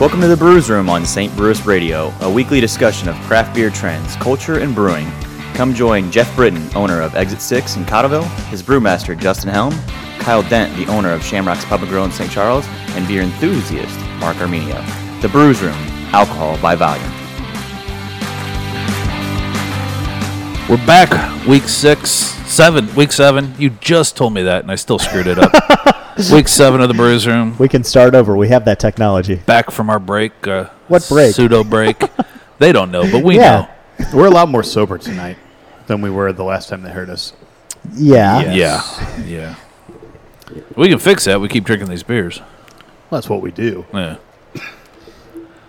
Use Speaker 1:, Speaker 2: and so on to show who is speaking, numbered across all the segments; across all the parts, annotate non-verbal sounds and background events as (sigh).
Speaker 1: Welcome to the Brews Room on St. Brewis Radio, a weekly discussion of craft beer trends, culture, and brewing. Come join Jeff Britton, owner of Exit 6 in Cotterville, his brewmaster Justin Helm, Kyle Dent, the owner of Shamrock's Pub and Grill in St. Charles, and beer enthusiast Mark Armenio. The Brews Room, alcohol by volume.
Speaker 2: We're back, week six, seven, week seven. You just told me that, and I still screwed it
Speaker 3: (laughs)
Speaker 2: up. week seven of the Brews Room.
Speaker 3: We can start over. We have that technology.
Speaker 2: Back from our break. Uh,
Speaker 3: What break?
Speaker 2: Pseudo break.
Speaker 3: (laughs)
Speaker 2: they don't know, but we
Speaker 3: Yeah.
Speaker 4: We're a lot more sober tonight than we were the last time they heard us.
Speaker 3: Yeah.
Speaker 2: know. Yeah, yeah. We can fix that. We keep drinking these beers.
Speaker 4: Well, that's what we do.
Speaker 2: Yeah.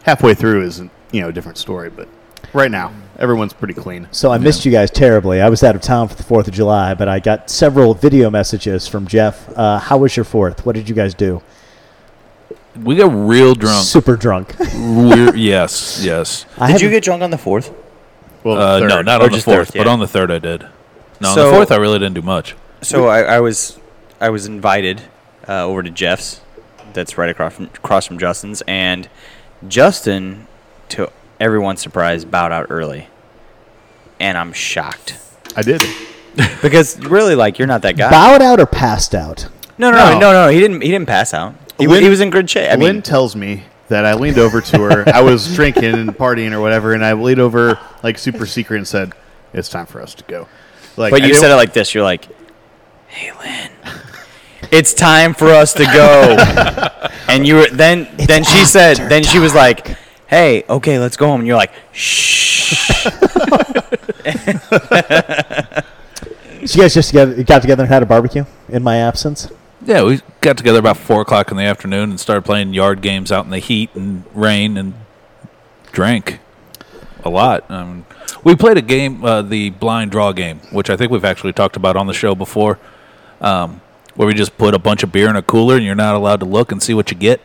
Speaker 4: Halfway through is you know a different story, but right now everyone's pretty clean.
Speaker 3: So I missed you guys terribly. I was out of town for the 4th of July, but I got several video messages from Jeff. Uh, how was your 4th? What did you guys do?
Speaker 2: We got real drunk.
Speaker 3: Super drunk.
Speaker 2: We're, yes, yes.
Speaker 3: I
Speaker 1: Did you
Speaker 3: haven't-
Speaker 1: get drunk on the 4th?
Speaker 4: Well,
Speaker 2: Uh, no,
Speaker 4: third.
Speaker 2: not
Speaker 1: Or
Speaker 2: on the
Speaker 1: just
Speaker 2: fourth,
Speaker 1: third,
Speaker 2: but
Speaker 1: yeah.
Speaker 2: on the third I did. No, on
Speaker 1: So-
Speaker 2: the fourth I really didn't do much.
Speaker 1: So I, I was I was invited uh, over to Jeff's, that's right across from, across from Justin's, and Justin, to everyone's surprise, bowed out early, and I'm shocked
Speaker 4: I did.
Speaker 1: because really, like, you're not that guy.
Speaker 3: Bowed out or passed out?
Speaker 1: no, no, no, no,
Speaker 4: No.
Speaker 1: no, He didn't. He didn't pass out. He, wa-
Speaker 4: Lynn-
Speaker 1: he was in good shape. I
Speaker 4: Lynn
Speaker 1: mean,
Speaker 4: tells me that I leaned over to her. I was drinking and partying or whatever, and I leaned over like super secret and said, "It's time for us to go." Like,
Speaker 1: but
Speaker 4: I
Speaker 1: you
Speaker 4: didn't-
Speaker 1: said it like this. You're like, "Hey, Lynn, it's time for us to (laughs) go." and you were then. then she said. Then she was like, "Hey, okay, let's go home." And you're like, "Shh."
Speaker 3: So you guys just got, got together and had a barbecue in my absence?
Speaker 2: Yeah, we got together about four o'clock in the afternoon and started playing yard games out in the heat and rain and drank a lot. Um, we played a game, uh, the blind draw game, which I think we've actually talked about on the show before, um, where we just put a bunch of beer in a cooler and you're not allowed to look and see what you get.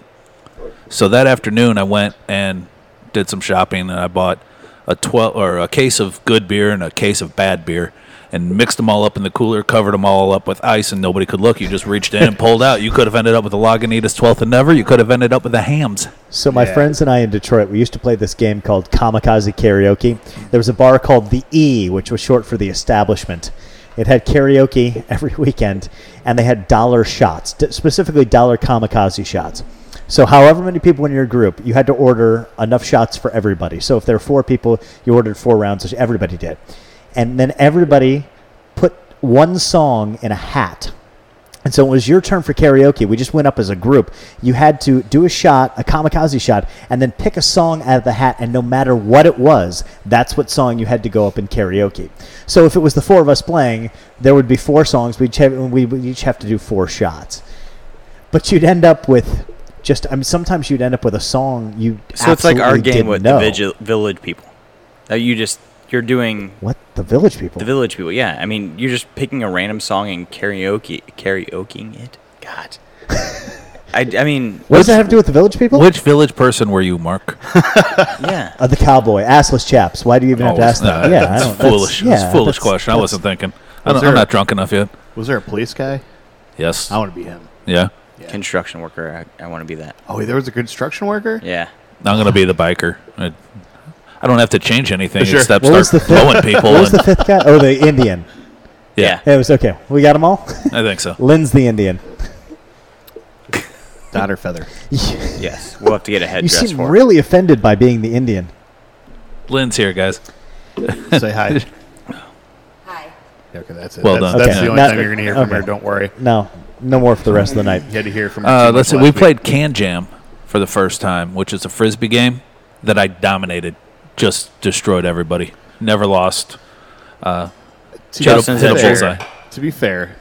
Speaker 2: So that afternoon, I went and did some shopping and I bought a twelve or a case of good beer and a case of bad beer. And mixed them all up in the cooler, covered them all up with ice, and nobody could look. You just reached in and pulled out. You could have ended up with a Lagunitas 12th and Never. You could have ended up with the Hams.
Speaker 3: So my
Speaker 4: Yeah.
Speaker 3: friends and I in Detroit, we used to play this game called Kamikaze Karaoke. There was a bar called the E, which was short for the establishment. It had karaoke (laughs) every weekend, and they had dollar shots, d- specifically dollar kamikaze shots. So however many people in your group, you had to order enough shots for everybody. So if there were four people, you ordered four rounds, which everybody did, and then everybody put one song in a hat. And so it was your turn for karaoke. We just went up as a group. You had to do a shot, a kamikaze shot, and then pick a song out of the hat. And no matter what it was, that's what song you had to go up in karaoke. So if it was the four of us playing, there would be four songs. We'd have, we would each have to do four shots. But you'd end up with just, I mean, sometimes you'd end up with a song you.
Speaker 1: So it's like our
Speaker 3: absolutely
Speaker 1: game
Speaker 3: didn't
Speaker 1: with
Speaker 3: know.
Speaker 1: the vigil- village people. Uh, you just you're doing
Speaker 3: What? The village people.
Speaker 1: the village people. Yeah, I mean you're just picking a random song and karaoke karaokeing it. God, I, I mean
Speaker 3: what does that have to do with the village people?
Speaker 2: Which village person were you, Mark?
Speaker 1: yeah.
Speaker 3: Uh, the cowboy, assless chaps. Why do you even have to ask
Speaker 2: Always-
Speaker 3: that?
Speaker 2: nah, (laughs)
Speaker 3: yeah, I
Speaker 2: that's
Speaker 3: don't,
Speaker 2: foolish. That's, a foolish
Speaker 3: that's-
Speaker 2: question. I
Speaker 3: that's-
Speaker 2: wasn't thinking. I
Speaker 4: Was
Speaker 2: don't, I'm
Speaker 4: there-
Speaker 2: not drunk enough yet.
Speaker 4: was there a police guy?
Speaker 2: Yes.
Speaker 4: I want to be him.
Speaker 2: yeah.
Speaker 1: construction worker. I, I want to be that.
Speaker 4: Oh, there was a construction worker.
Speaker 1: Yeah.
Speaker 2: I'm gonna be the biker. I, I don't have to change anything
Speaker 4: Sure.
Speaker 2: except
Speaker 3: What was
Speaker 2: start
Speaker 3: the fifth-
Speaker 2: blowing people.
Speaker 3: What was the
Speaker 2: and,
Speaker 3: fifth guy? Oh, the Indian.
Speaker 2: yeah,
Speaker 3: It was okay. We got them (laughs) all.
Speaker 2: I think so.
Speaker 3: Lynn's the Indian.
Speaker 4: Dot or feather?
Speaker 1: Yes. We'll have to get a
Speaker 3: You
Speaker 1: headdress
Speaker 3: seem
Speaker 1: for it.
Speaker 3: really offended by being the Indian.
Speaker 2: Lynn's here, guys.
Speaker 4: Say hi. Yeah,
Speaker 5: Hi.
Speaker 4: Okay, that's it.
Speaker 2: Well
Speaker 4: that's,
Speaker 2: done.
Speaker 4: That's
Speaker 2: Okay.
Speaker 4: the only
Speaker 3: Now-
Speaker 4: time you're gonna hear from her.
Speaker 3: okay.
Speaker 4: Don't worry.
Speaker 3: No, no more for the rest of the night.
Speaker 4: You had to hear from. her
Speaker 2: Uh,
Speaker 4: too
Speaker 2: let's see.
Speaker 4: much
Speaker 2: We
Speaker 4: last week.
Speaker 2: played Can Jam for the first time, which is a frisbee game that I dominated. Just destroyed everybody. Never lost.
Speaker 4: To
Speaker 2: Hit a-
Speaker 1: Justin's
Speaker 2: hit a
Speaker 1: in there.
Speaker 2: bullseye.
Speaker 4: To be fair,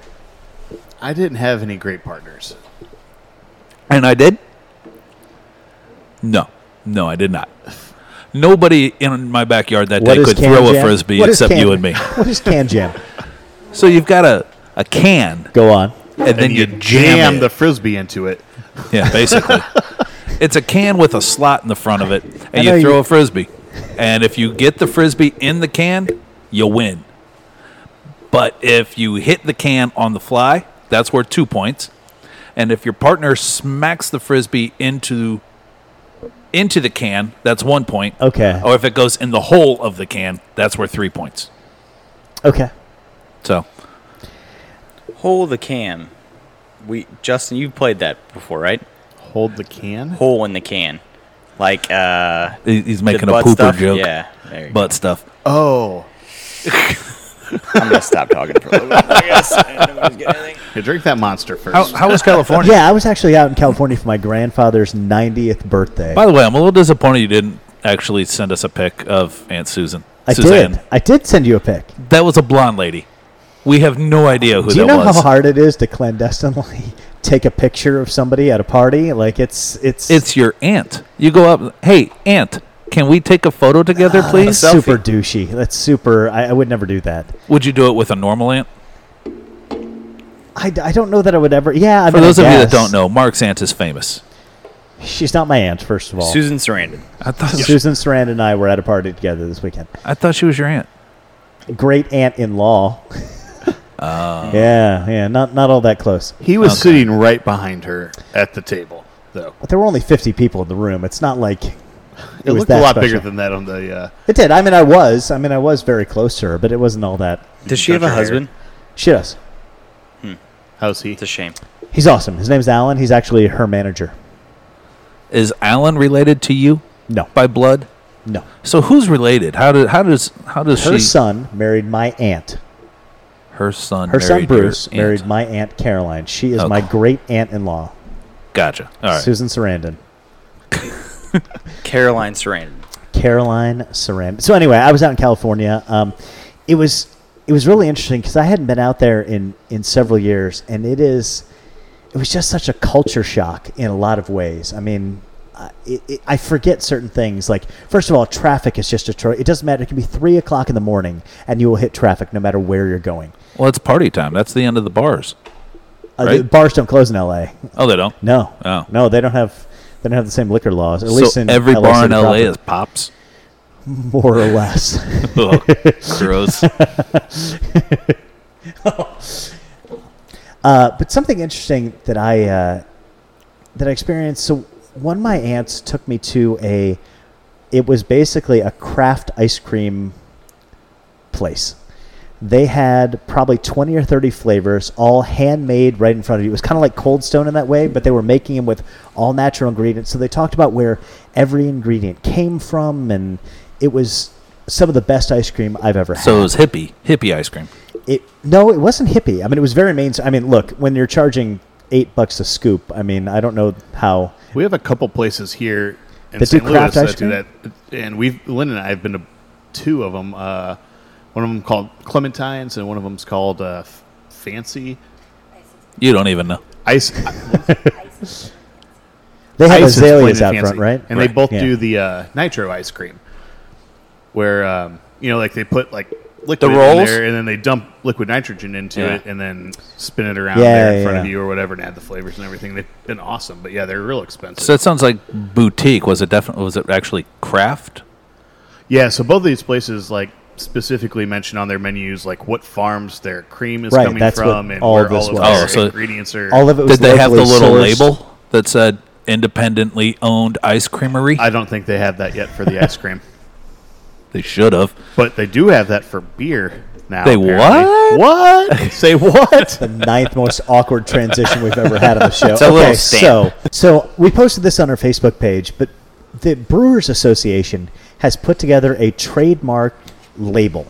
Speaker 4: I didn't have any great partners.
Speaker 2: And I did? No. No, I did not. Nobody in my backyard that
Speaker 3: What
Speaker 2: day
Speaker 3: is
Speaker 2: could
Speaker 3: can
Speaker 2: throw a
Speaker 3: jam?
Speaker 2: frisbee
Speaker 3: What is
Speaker 2: except
Speaker 3: can-
Speaker 2: you and me.
Speaker 3: (laughs) What is can jam?
Speaker 2: So you've got a, a can,
Speaker 3: Go on.
Speaker 2: and, then you, jam, it.
Speaker 4: the frisbee into it.
Speaker 1: (laughs)
Speaker 2: yeah, basically. it's a can with a slot in the front of it, and
Speaker 3: know
Speaker 2: you
Speaker 3: you-
Speaker 2: throw a frisbee. And if you get the frisbee in the can, you win. But if you hit the can on the fly, that's worth two points. And if your partner smacks the frisbee into into the can, that's one point.
Speaker 3: Okay.
Speaker 2: Or if it goes in the hole of the can, that's worth three points.
Speaker 3: Okay.
Speaker 2: So
Speaker 1: Hole the can. We Justin, you've played that before, right?
Speaker 4: Hold the can.
Speaker 1: Hole in the can, like uh,
Speaker 2: he- he's
Speaker 1: the
Speaker 2: making a
Speaker 1: butt
Speaker 2: pooper
Speaker 1: stuff.
Speaker 2: joke.
Speaker 1: Yeah, there you go.
Speaker 2: Butt stuff.
Speaker 4: Oh,
Speaker 1: I'm gonna stop talking for a little bit. (laughs) I guess. Nobody's getting anything.
Speaker 4: yeah, drink that monster first.
Speaker 2: How, how was California?
Speaker 3: Yeah, I was actually out in California for my grandfather's 90th birthday.
Speaker 2: By the way, I'm a little disappointed you didn't actually send us a pic of Aunt Susan.
Speaker 3: I
Speaker 2: Suzanne.
Speaker 3: did. I did send you a pic.
Speaker 2: That was a blonde lady. We have no idea who
Speaker 3: Do you
Speaker 2: that
Speaker 3: know
Speaker 2: was.
Speaker 3: how hard it is to clandestinely (laughs) take a picture of somebody at a party? Like it's it's
Speaker 2: It's your aunt. You go up, hey, aunt, can we take a photo together,
Speaker 3: that's
Speaker 2: please?
Speaker 3: super douchey. That's super. I, I would never do that.
Speaker 2: Would you do it with a normal aunt?
Speaker 3: I, d- I don't know that I would ever. Yeah, I
Speaker 2: For
Speaker 3: mean, I
Speaker 2: those of you that
Speaker 3: guess.
Speaker 2: don't know, Mark's aunt is famous.
Speaker 3: she's not my aunt. First of all,
Speaker 1: Susan Sarandon.
Speaker 2: I thought
Speaker 3: Susan Sarandon and I were at a party together this weekend.
Speaker 2: I thought she was your aunt.
Speaker 3: Great aunt
Speaker 2: (laughs)
Speaker 3: in law.
Speaker 2: Oh.
Speaker 3: Yeah, yeah, not not all that close.
Speaker 4: he was sitting right behind her at the table, though.
Speaker 3: But there were only fifty people in the room. It's not like it,
Speaker 4: It,
Speaker 3: was
Speaker 4: looked
Speaker 3: that
Speaker 4: a lot
Speaker 3: special.
Speaker 4: bigger than that on the. Uh,
Speaker 3: It did. I mean, I was. I mean, I was very close to her, but it wasn't all that.
Speaker 1: Does she have a
Speaker 4: Touch her hair.
Speaker 1: husband?
Speaker 3: She does.
Speaker 4: how's he?
Speaker 1: It's a shame.
Speaker 3: He's awesome. His name's Alan. He's actually her manager.
Speaker 2: Is Alan related to you
Speaker 3: No,
Speaker 2: by blood?
Speaker 3: no.
Speaker 2: So who's related? How do how does how does
Speaker 3: Her
Speaker 2: she
Speaker 3: son married my aunt.
Speaker 2: her son
Speaker 3: Her son
Speaker 2: married your
Speaker 3: Bruce
Speaker 2: aunt?
Speaker 3: married my aunt Caroline. She is
Speaker 2: Oh,
Speaker 3: my
Speaker 2: cool.
Speaker 3: great aunt in law,
Speaker 2: Gotcha. All right.
Speaker 3: Susan Sarandon.
Speaker 1: Caroline Sarandon.
Speaker 3: Caroline Sarandon. So anyway, I was out in California. Um, it was it was really interesting because I hadn't been out there in in several years, and it is it was just such a culture shock in a lot of ways. I mean. I- It, it, I forget certain things. Like, first of all, traffic is just Detroit. It doesn't matter. It can be three o'clock in the morning, and you will hit traffic no matter where you're going.
Speaker 2: Well, it's party time. That's the end of the bars.
Speaker 3: Uh, the
Speaker 2: Right.
Speaker 3: bars don't close in L.A.
Speaker 2: Oh, they don't.
Speaker 3: No,
Speaker 2: Oh.
Speaker 3: no, they don't have they don't have the same liquor laws. At least
Speaker 2: so
Speaker 3: in
Speaker 2: every
Speaker 3: LA
Speaker 2: bar in
Speaker 3: city
Speaker 2: LA
Speaker 3: proper.
Speaker 2: is pops. (laughs)
Speaker 3: more or less. (laughs)
Speaker 2: Ugh, gross.
Speaker 3: Uh, but something interesting that I uh, that I experienced. So one of my aunts took me to a. It was basically a craft ice cream place. They had probably twenty or thirty flavors, all handmade, right in front of you. It was kind of like Cold Stone in that way, but they were making them with all natural ingredients. So they talked about where every ingredient came from, and it was some of the best ice cream I've ever had.
Speaker 2: So it was hippie, hippie ice cream.
Speaker 3: It no, it wasn't hippie. I mean, it was very mainstream. I mean, look, when you're charging eight bucks a scoop, I mean, I don't know how.
Speaker 4: We have a couple places here
Speaker 3: That
Speaker 4: in
Speaker 3: do
Speaker 4: St. Louis
Speaker 3: craft ice
Speaker 4: that do that, and we've Lynn and I have been to two of them. Uh, one of them called Clementines, and one of them's called uh, F- Fancy
Speaker 2: You don't even know.
Speaker 4: Ice.
Speaker 3: They have
Speaker 4: ice is plain
Speaker 3: azaleas
Speaker 4: and
Speaker 3: out
Speaker 4: fancy.
Speaker 3: front, right?
Speaker 4: And they
Speaker 2: Right,
Speaker 4: both
Speaker 3: yeah.
Speaker 4: do the uh, nitro ice cream, where um, you know, like they put like liquid in
Speaker 2: rolls?
Speaker 4: there, and then they dump liquid nitrogen into
Speaker 1: Yeah.
Speaker 4: it, and then spin it around
Speaker 3: Yeah,
Speaker 4: there in
Speaker 3: yeah,
Speaker 4: front of
Speaker 3: yeah.
Speaker 4: you or whatever, and add the flavors and everything. They've been awesome, but yeah, they're real expensive.
Speaker 2: So it sounds like boutique. Was it definitely? Was it actually craft?
Speaker 4: Yeah, so both of these places like specifically mention on their menus like what farms their cream is
Speaker 3: Right,
Speaker 4: coming
Speaker 3: that's
Speaker 4: from
Speaker 3: what
Speaker 4: and
Speaker 3: all
Speaker 4: where
Speaker 3: this
Speaker 4: all
Speaker 3: was.
Speaker 4: of their
Speaker 2: Oh, so-
Speaker 4: ingredients are.
Speaker 3: All of it was.
Speaker 2: Did they have the
Speaker 3: locally
Speaker 2: little
Speaker 3: sourced.
Speaker 2: label that said independently owned ice creamery?
Speaker 4: I don't think they have that yet for the ice cream,
Speaker 2: they should have.
Speaker 4: but they do have that for beer now.
Speaker 2: They
Speaker 4: apparently. What? Say what?
Speaker 3: The ninth most awkward transition we've ever had on the show.
Speaker 1: a little
Speaker 3: okay, so
Speaker 1: stamp.
Speaker 3: so we posted this on our Facebook page, but the Brewers Association has put together a trademark label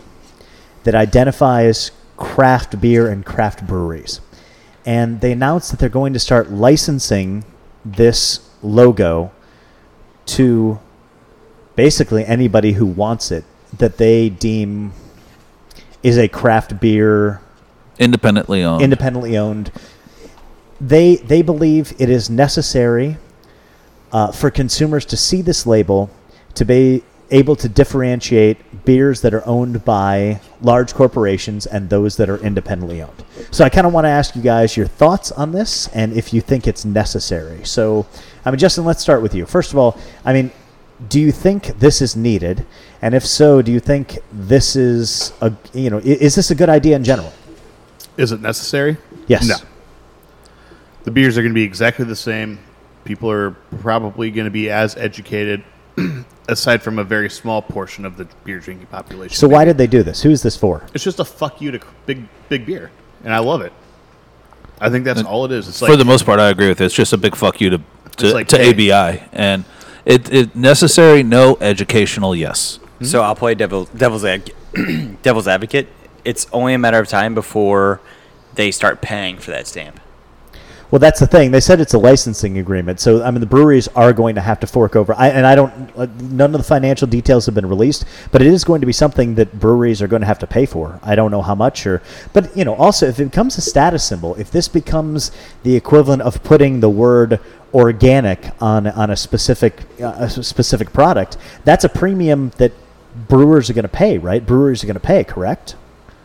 Speaker 3: that identifies craft beer and craft breweries. And they announced that they're going to start licensing this logo to basically anybody who wants it that they deem is a craft beer
Speaker 2: Independently owned.
Speaker 3: independently owned. They they believe it is necessary uh, for consumers to see this label to be able to differentiate beers that are owned by large corporations and those that are independently owned. So I kind of want to ask you guys your thoughts on this and if you think it's necessary. So I mean Justin, let's start with you. First of all, I mean do you think this is needed? And if so, do you think this is a you know, i- is this a good idea in general?
Speaker 4: Is it necessary?
Speaker 3: Yes.
Speaker 4: No. The beers are going to be exactly the same. people are probably going to be as educated, (clears throat) aside from a very small portion of the beer drinking population.
Speaker 3: So why did they do this? Who's this for?
Speaker 4: It's just a fuck you to cr- big big beer, and I love it. I think that's all it is. It's like
Speaker 2: for the most part, I agree with it. It's just a big fuck you to to,
Speaker 4: It's like,
Speaker 2: to
Speaker 4: hey.
Speaker 2: ABI, and it, it necessary no educational yes.
Speaker 3: Hmm?
Speaker 1: So I'll play devil, devil's ad, (clears throat) devil's advocate. It's only a matter of time before they start paying for that stamp.
Speaker 3: Well, that's the thing. They said it's a licensing agreement, so I mean the breweries are going to have to fork over. I, and I don't. uh, None of the financial details have been released, but it is going to be something that breweries are going to have to pay for. I don't know how much, or but you know, also if it becomes a status symbol, if this becomes the equivalent of putting the word organic on on a specific uh, a s- specific product, that's a premium that brewers are going to pay, right? Breweries are going to pay, correct?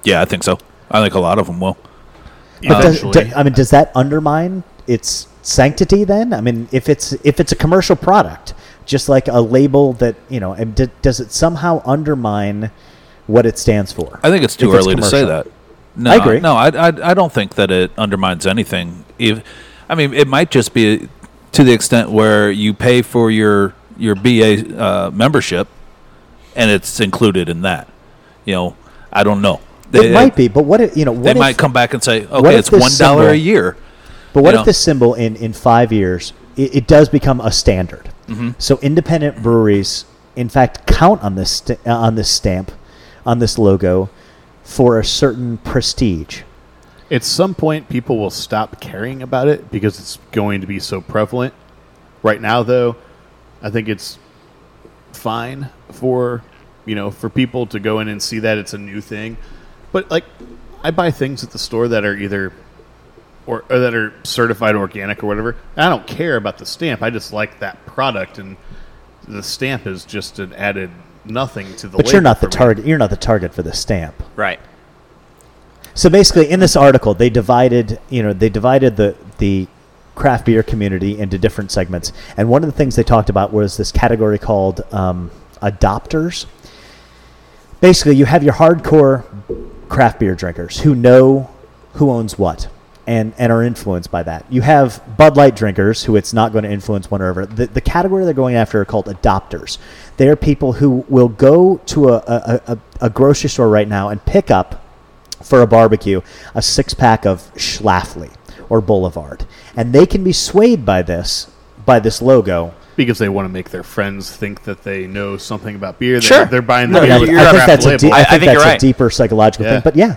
Speaker 2: Yeah, I think so. I think a lot of them will.
Speaker 3: But does,
Speaker 4: eventually.
Speaker 3: do- I mean, does that undermine its sanctity? Then, I mean, if it's if it's a commercial product, just like a label that you know, and d- does it somehow undermine what it stands for?
Speaker 2: I think it's too
Speaker 3: If it's
Speaker 2: early to say
Speaker 3: commercial.
Speaker 2: that. No,
Speaker 3: I agree.
Speaker 2: No, I, I, I don't think that it undermines anything. If, I mean, it might just be to the extent where you pay for your your BA uh, membership, and it's included in that. You know, I don't know.
Speaker 3: It might be, but what if you know? What
Speaker 2: They
Speaker 3: if,
Speaker 2: might come back and say,
Speaker 3: what
Speaker 2: okay,
Speaker 3: if
Speaker 2: it's
Speaker 3: this
Speaker 2: one dollar a
Speaker 3: symbol-
Speaker 2: year.
Speaker 3: But what
Speaker 2: you
Speaker 3: if
Speaker 2: know.
Speaker 3: this symbol in in five years it, it does become a standard?
Speaker 2: Mm-hmm.
Speaker 3: So independent breweries, in fact, count on this st- uh, on this stamp, on this logo, for a certain prestige.
Speaker 4: At some point, people will stop caring about it because it's going to be so prevalent. Right now, though, I think it's fine for you know for people to go in and see that it's a new thing. But like, I buy things at the store that are either or, or that are certified organic or whatever. And I don't care about the stamp. I just like that product, and the stamp is just an added nothing to the.
Speaker 3: But you're
Speaker 4: label
Speaker 3: not the
Speaker 4: for me.
Speaker 3: target. You're not the target for the stamp.
Speaker 1: Right.
Speaker 3: So basically, in this article, they divided you know they divided the the craft beer community into different segments, and one of the things they talked about was this category called um, adopters. Basically, you have your hardcore craft beer drinkers who know who owns what and, and are influenced by that. You have Bud Light drinkers who it's not going to influence one over. The, the category they're going after are called adopters. They are people who will go to a, a, a, a grocery store right now and pick up for a barbecue a six pack of Schlafly or Boulevard. And they can be swayed by this, by this logo.
Speaker 4: because they want to make their friends think that they know something about beer. They,
Speaker 1: Sure.
Speaker 4: they're buying
Speaker 1: No,
Speaker 4: the
Speaker 1: no,
Speaker 4: beer.
Speaker 1: you're
Speaker 4: with
Speaker 3: I think
Speaker 4: the crap
Speaker 1: right.
Speaker 3: that's a
Speaker 4: label.
Speaker 3: deep, I,
Speaker 1: I- I
Speaker 3: think
Speaker 1: think
Speaker 3: that's
Speaker 1: you're
Speaker 3: a
Speaker 1: right.
Speaker 3: deeper psychological
Speaker 4: Yeah.
Speaker 3: thing. But yeah,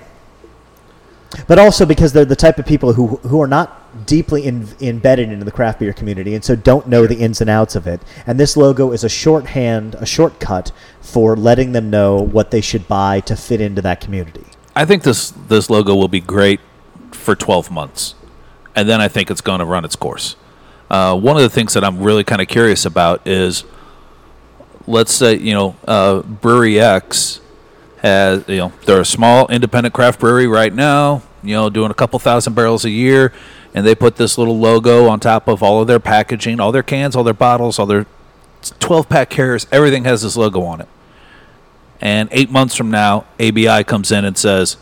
Speaker 3: but also because they're the type of people who who are not deeply in, embedded into the craft beer community and so don't know the ins and outs of it. And this logo is a shorthand, a shortcut for letting them know what they should buy to fit into that community.
Speaker 2: I think this this logo will be great for 12 months, and then I think it's going to run its course. Uh, one of the things that I'm really kind of curious about is, let's say you know uh, Brewery X has Uh, you know they're a small independent craft brewery right now, you know doing a couple thousand barrels a year, and they put this little logo on top of all of their packaging, all their cans, all their bottles, all their 12 pack carriers, everything has this logo on it. And eight months from now, ABI comes in and says,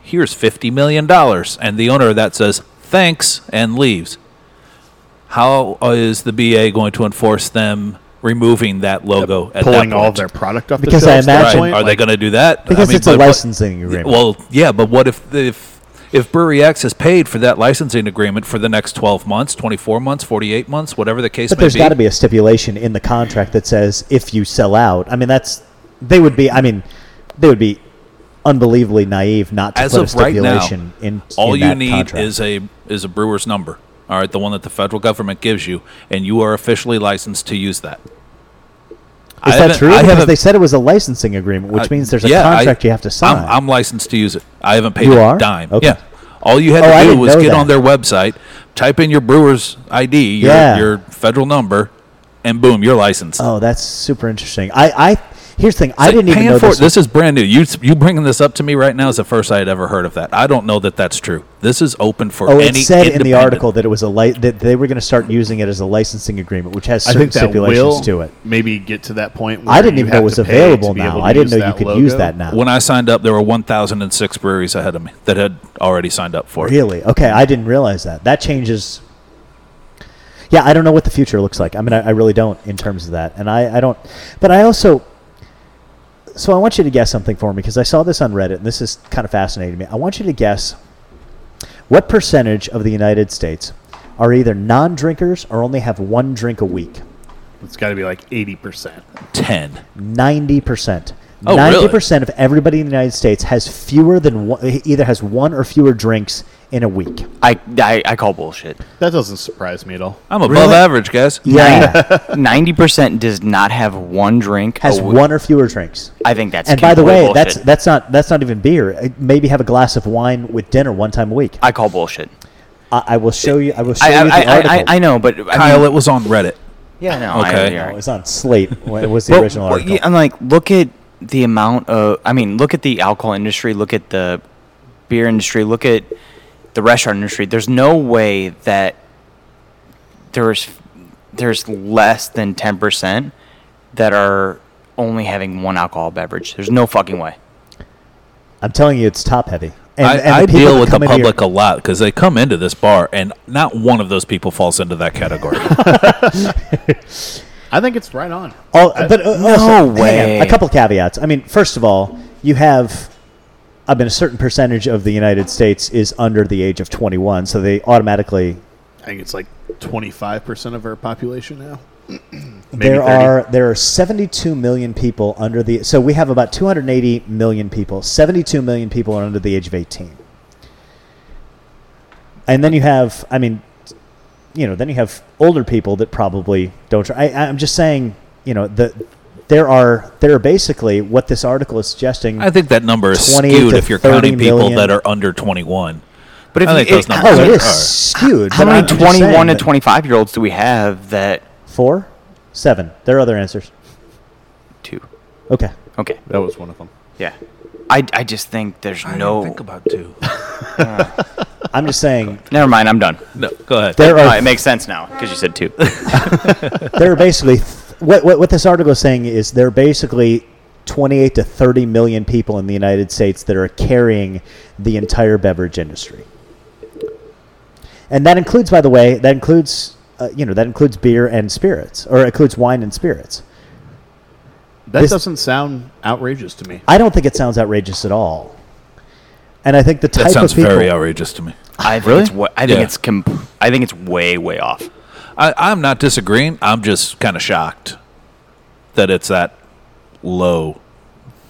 Speaker 2: Here's $50 million. And the owner of that says, Thanks, and leaves. How is the BA going to enforce them removing that logo at
Speaker 4: pulling
Speaker 2: that
Speaker 4: all
Speaker 2: point?
Speaker 4: of their product off
Speaker 3: Because
Speaker 4: the
Speaker 3: I
Speaker 4: shelves. at that
Speaker 2: Right.
Speaker 3: imagine-
Speaker 4: point.
Speaker 2: Are they
Speaker 4: Like,
Speaker 2: going to do that? I
Speaker 3: Because
Speaker 2: mean,
Speaker 3: it's a
Speaker 2: but what-
Speaker 3: licensing agreement.
Speaker 2: well, yeah, but what if if if Brewery X has paid for that licensing agreement for the next 12 months, 24 months, 48 months, whatever the case
Speaker 3: but
Speaker 2: may
Speaker 3: there's
Speaker 2: be?
Speaker 3: got to be a stipulation in the contract that says if you sell out. I mean, that's they would be. I mean, they would be unbelievably naive not to
Speaker 2: As
Speaker 3: put a
Speaker 2: of right now,
Speaker 3: stipulation in.
Speaker 2: all
Speaker 3: in
Speaker 2: you
Speaker 3: that
Speaker 2: need
Speaker 3: contract.
Speaker 2: is a is a brewer's number all right the one that the federal government gives you and you are officially licensed to use that
Speaker 3: Is
Speaker 2: I
Speaker 3: that
Speaker 2: haven't-
Speaker 3: true?
Speaker 2: I
Speaker 3: because
Speaker 2: haven't-
Speaker 3: they said it was a licensing agreement, which
Speaker 2: I-
Speaker 3: means there's a
Speaker 2: yeah, I-
Speaker 3: contract you have to sign.
Speaker 2: I'm, I'm licensed to use it i haven't paid
Speaker 3: You
Speaker 2: a
Speaker 3: are?
Speaker 2: dime
Speaker 3: Okay.
Speaker 2: yeah all you had
Speaker 3: Oh,
Speaker 2: to
Speaker 3: I
Speaker 2: do
Speaker 3: didn't
Speaker 2: was
Speaker 3: know
Speaker 2: get
Speaker 3: that.
Speaker 2: on their website type in your brewer's id your,
Speaker 3: Yeah.
Speaker 2: your federal number and boom you're licensed
Speaker 3: oh, that's super interesting. I, I here's the thing. I
Speaker 2: It's like
Speaker 3: didn't even
Speaker 2: paying
Speaker 3: know
Speaker 2: for
Speaker 3: this.
Speaker 2: it. This is brand new. You you bringing this up to me right now is the first I had ever heard of that. I don't know that that's true. This is open for
Speaker 3: oh,
Speaker 2: any.
Speaker 3: it said in the
Speaker 2: independent-
Speaker 3: article that it was a li- that they were going to start using it as a licensing agreement, which has
Speaker 4: I
Speaker 3: certain
Speaker 4: think that will
Speaker 3: stipulations to it.
Speaker 4: maybe get to that point. Where
Speaker 3: I didn't
Speaker 4: you
Speaker 3: even know it
Speaker 4: have
Speaker 3: was
Speaker 4: to pay to
Speaker 3: available
Speaker 4: be able
Speaker 3: now.
Speaker 4: to
Speaker 3: I didn't
Speaker 4: use
Speaker 3: know you
Speaker 4: that
Speaker 3: could use
Speaker 4: logo.
Speaker 3: that now.
Speaker 2: When I signed up, there were 1,006 breweries ahead of me that had already signed up for it.
Speaker 3: Really? Okay, I didn't realize that. That changes. yeah, I don't know what the future looks like. I mean, I, I really don't in terms of that, and I, I don't. But I also, so I want you to guess something for me because I saw this on Reddit, and this is kind of fascinating to me. I want you to guess what percentage of the United States are either non-drinkers or only have one drink a week.
Speaker 4: It's got to be like 80%.
Speaker 2: Ten.
Speaker 3: Ninety percent.
Speaker 2: Oh, really?
Speaker 3: Ninety percent of everybody in the United States has fewer than one, either has one or fewer drinks in a week.
Speaker 1: I, I, I call bullshit.
Speaker 4: That doesn't surprise me at all.
Speaker 2: I'm above average, guys.
Speaker 3: Yeah,
Speaker 1: Ninety percent does not have one drink.
Speaker 3: has
Speaker 1: a week.
Speaker 3: one or fewer drinks.
Speaker 1: I think that's.
Speaker 3: And by the
Speaker 1: complete
Speaker 3: way,
Speaker 1: bullshit.
Speaker 3: that's that's not that's not even beer. Uh, Maybe have a glass of wine with dinner one time a week.
Speaker 1: I call bullshit.
Speaker 3: I, I will show you. I will show
Speaker 1: I,
Speaker 3: you
Speaker 1: I,
Speaker 3: the article.
Speaker 1: I, I, I know, but I
Speaker 2: Kyle,
Speaker 1: mean,
Speaker 2: it was on Reddit.
Speaker 1: yeah, no, I-
Speaker 2: Okay.
Speaker 1: you're right.
Speaker 3: No, it was Oh, on Slate. when It was the
Speaker 1: But-
Speaker 3: original
Speaker 1: but
Speaker 3: article.
Speaker 1: yeah, I'm like, look at the amount of. I mean, look at the alcohol industry. Look at the beer industry. Look at the restaurant industry. There's no way that there's there's less than ten percent that are only having one alcohol beverage. There's no fucking way.
Speaker 3: I'm telling you, it's top heavy. And,
Speaker 2: I,
Speaker 3: and the
Speaker 2: I
Speaker 3: people
Speaker 2: deal
Speaker 3: that
Speaker 2: with the
Speaker 3: come in here-
Speaker 2: public a lot because they come into this bar and not one of those people falls into that
Speaker 3: (laughs)
Speaker 2: category.
Speaker 4: I think it's right on.
Speaker 3: All,
Speaker 4: I-
Speaker 3: but uh,
Speaker 1: no
Speaker 3: also-
Speaker 1: way.
Speaker 3: hang on, a couple caveats. I mean, first of all, you have. I mean, a certain percentage of the United States is under the age of 21, so they automatically
Speaker 4: I think it's like 25% of our population now. (clears throat) Maybe
Speaker 3: there
Speaker 4: 30.
Speaker 3: are there are 72 million people under the so we have about 280 million people 72 million people are under the age of 18 and then you have i mean you know then you have older people that probably don't try. I, i'm just saying you know the there are there are basically what this article is suggesting
Speaker 2: I think that number is
Speaker 3: 20
Speaker 2: skewed
Speaker 3: to
Speaker 2: if you're
Speaker 3: 30
Speaker 2: counting people
Speaker 3: million.
Speaker 2: that are under 21.
Speaker 1: But if
Speaker 2: I
Speaker 1: you,
Speaker 2: think those
Speaker 1: it-
Speaker 2: numbers
Speaker 3: oh it
Speaker 2: are-
Speaker 3: is skewed
Speaker 1: How
Speaker 3: but
Speaker 1: many
Speaker 3: I'm just saying
Speaker 1: twenty-one to
Speaker 3: that-
Speaker 1: twenty-five year olds do we have that
Speaker 3: four seven there are other answers
Speaker 1: two?
Speaker 3: okay
Speaker 1: Okay,
Speaker 4: That was one of them.
Speaker 1: yeah. I, I just think there's no.
Speaker 2: think about two.
Speaker 3: i'm just saying
Speaker 1: (laughs) Never mind. I'm done.
Speaker 2: No, go ahead.
Speaker 3: there
Speaker 1: Oh,
Speaker 3: are
Speaker 1: it makes sense now because you said two.
Speaker 3: there are basically th- what, what what this article is saying is there are basically 28 to 30 million people in the United States that are carrying the entire beverage industry, and that includes, by the way, that includes uh, you know that includes beer and spirits, or includes wine and spirits.
Speaker 4: That
Speaker 3: This-
Speaker 4: doesn't sound outrageous to me.
Speaker 3: I don't think it sounds outrageous at all, and I think the type
Speaker 2: That sounds
Speaker 3: of people
Speaker 2: very outrageous to me.
Speaker 1: I think it's wa- I think
Speaker 2: Yeah.
Speaker 1: it's com- I think it's way way off.
Speaker 2: I, I'm not disagreeing. I'm just kind of shocked that it's that low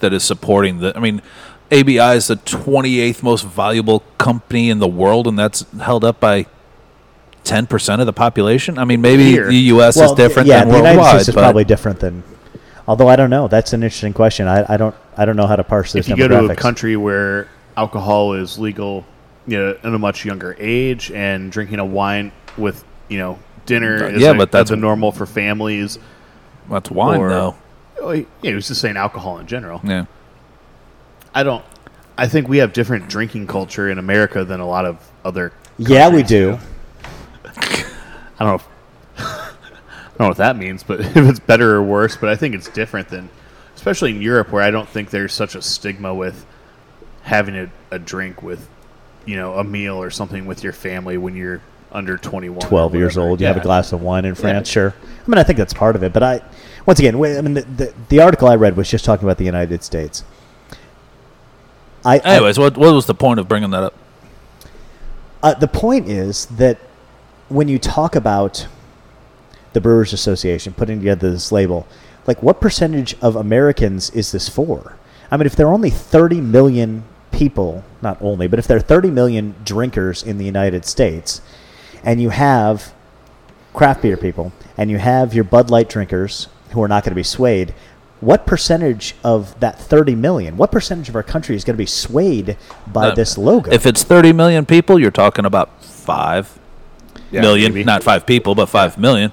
Speaker 2: that is supporting the. I mean, ABI is the 28th most valuable company in the world, and that's held up by 10% of the population. I mean, maybe
Speaker 4: Here.
Speaker 2: the U.S.
Speaker 3: well,
Speaker 2: is different
Speaker 3: Yeah,
Speaker 2: than
Speaker 3: the
Speaker 2: worldwide.
Speaker 3: United States is
Speaker 2: but
Speaker 3: probably different than. Although I don't know, that's an interesting question. I, I don't I don't know how to parse those
Speaker 4: If you go to a
Speaker 3: demographics.
Speaker 4: country where alcohol is legal, you know, at a much younger age, and drinking a wine with, you know, dinner is
Speaker 2: Uh, yeah,
Speaker 4: like
Speaker 2: but that's-
Speaker 4: the normal for families.
Speaker 2: that's wine,
Speaker 4: or-
Speaker 2: though.
Speaker 4: Oh, Yeah, it was just saying alcohol in general.
Speaker 2: Yeah.
Speaker 4: I don't. I think we have different drinking culture in America than a lot of other.
Speaker 3: yeah, we
Speaker 4: countries
Speaker 3: do.
Speaker 4: I don't know. If, (laughs) I don't know what that means, but (laughs) if it's better or worse, but I think it's different than, especially in Europe, where I don't think there's such a stigma with having a, a drink with, you know, a meal or something with your family when you're under 21. or
Speaker 3: 12 years
Speaker 4: whatever.
Speaker 3: old. You have
Speaker 4: Yeah.
Speaker 3: a glass of wine in France, sure. I mean, I think that's part of it. But I, once again, wait, I mean, the, the, the article I read was just talking about the United States. I,
Speaker 4: Oh,
Speaker 3: I-
Speaker 2: Anyways, what, what was the point of bringing that up?
Speaker 3: uh, the point is that when you talk about the Brewers Association putting together this label, like what percentage of Americans is this for? I mean, if there are only 30 million people, not only, but if there are 30 million drinkers in the United States, and you have craft beer people, and you have your Bud Light drinkers who are not going to be swayed, what percentage of that 30 million, what percentage of our country is going to be swayed by
Speaker 2: Um,
Speaker 3: this logo?
Speaker 2: If it's 30 million people, you're talking about five
Speaker 4: Yeah,
Speaker 2: million,
Speaker 4: maybe.
Speaker 2: not five people, but five million,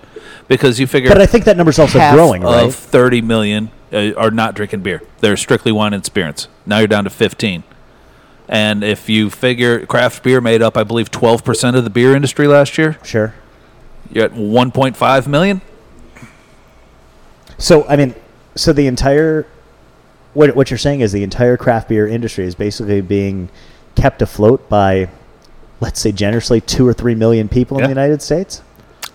Speaker 2: because you figure
Speaker 3: but I think that number's also
Speaker 2: half
Speaker 3: growing,
Speaker 2: of
Speaker 3: right?
Speaker 2: 30 million uh, are not drinking beer. They're strictly wine and spirits. Now you're down to 15. And if you figure craft beer made up, I believe, 12% of the beer industry last year,
Speaker 3: Sure.
Speaker 2: you're at 1.5 million.
Speaker 3: So I mean, so the entire what what you're saying is the entire craft beer industry is basically being kept afloat by, let's say, generously two or three million people in
Speaker 2: Yeah.
Speaker 3: the United States.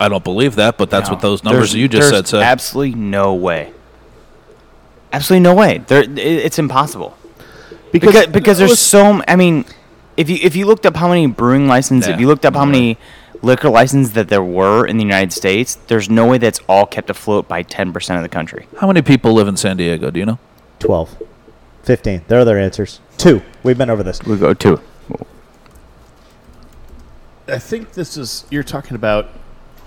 Speaker 2: I don't believe that, but that's
Speaker 1: No.
Speaker 2: what those numbers
Speaker 1: There's-
Speaker 2: you just
Speaker 1: there's
Speaker 2: said said.
Speaker 1: Absolutely no way. Absolutely no way. There, it, it's impossible because because, there's so. m- I mean, if you if you looked up how many brewing licenses, if
Speaker 2: Yeah,
Speaker 1: you looked up how many liquor licenses that there were in the United States, there's no way that's all kept afloat by 10 percent of the country.
Speaker 2: How many people live in San Diego? Do you know?
Speaker 3: 12. 15. There are their answers. Two. We've been over this.
Speaker 1: We go two.
Speaker 4: I think this is you're talking about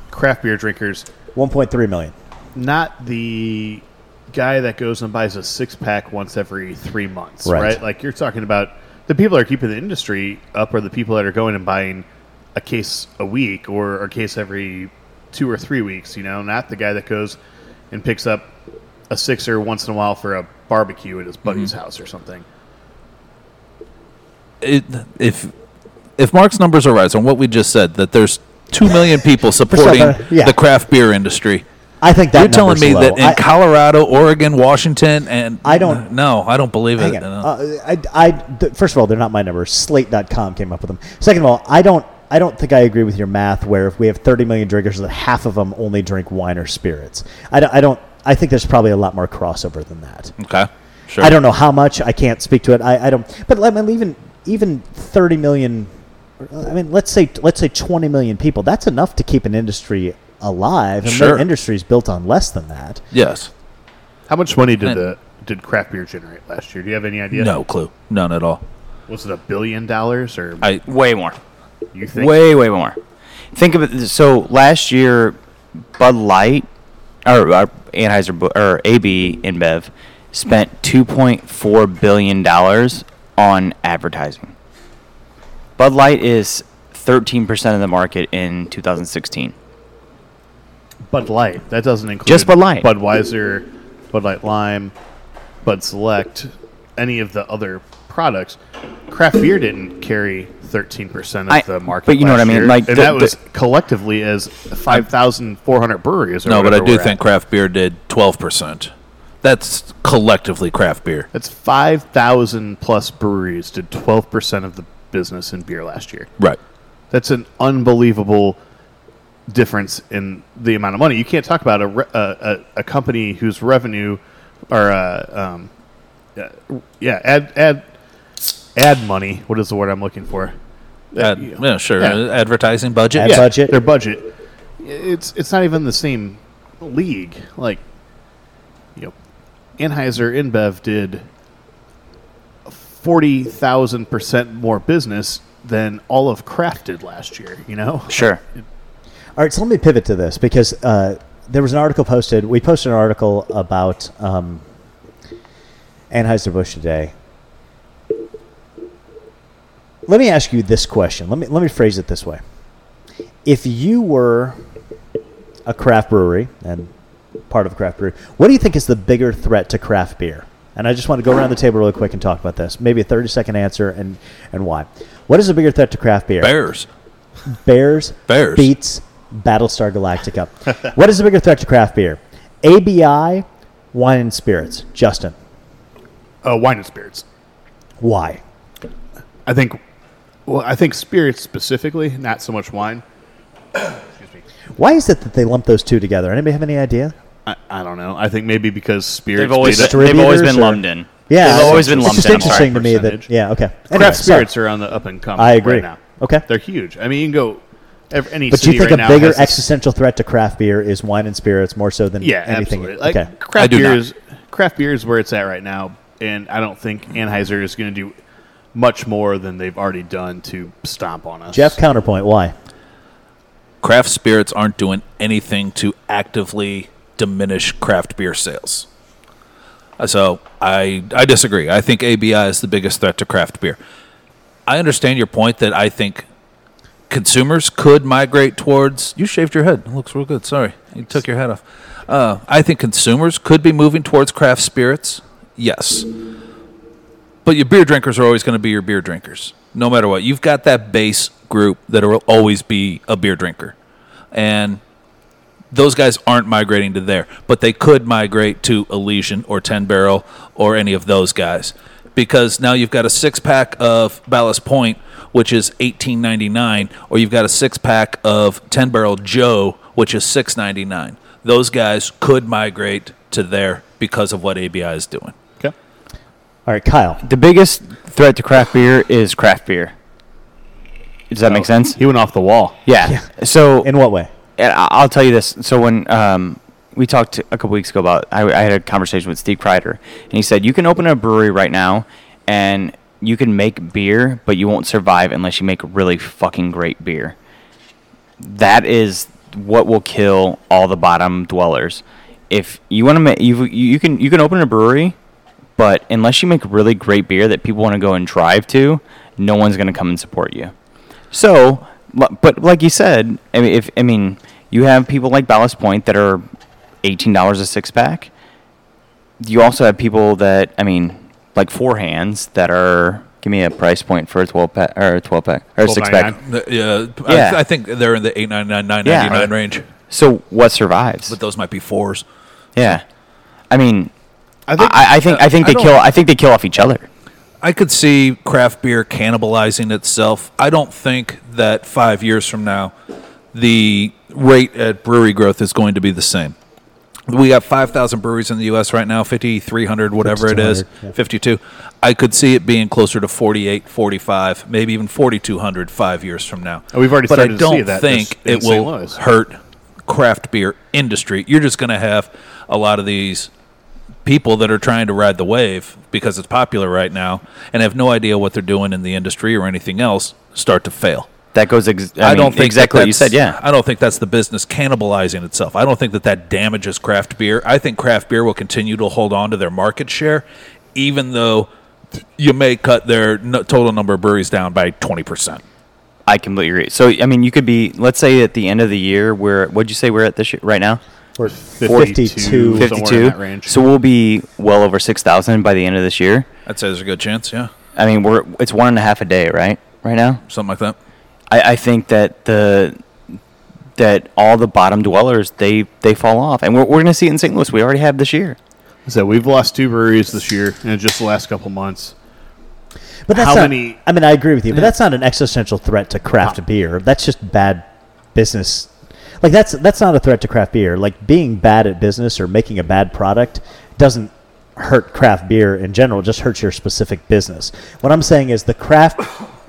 Speaker 4: craft beer drinkers,
Speaker 3: 1.3 million.
Speaker 4: not the guy that goes and buys a six pack once every three months,
Speaker 3: Right.
Speaker 4: right? Like you're talking about the people that are keeping the industry up are the people that are going and buying a case a week or a case every two or three weeks, you know, not the guy that goes and picks up a sixer once in a while for a barbecue at his buddy's house or something.
Speaker 2: It, if if Mark's numbers are right on what we just said, that there's two million people supporting
Speaker 3: uh, yeah.
Speaker 2: the craft beer industry.
Speaker 3: I think that
Speaker 2: You're telling
Speaker 3: number's
Speaker 2: me
Speaker 3: low.
Speaker 2: that in
Speaker 3: I-
Speaker 2: Colorado, Oregon, Washington, and
Speaker 3: I don't-
Speaker 2: No, I don't believe
Speaker 3: Hang
Speaker 2: it.
Speaker 3: on.
Speaker 2: No.
Speaker 3: Uh, I, I- th- first of all, they're not my numbers. Slate.com came up with them. Second of all, I don't, I don't think I agree with your math where if we have 30 million drinkers, that half of them only drink wine or spirits. I don't, I, don't, I think there's probably a lot more crossover than that.
Speaker 2: okay, sure.
Speaker 3: I don't know how much. I can't speak to it. I, I don't. But let me even even thirty million. I mean, let's say let's say twenty million people. That's enough to keep an industry alive. And
Speaker 2: Sure.
Speaker 3: their industry is built on less than that.
Speaker 2: Yes.
Speaker 4: How much money did
Speaker 2: And-
Speaker 4: the did craft beer generate last year? Do you have any idea?
Speaker 2: No clue. None at all.
Speaker 4: Was it a billion dollars or
Speaker 2: I-
Speaker 1: Way more.
Speaker 4: you think
Speaker 1: Way, way more. Think of it. So last year, Bud Light or, or Anheuser Bu- or AB InBev spent 2.4 billion dollars on advertising. Bud Light is 13 percent of the market in 2016.
Speaker 4: Bud Light. That doesn't include
Speaker 1: Just Bud Light.
Speaker 4: Budweiser, Bud Light Lime, Bud Select, any of the other products. Craft beer didn't carry thirteen percent of
Speaker 1: I-
Speaker 4: the market,
Speaker 1: but you know what
Speaker 4: last
Speaker 1: I mean,
Speaker 4: year,
Speaker 1: like,
Speaker 4: and
Speaker 1: the-
Speaker 4: that was
Speaker 1: the-
Speaker 4: collectively as five thousand four hundred breweries. Or
Speaker 2: No, but I
Speaker 4: whatever
Speaker 2: do
Speaker 4: we're at.
Speaker 2: think craft beer did twelve percent. That's collectively craft beer.
Speaker 4: that's five thousand plus breweries did twelve percent of the business in beer last year.
Speaker 2: Right.
Speaker 4: That's an unbelievable difference in the amount of money. You can't talk about a re- a, a, a company whose revenue or uh, um, uh, yeah, ad ad ad money. What is the word I'm looking for?
Speaker 2: Ad, yeah, sure.
Speaker 4: Yeah.
Speaker 2: Uh, Advertising budget.
Speaker 3: Ad
Speaker 2: yeah.
Speaker 3: budget.
Speaker 4: Their budget. It's it's not even the same league. Like you know, Anheuser InBev did forty thousand percent more business than all of Kraft did last year. You know,
Speaker 1: Sure.
Speaker 3: All right, so let me pivot to this because uh, there was an article posted. We posted an article about um, Anheuser Busch today. Let me ask you this question. Let me let me phrase it this way: If you were a craft brewery and part of a craft brewery, what do you think is the bigger threat to craft beer? And I just want to go around the table really quick and talk about this. Maybe a thirty second answer and and why. What is the bigger threat to craft beer?
Speaker 2: Bears.
Speaker 3: Bears,
Speaker 2: Bears.
Speaker 3: beats Battlestar Galactica. (laughs) what is the bigger threat to craft beer? ABI, wine and spirits. Justin,
Speaker 4: uh, wine and spirits.
Speaker 3: why?
Speaker 4: I think, well, I think spirits specifically, not so much wine. Excuse me.
Speaker 3: Why is it that they lump those two together? Anybody have any idea?
Speaker 4: I, I don't know. I think maybe because spirits
Speaker 1: They've always
Speaker 4: did it.
Speaker 1: they've always
Speaker 3: Distributors
Speaker 1: been
Speaker 3: or-
Speaker 1: lumped in.
Speaker 3: Yeah,
Speaker 1: they've always
Speaker 3: it's-
Speaker 1: been
Speaker 3: it's
Speaker 1: lumped
Speaker 3: just
Speaker 1: in. I'm sorry.
Speaker 3: interesting to me that
Speaker 4: Percentage.
Speaker 3: yeah, okay. Anyway,
Speaker 4: craft
Speaker 3: so-
Speaker 4: spirits are on the up and coming.
Speaker 3: I agree.
Speaker 4: Right now.
Speaker 3: Okay.
Speaker 4: they're huge. I mean, you can go ev- any.
Speaker 3: But you
Speaker 4: city
Speaker 3: think
Speaker 4: right
Speaker 3: a
Speaker 4: now
Speaker 3: bigger
Speaker 4: has this-
Speaker 3: existential threat to craft beer is wine and spirits more so than
Speaker 4: Yeah,
Speaker 3: anything?
Speaker 4: absolutely. Like,
Speaker 3: okay.
Speaker 2: I
Speaker 4: craft
Speaker 2: do
Speaker 4: beer
Speaker 2: not.
Speaker 4: is craft beer is where it's at right now, and I don't think Anheuser is going to do much more than they've already done to stomp on us.
Speaker 3: Jeff, counterpoint. Why?
Speaker 2: Craft spirits aren't doing anything to actively diminish craft beer sales. Uh, So I I disagree. I think ABI is the biggest threat to craft beer. I understand your point that I think consumers could migrate towards. You shaved your head. It looks real good. Sorry, you took your head off. Uh, I think consumers could be moving towards craft spirits. Yes, but your beer drinkers are always going to be your beer drinkers, no matter what. You've got that base group that will always be a beer drinker, and those guys aren't migrating to there, but they could migrate to Elysian or Ten Barrel or any of those guys because now you've got a six pack of Ballast Point, which is eighteen ninety nine, or you've got a six pack of Ten Barrel Joe, which is six ninety nine. Those guys could migrate to there because of what ABI is doing.
Speaker 4: Okay.
Speaker 3: All right, Kyle.
Speaker 1: The biggest threat to craft beer is craft beer. Does that make sense?
Speaker 4: He went off the wall.
Speaker 1: Yeah.
Speaker 3: Yeah.
Speaker 1: So
Speaker 3: In what way?
Speaker 1: and I- I'll tell you this. So when um, we talked a couple weeks ago about, I, I had a conversation with Steve Kreider, and he said you can open a brewery right now, and you can make beer, but you won't survive unless you make really fucking great beer. That is what will kill all the bottom dwellers. If you want to make, you you can you can open a brewery, but unless you make really great beer that people want to go and drive to, no one's going to come and support you. So, l- but like you said, I mean, if I mean, you have people like Ballast Point that are eighteen dollars a six pack. You also have people that I mean, like four hands that are give me a price point for a twelve pack or a twelve pack or a six pack.
Speaker 4: $12.99.
Speaker 2: The- Uh, yeah, I,
Speaker 1: Yeah.
Speaker 2: I think they're in the eight nine nine nine
Speaker 1: Yeah.
Speaker 2: ninety nine range,
Speaker 1: So what survives?
Speaker 2: but those might be fours.
Speaker 1: yeah, I mean,
Speaker 4: I think
Speaker 1: I, I think I think
Speaker 2: I
Speaker 1: they
Speaker 2: don't-
Speaker 1: kill. I think they kill off each other.
Speaker 2: I could see craft beer cannibalizing itself. I don't think that five years from now, the rate at brewery growth is going to be the same. We got 5,000 breweries in the U.S. right now, 5,300, whatever it is,
Speaker 3: 5,200, yeah.
Speaker 2: 52. I could see it being closer to 48, 45, maybe even 4,200 five years from now.
Speaker 4: And we've already
Speaker 2: but
Speaker 4: started
Speaker 2: I
Speaker 4: to see
Speaker 2: don't
Speaker 4: that
Speaker 2: think
Speaker 4: in
Speaker 2: it
Speaker 4: St.
Speaker 2: will
Speaker 4: Louis.
Speaker 2: hurt craft beer industry. You're just going to have a lot of these people that are trying to ride the wave because it's popular right now and have no idea what they're doing in the industry or anything else start to fail.
Speaker 1: That goes. Ex- I,
Speaker 2: I,
Speaker 1: mean,
Speaker 2: don't think
Speaker 1: exactly
Speaker 2: that
Speaker 1: what you said.
Speaker 2: that's-
Speaker 1: Yeah,
Speaker 2: I don't think that's the business cannibalizing itself. I don't think that that damages craft beer. I think craft beer will continue to hold on to their market share, even though you may cut their n- total number of breweries down by twenty percent.
Speaker 1: I completely agree. So I mean, you could be. Let's say at the end of the year, we're. What'd you say we're at this year, right now?
Speaker 3: We're
Speaker 4: 52.
Speaker 3: 52.
Speaker 4: Somewhere in that range.
Speaker 1: So we'll be well over six thousand by the end of this year.
Speaker 2: I'd say there's a good chance, yeah,
Speaker 1: I mean, we're it's one and a half a day, right? Right now,
Speaker 2: something like that.
Speaker 1: I, I think that the that all the bottom dwellers they they fall off, and we're we're gonna see it in St. Louis. We already have this year.
Speaker 4: so we've lost two breweries this year in just the last couple months.
Speaker 3: But that's
Speaker 4: How
Speaker 3: not,
Speaker 4: many-
Speaker 3: I mean, I agree with you, but that's not an existential threat to craft beer. That's just bad business. Like that's that's not a threat to craft beer. Like being bad at business or making a bad product doesn't hurt craft beer in general. It just hurts your specific business. What I'm saying is the craft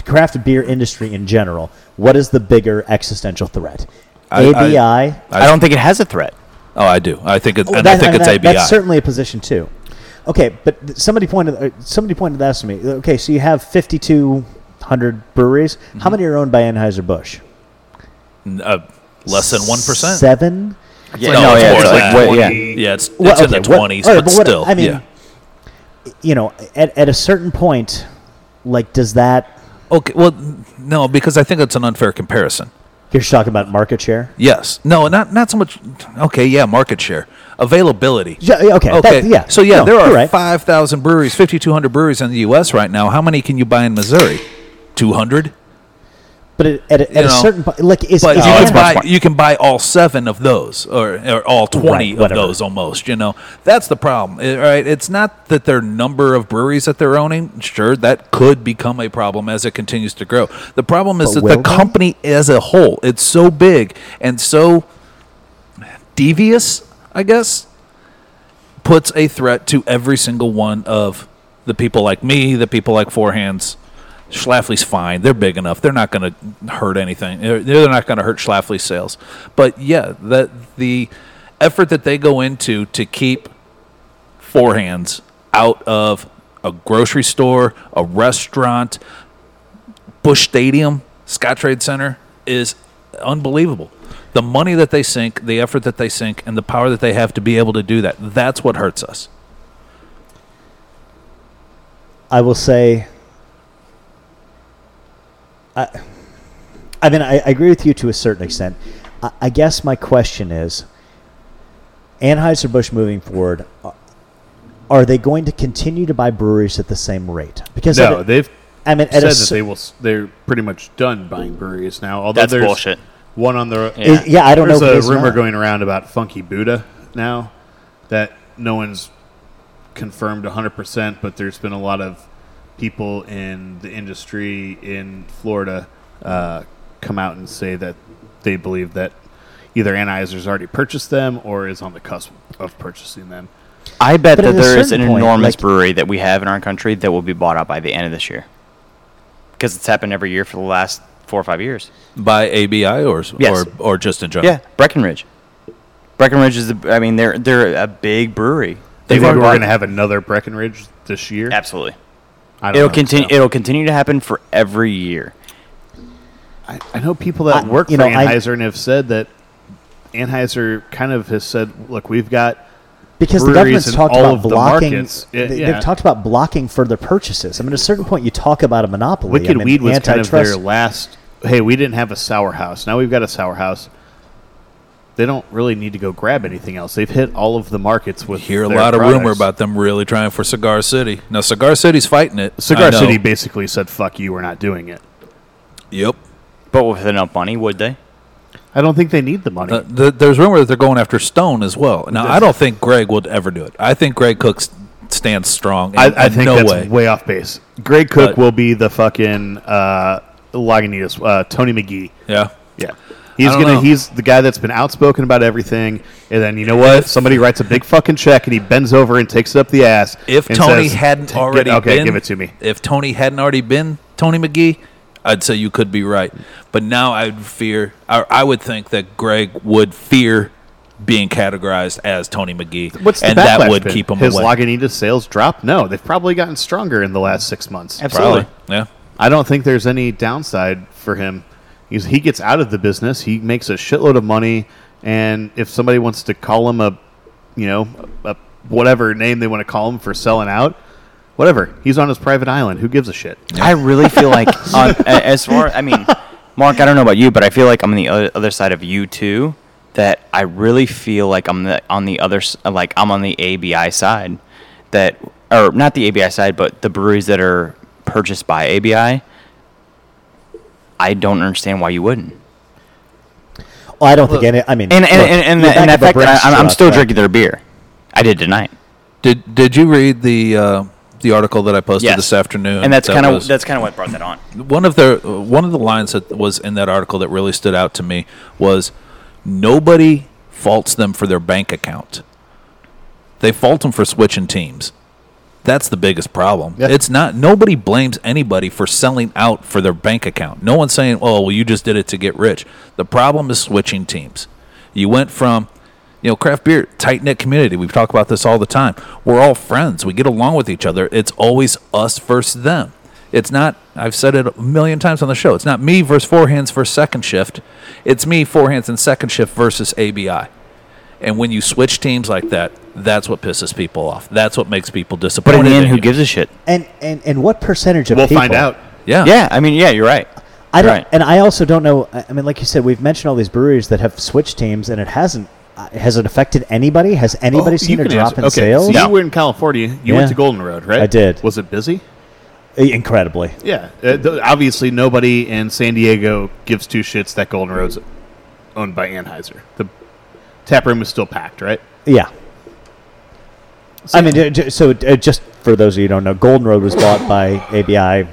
Speaker 3: craft beer industry in general. What is the bigger existential threat?
Speaker 2: I-
Speaker 3: ABI.
Speaker 1: I, don't think it has a threat.
Speaker 2: Oh, I do. I think it,
Speaker 3: Oh,
Speaker 2: and I
Speaker 3: that-
Speaker 2: think
Speaker 3: and
Speaker 2: it's
Speaker 3: that-
Speaker 2: ABI.
Speaker 3: That's certainly a position too. Okay, but th- somebody pointed uh, somebody pointed that out to me. Uh, Okay, so you have fifty two hundred breweries. How
Speaker 2: Mm-hmm.
Speaker 3: many are owned by Anheuser Busch?
Speaker 2: N- uh, less than one percent.
Speaker 3: Seven.
Speaker 1: Yeah,
Speaker 2: like- no, it's more
Speaker 1: it's
Speaker 2: than
Speaker 1: like
Speaker 2: that.
Speaker 1: what- yeah.
Speaker 2: Yeah, it's, it's
Speaker 3: Well,
Speaker 2: in
Speaker 3: okay,
Speaker 2: the
Speaker 3: what-
Speaker 2: twenties,
Speaker 3: all right,
Speaker 2: but,
Speaker 3: what-
Speaker 2: still,
Speaker 3: I mean,
Speaker 2: yeah.
Speaker 3: you know, at at a certain point, like, does that?
Speaker 2: Okay, well, no, because I think it's an unfair comparison.
Speaker 3: You're just talking about market share.
Speaker 2: Yes. No, not not so much. Okay, yeah, market share, availability.
Speaker 3: Yeah, yeah, okay,
Speaker 2: Okay.
Speaker 3: that- yeah,
Speaker 2: So yeah,
Speaker 3: no,
Speaker 2: there are
Speaker 3: you're right.
Speaker 2: five thousand breweries, fifty two hundred breweries in the U.S. right now. How many can you buy in Missouri? Two hundred.
Speaker 3: But it, at, a- at
Speaker 2: You
Speaker 3: a
Speaker 2: know,
Speaker 3: certain point, like, is,
Speaker 2: But
Speaker 3: is
Speaker 2: you can
Speaker 1: it's
Speaker 3: Anheuser-
Speaker 2: buy
Speaker 1: much more.
Speaker 2: you can buy all seven of those, or, or all twenty
Speaker 3: Right,
Speaker 2: of
Speaker 3: whatever.
Speaker 2: those almost. You know, that's the problem. eh, Right? It's not that their number of breweries that they're owning. Sure, that could become a problem as it continues to grow. The problem is
Speaker 3: But
Speaker 2: that the
Speaker 3: will they?
Speaker 2: company as a whole, it's so big and so devious, I guess, puts a threat to every single one of the people like me, the people like Four Hands. Schlafly's fine. They're big enough. They're not going to hurt anything. They're, they're not going to hurt Schlafly's sales. But yeah, that the effort that they go into to keep Four Hands out of a grocery store, a restaurant, Bush Stadium, Skytrade Center is unbelievable. The money that they sink, the effort that they sink, and the power that they have to be able to do that, that's what hurts us.
Speaker 3: I will say, I, I mean, I, I agree with you to a certain extent. I, I guess my question is, Anheuser Busch moving forward, a- are they going to continue to buy breweries at the same rate? Because at
Speaker 4: no,
Speaker 3: a-
Speaker 4: they've
Speaker 3: I mean, at a
Speaker 4: said that
Speaker 3: cer-
Speaker 4: they will. s- They're pretty much done buying breweries now. Although
Speaker 1: That's
Speaker 4: there's
Speaker 1: bullshit.
Speaker 4: One on the
Speaker 1: Yeah.
Speaker 3: Is- yeah, I don't
Speaker 4: There's
Speaker 3: know. if it
Speaker 4: a
Speaker 3: is or
Speaker 4: rumor
Speaker 3: not.
Speaker 4: going around about Funky Buddha now that no one's confirmed 100%, but there's been a lot of people in the industry in Florida uh, come out and say that they believe that either Anheuser's already purchased them or is on the cusp of purchasing them.
Speaker 1: I bet
Speaker 3: But at
Speaker 1: that
Speaker 3: a
Speaker 1: there is an
Speaker 3: certain point,
Speaker 1: enormous
Speaker 3: like-
Speaker 1: brewery that we have in our country that will be bought out by the end of this year. Because it's happened every year for the last four or five years.
Speaker 2: by ABI or
Speaker 1: Yes.
Speaker 2: or, or just in general.
Speaker 1: Yeah, Breckenridge. Breckenridge is, the, I mean, they're they're a big brewery.
Speaker 4: They
Speaker 1: They've
Speaker 4: think we're going
Speaker 1: already-
Speaker 4: to have another Breckenridge this year.
Speaker 1: absolutely.
Speaker 4: I don't
Speaker 1: It'll
Speaker 4: know.
Speaker 1: continue. It'll continue to happen for every year.
Speaker 4: I, I know people that
Speaker 3: I-
Speaker 4: work
Speaker 3: you
Speaker 4: for
Speaker 3: know, I-
Speaker 4: Anheuser and have said that Anheuser kind of has said, look, we've got
Speaker 3: because the
Speaker 4: breweries
Speaker 3: government's
Speaker 4: in
Speaker 3: talked
Speaker 4: all
Speaker 3: about
Speaker 4: of the
Speaker 3: blocking.
Speaker 4: markets. Yeah,
Speaker 3: they,
Speaker 4: yeah.
Speaker 3: They've talked about blocking further purchases. I mean, at a certain point, you talk about a monopoly.
Speaker 4: Wicked
Speaker 3: I mean,
Speaker 4: Weed was kind of their
Speaker 3: antitrust-
Speaker 4: last. Hey, we didn't have a sour house. Now we've got a sour house. They don't really need to go grab anything else. They've hit all of the markets with.
Speaker 2: Hear a
Speaker 4: their
Speaker 2: lot of rumor
Speaker 4: products.
Speaker 2: about them really trying for Cigar City. Now Cigar City's fighting it. I
Speaker 4: Cigar
Speaker 2: know.
Speaker 4: City. Basically, said, "Fuck you, we're not doing it."
Speaker 2: Yep.
Speaker 1: But with enough money, would they?
Speaker 4: I don't think they need the money.
Speaker 2: Uh, th- there's rumor that they're going after Stone as well. Now I don't think Greg would ever do it. I think Greg Cook s- stands strong.
Speaker 4: I,
Speaker 2: and-
Speaker 4: I
Speaker 2: and
Speaker 4: think
Speaker 2: no
Speaker 4: that's
Speaker 2: way.
Speaker 4: way off base. Greg Cook
Speaker 2: But-
Speaker 4: will be the fucking uh, Lagunitas. Uh, Tony McGee.
Speaker 2: yeah.
Speaker 4: Yeah. He's
Speaker 2: I don't
Speaker 4: gonna.
Speaker 2: know.
Speaker 4: He's the guy that's been outspoken about everything, and then you know what? Somebody writes a big fucking check, and he bends over and takes it up the ass.
Speaker 2: If
Speaker 4: and
Speaker 2: Tony
Speaker 4: says,
Speaker 2: hadn't
Speaker 4: "T- get-
Speaker 2: already
Speaker 4: okay,
Speaker 2: been,
Speaker 4: give it to me.
Speaker 2: If Tony hadn't already been Tony McGee, I'd say you could be right. But now I'd fear, I, I would think that Greg would fear being categorized as Tony McGee,
Speaker 4: What's the
Speaker 2: and that
Speaker 4: backlash
Speaker 2: would
Speaker 4: been?
Speaker 2: keep him
Speaker 4: His
Speaker 2: away.
Speaker 4: Lagunitas sales dropped. No, they've probably gotten stronger in the last six months.
Speaker 2: Probably, yeah.
Speaker 4: I don't think there's any downside for him. He's, he gets out of the business. He makes a shitload of money, and if somebody wants to call him a, you know, a whatever name they want to call him for selling out, whatever. He's on his private island. Who gives a shit?
Speaker 1: I really
Speaker 2: (laughs)
Speaker 1: feel like, on, a- as far I mean, Mark, I don't know about you, but I feel like I'm on the other, other side of you too. That I really feel like I'm the, on the other, s- like I'm on the ABI side. That or not the ABI side, but the breweries that are purchased by ABI. I don't understand why you wouldn't.
Speaker 3: Well, I don't think any. I mean,
Speaker 1: And and
Speaker 3: look,
Speaker 1: and, and,
Speaker 3: you're
Speaker 1: that- and
Speaker 3: back of
Speaker 1: that
Speaker 3: a
Speaker 1: fact
Speaker 3: brick
Speaker 1: that I, I'm, I'm
Speaker 3: truck,
Speaker 1: still
Speaker 3: but-
Speaker 1: drinking their beer. I did tonight.
Speaker 2: Did Did you read the uh, the article that I posted
Speaker 1: Yes.
Speaker 2: this afternoon?
Speaker 1: And that's
Speaker 2: that
Speaker 1: kind of
Speaker 2: was-
Speaker 1: that's kind of what brought that on.
Speaker 2: one of the uh, one of the lines that was in that article that really stood out to me was nobody faults them for their bank account. They fault them for switching teams. That's the biggest problem.
Speaker 4: Yeah.
Speaker 2: It's not nobody blames anybody for selling out for their bank account. No one's saying, "Oh, well, you just did it to get rich." The problem is switching teams. You went from, you know, craft beer tight knit community. We talk about this all the time. We're all friends. We get along with each other. It's always us versus them. It's not. I've said it a million times on the show. It's not me versus four hands versus second shift. It's me four hands and second shift versus ABI. And when you switch teams like that, that's what pisses people off. That's what makes people
Speaker 1: But
Speaker 2: disappointed.
Speaker 1: in the end,
Speaker 2: in
Speaker 1: who
Speaker 2: you.
Speaker 1: gives a shit?
Speaker 3: And, and and what percentage of
Speaker 4: We'll
Speaker 3: people?
Speaker 4: find out.
Speaker 2: Yeah.
Speaker 1: Yeah, I mean, yeah, you're right.
Speaker 3: I don't,
Speaker 1: Right.
Speaker 3: and I also don't know. I I mean, like you said, we've mentioned all these breweries that have switched teams, and it hasn't. uh, Has it affected anybody? Has anybody
Speaker 4: Oh,
Speaker 3: seen
Speaker 4: you
Speaker 3: a
Speaker 4: can
Speaker 3: drop
Speaker 4: answer.
Speaker 3: in
Speaker 4: okay,
Speaker 3: sales?
Speaker 4: So you were in California. You
Speaker 3: Yeah.
Speaker 4: went to Golden Road, right?
Speaker 3: I did.
Speaker 4: Was it busy?
Speaker 3: Incredibly.
Speaker 4: Yeah. Uh, th- obviously, nobody in San Diego gives two shits that Golden Road's owned by Anheuser. The tap room is still packed, right?
Speaker 3: Yeah. I mean, uh, ju- so uh, just for those of you who don't know, Golden Road was bought by ABI a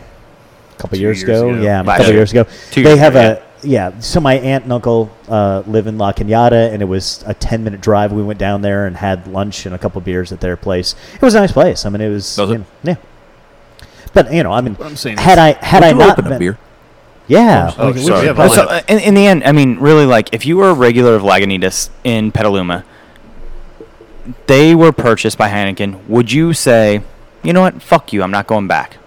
Speaker 3: couple
Speaker 4: Two
Speaker 3: years,
Speaker 4: years
Speaker 3: ago.
Speaker 4: ago.
Speaker 3: Yeah, a
Speaker 1: Last
Speaker 3: couple
Speaker 1: year.
Speaker 3: years ago.
Speaker 1: Two
Speaker 3: they
Speaker 1: years
Speaker 3: have
Speaker 1: ago,
Speaker 3: a yeah. So my aunt and uncle uh, live in La Cunada, and it was a ten minute drive. We went down there and had lunch and a couple beers at their place. It was a nice place. I mean, it was,
Speaker 2: Was it?
Speaker 3: you know, yeah. But you know, I mean,
Speaker 4: What I'm saying
Speaker 3: had
Speaker 4: is-
Speaker 3: I had I
Speaker 2: Would you
Speaker 3: not
Speaker 2: open a
Speaker 3: been-
Speaker 2: beer?
Speaker 3: yeah,
Speaker 4: Oh,
Speaker 3: we- we-
Speaker 4: sorry.
Speaker 3: we-
Speaker 4: Yeah, but-
Speaker 1: So, uh, in, in the end, I mean, really, like, if you were a regular of Lagunitas in Petaluma, they were purchased by Heineken. Would you say, you know what? Fuck you. I'm not going back.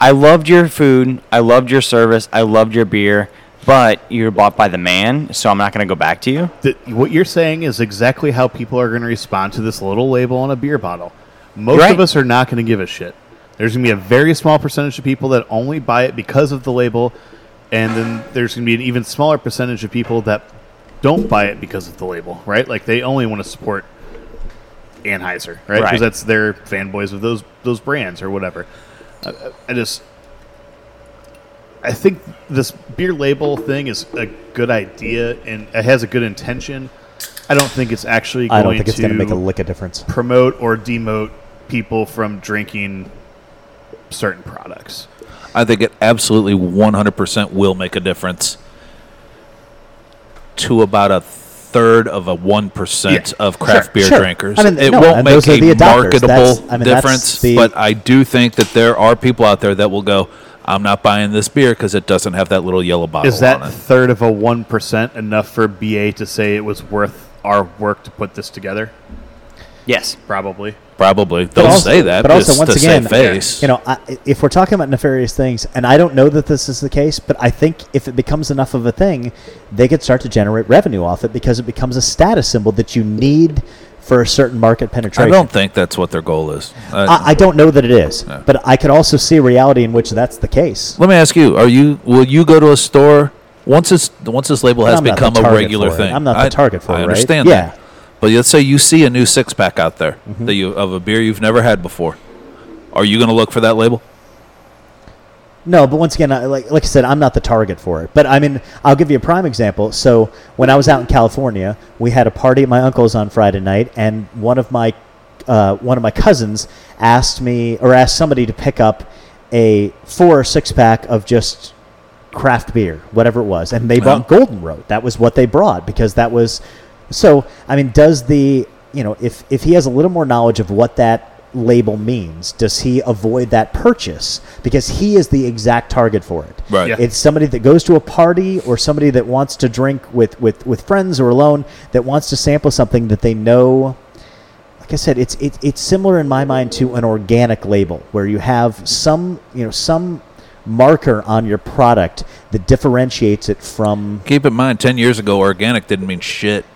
Speaker 1: I loved your food. I loved your service. I loved your beer. But you're bought by the man, so I'm not going to go back to you.
Speaker 4: Th- what you're saying is exactly how people are going to respond to this little label on a beer bottle. Most
Speaker 1: You're right.
Speaker 4: of us are not going to give a shit. There's going to be a very small percentage of people that only buy it because of the label, and then there's going to be an even smaller percentage of people that don't buy it because of the label, right? Like they only want to support Anheuser, right? Because
Speaker 1: Right.
Speaker 4: that's their fanboys of those those brands or whatever. I- I, I just I think this beer label thing is a good idea and it has a good intention. I don't think it's actually going
Speaker 3: I don't think it's
Speaker 4: to
Speaker 3: going to make a lick of difference.
Speaker 4: promote or demote people from drinking certain products.
Speaker 2: I think it absolutely 100% will make a difference to about a third of a one percent
Speaker 4: Yeah.
Speaker 2: of craft
Speaker 4: Sure,
Speaker 2: beer
Speaker 3: sure.
Speaker 2: drinkers.
Speaker 3: I mean,
Speaker 2: it
Speaker 3: no,
Speaker 2: won't
Speaker 3: and
Speaker 2: make
Speaker 3: those are
Speaker 2: a
Speaker 3: the adopters. That's-
Speaker 2: marketable
Speaker 3: I mean, that's
Speaker 2: difference,
Speaker 3: the-
Speaker 2: but I do think that there are people out there that will go, "I'm not buying this beer because it doesn't have that little yellow bottle
Speaker 4: Is that
Speaker 2: on it."
Speaker 4: third of a one percent enough for BA to say it was worth our work to put this together?
Speaker 1: Yes.
Speaker 4: Probably.
Speaker 2: Probably they'll
Speaker 3: also-
Speaker 2: say that,
Speaker 3: But also,
Speaker 2: just
Speaker 3: once
Speaker 2: to
Speaker 3: again,
Speaker 2: save face.
Speaker 3: you know, I, if we're talking about nefarious things, and I don't know that this is the case, but I think if it becomes enough of a thing, they could start to generate revenue off it because it becomes a status symbol that you need for a certain market
Speaker 2: I
Speaker 3: penetration.
Speaker 2: don't think that's what their goal is. I-
Speaker 3: I, I don't know that it is, but I could also see a reality in which that's the case.
Speaker 2: Let me ask you: Are you will you go to a store once this once this label has
Speaker 3: I'm not the
Speaker 2: become a
Speaker 3: target
Speaker 2: regular
Speaker 3: for it.
Speaker 2: thing?
Speaker 3: I'm not the
Speaker 2: I-
Speaker 3: target for
Speaker 2: I
Speaker 3: it, right?
Speaker 2: understand
Speaker 3: Yeah. Mm-hmm.
Speaker 2: that. But let's say you see a new six pack out there that you of a beer you've never had before. Are you going to look for that label?
Speaker 3: No, but once again, I, like like I said, I'm not the target for it. But I mean, I'll give you a prime example. So when I was out in California, we had a party at my uncle's on Friday night, and one of my uh, one of my cousins asked me or asked somebody to pick up a four or six pack of just craft beer, whatever it was, and they bought Golden Road. That was what they brought because that was. So I mean, does the you know if if he has a little more knowledge of what that label means, does he avoid that purchase because he is the exact target for it?
Speaker 2: Right. Yeah.
Speaker 3: It's somebody that goes to a party or somebody that wants to drink with with with friends or alone that wants to sample something that they know like I said, it's it, it's similar in my mind to an organic label where you have some you know some marker on your product that differentiates it from.
Speaker 2: Keep in mind, ten years ago, organic didn't mean shit.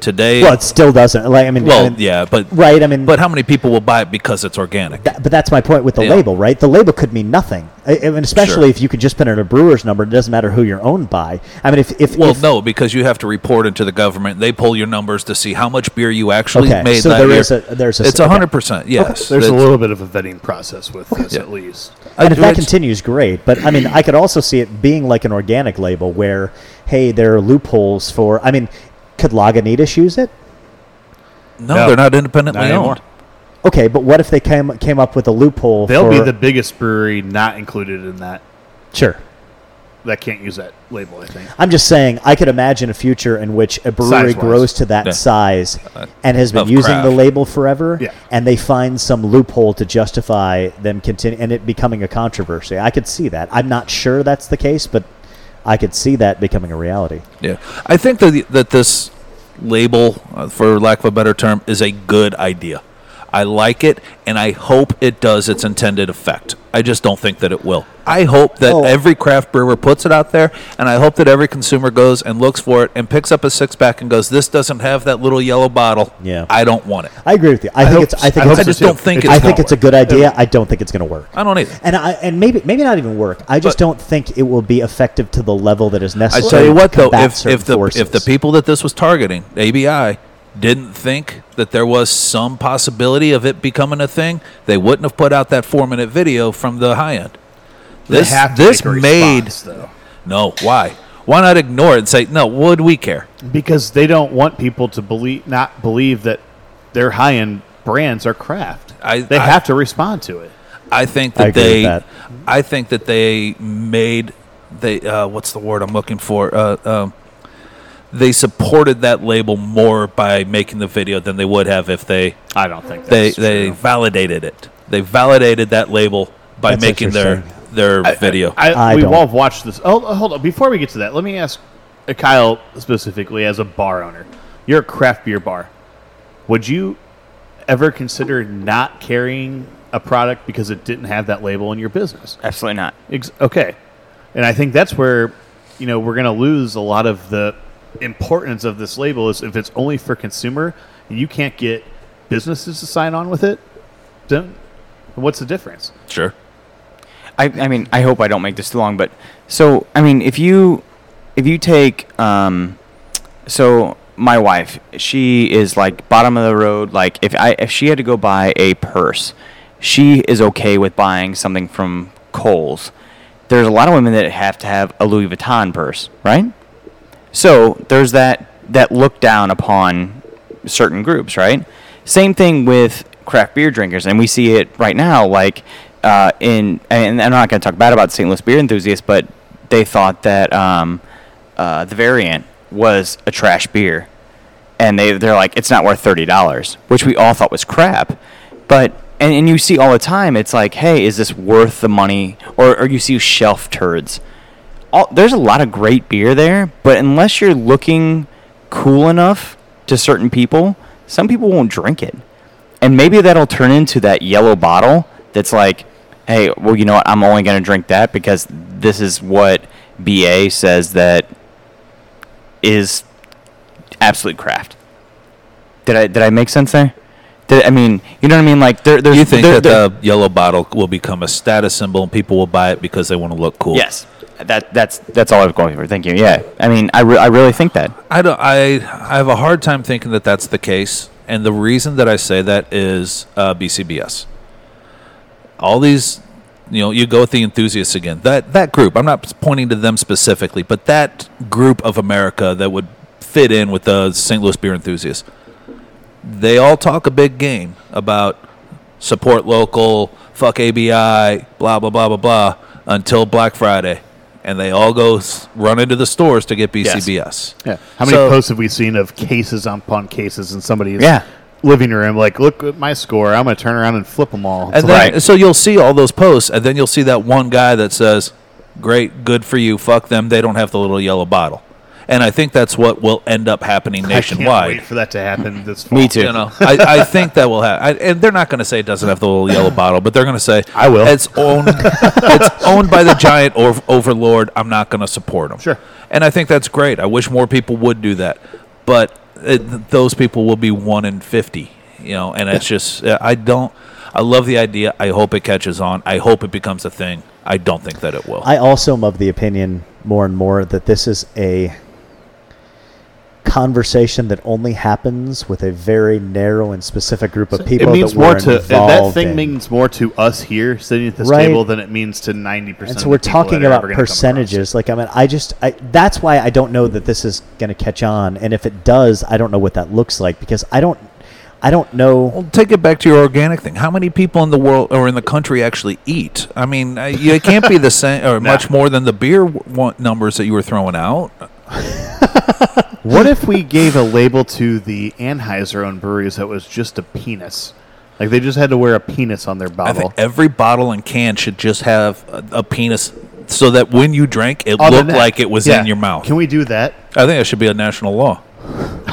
Speaker 2: Today,
Speaker 3: Well, it still doesn't. Like I mean,
Speaker 2: well,
Speaker 3: I mean,
Speaker 2: yeah, but
Speaker 3: right. I mean,
Speaker 2: but how many people will buy it because it's organic?
Speaker 3: That, but that's my point with the
Speaker 2: Yeah.
Speaker 3: label, right? The label could mean nothing, I, I mean, especially
Speaker 2: Sure.
Speaker 3: if you could just put in a brewer's number. It doesn't matter who you're owned by. I mean, if if,
Speaker 2: Well,
Speaker 3: if
Speaker 2: no, because you have to report into the government. They pull your numbers to see how much beer you actually
Speaker 3: Okay,
Speaker 2: made
Speaker 3: so
Speaker 2: that
Speaker 3: there
Speaker 2: year.
Speaker 3: is a- there's a-
Speaker 2: it's
Speaker 3: okay.
Speaker 2: hundred percent. Yes,
Speaker 4: There's a
Speaker 2: That's-
Speaker 4: little bit of a vetting process with this,
Speaker 2: Yeah.
Speaker 4: at least.
Speaker 2: I-
Speaker 3: and if that
Speaker 2: it's-
Speaker 3: continues, great. But I mean, I could also see it being like an organic label where, hey, there are loopholes for. I mean, could Lagunitas use it?
Speaker 2: No,
Speaker 4: No.
Speaker 2: they're not independently
Speaker 4: Not
Speaker 2: owned.
Speaker 4: anymore.
Speaker 3: Okay, but what if they came came up with a loophole?
Speaker 4: They'll
Speaker 3: for,
Speaker 4: be the biggest brewery not included in that.
Speaker 3: sure.
Speaker 4: That can't use that label, I think.
Speaker 3: I'm just saying, I could imagine a future in which a brewery
Speaker 4: Size-wise.
Speaker 3: grows to that
Speaker 2: Yeah.
Speaker 3: size and has been
Speaker 2: Of
Speaker 3: using the
Speaker 2: craft.
Speaker 3: label forever,
Speaker 4: Yeah.
Speaker 3: and they find some loophole to justify them continue and it becoming a controversy. I could see that. I'm not sure that's the case, but I could see that becoming a reality.
Speaker 2: Yeah, I think that that this label, uh, for lack of a better term, is a good idea. I like it, and I hope it does its intended effect. I just don't think that it will. I hope that
Speaker 3: Oh.
Speaker 2: every craft brewer puts it out there, and I hope that every consumer goes and looks for it and picks up a six pack and goes, "This doesn't have that little yellow bottle.
Speaker 3: Yeah.
Speaker 2: I don't want it.
Speaker 3: I agree with you. I, think
Speaker 4: hope
Speaker 3: it's.
Speaker 4: s-
Speaker 3: I think
Speaker 4: I
Speaker 3: it's.
Speaker 2: I
Speaker 4: hope
Speaker 2: just
Speaker 4: so, too.
Speaker 2: don't think
Speaker 4: It's
Speaker 2: it's.
Speaker 3: I
Speaker 4: not
Speaker 3: think
Speaker 4: gonna
Speaker 3: it's a good idea. I don't think it's going to work.
Speaker 2: I don't either.
Speaker 3: And I and maybe maybe not even work. I just
Speaker 2: But-
Speaker 3: don't think it will be effective to the level that is
Speaker 2: I
Speaker 3: necessary.
Speaker 2: tell you
Speaker 3: to
Speaker 2: what, though,
Speaker 3: combat
Speaker 2: if,
Speaker 3: certain
Speaker 2: if the
Speaker 3: forces.
Speaker 2: if the people that this was targeting, ABI, didn't think that there was some possibility of it becoming a thing, they wouldn't have put out that four minute video from the high end. This
Speaker 4: they have to
Speaker 2: this
Speaker 4: make a
Speaker 2: made
Speaker 4: response, though.
Speaker 2: no why why not ignore it and say no? Would we care?
Speaker 4: because they don't want people to believe not believe that their high end brands are craft.
Speaker 2: I-
Speaker 4: they
Speaker 2: I-
Speaker 4: have to respond to it.
Speaker 2: I think
Speaker 3: I
Speaker 2: that
Speaker 3: agree with
Speaker 2: they
Speaker 3: that.
Speaker 2: I think that they made they uh, what's the word I'm looking for uh, um, they supported that label more by making the video than they would have if they
Speaker 4: I don't think
Speaker 2: they
Speaker 4: that's
Speaker 2: they
Speaker 4: true.
Speaker 2: validated it. They validated that label by
Speaker 3: That's
Speaker 2: making their
Speaker 3: interesting.
Speaker 2: their video.
Speaker 4: I,
Speaker 3: I
Speaker 4: we've
Speaker 3: don't.
Speaker 4: all watched this. Oh, hold on. Before we get to that, let me ask uh, Kyle specifically as a bar owner. You're a craft beer bar. Would you ever consider not carrying a product because it didn't have that label in your business?
Speaker 1: Absolutely not.
Speaker 4: Ex- okay. And I think that's where, you know, we're going to lose a lot of the importance of this label is if it's only for consumer and you can't get businesses to sign on with it, then what's the difference?
Speaker 2: sure.
Speaker 1: I, I mean, I hope I don't make this too long, but so I mean, if you if you take um, so my wife, she is like bottom of the road. Like if I if she had to go buy a purse, she is okay with buying something from Kohl's. There's a lot of women that have to have a Louis Vuitton purse, right? So there's that that look down upon certain groups, right? Same thing with craft beer drinkers, and we see it right now. Like uh, in, and I'm not going to talk bad about St. Louis beer enthusiasts, but they thought that um, uh, the variant was a trash beer, and they they're like it's not worth thirty dollars, which we all thought was crap. But and, and you see all the time, it's like, hey, is this worth the money? Or or you see shelf turds. All, there's a lot of great beer there, but unless you're looking cool enough to certain people, some people won't drink it. And maybe that'll turn into that yellow bottle that's like, hey, well, you know what? I'm only going to drink that because this is what BA says that is absolute craft. Did I did I make sense there? Did, I mean, you know what I mean? Like there, there's
Speaker 2: You think
Speaker 1: there-
Speaker 2: that
Speaker 1: there-
Speaker 2: the yellow bottle will become a status symbol and people will buy it because they want to look cool?
Speaker 1: yes, that that's that's all I was going for. Thank you. Yeah, I mean, I, re- I really think that.
Speaker 2: I don't. I I have a hard time thinking that that's the case, and the reason that I say that is uh, BCBS. All these, you know, you go with the enthusiasts again. That that group. I'm not pointing to them specifically, but that group of America that would fit in with the St. Louis beer enthusiasts. They all talk a big game about support local, fuck ABI, blah blah blah blah blah, until Black Friday, and they all go s- run into the stores to get BCBS.
Speaker 4: Yeah. How many
Speaker 2: So-
Speaker 4: posts have we seen of cases upon cases in somebody's
Speaker 1: Yeah.
Speaker 4: living room? Like, look at my score. I'm going to turn around and flip them all. It's
Speaker 2: And
Speaker 4: like,
Speaker 2: then,
Speaker 1: Right.
Speaker 2: so you'll see all those posts, and then you'll see that one guy that says, "Great, good for you. Fuck them. They don't have the little yellow bottle." And I think that's what will end up happening
Speaker 4: I can't
Speaker 2: nationwide.
Speaker 4: wait for that to happen. This
Speaker 1: Me
Speaker 4: fall.
Speaker 1: too.
Speaker 2: You know, I, I think that will happen. And they're not going to say it doesn't have the little yellow bottle, but they're going to say,
Speaker 4: I will.
Speaker 2: It's owned. it's owned by the giant or- overlord. I'm not going to support them.
Speaker 4: Sure.
Speaker 2: And I think that's great. I wish more people would do that, but it, those people will be one in fifty. You know, and it's just uh, I don't. I love the idea. I hope it catches on. I hope it becomes a thing. I don't think that it will.
Speaker 3: I also am of the opinion more and more that this is a conversation that only happens with a very narrow and specific group of people.
Speaker 4: It means
Speaker 3: that we're
Speaker 4: more to that
Speaker 3: involved
Speaker 4: thing
Speaker 3: in.
Speaker 4: means more to us here sitting at this
Speaker 3: Right.
Speaker 4: table than it means to ninety percent.
Speaker 3: And so we're talking about percentages. Like I mean, I just I, that's why I don't know that this is going to catch on. And if it does, I don't know what that looks like because I don't I don't know.
Speaker 2: Well, take it back to your organic thing. How many people in the world or in the country actually eat? I mean, uh, you- it can't be
Speaker 4: (laughs)
Speaker 2: the same or much more than the beer w- wa- numbers that you were throwing out.
Speaker 4: What if we gave a label to the Anheuser owned breweries that was just a penis? Like they just had to wear a penis on their
Speaker 2: I
Speaker 4: bottle.
Speaker 2: think every bottle and can should just have a, a penis, so that when you drank, it
Speaker 4: On the
Speaker 2: looked
Speaker 4: neck.
Speaker 2: like it was
Speaker 4: Yeah.
Speaker 2: in your mouth.
Speaker 4: Can we do that?
Speaker 2: I think it should be a national
Speaker 4: (laughs)
Speaker 2: law.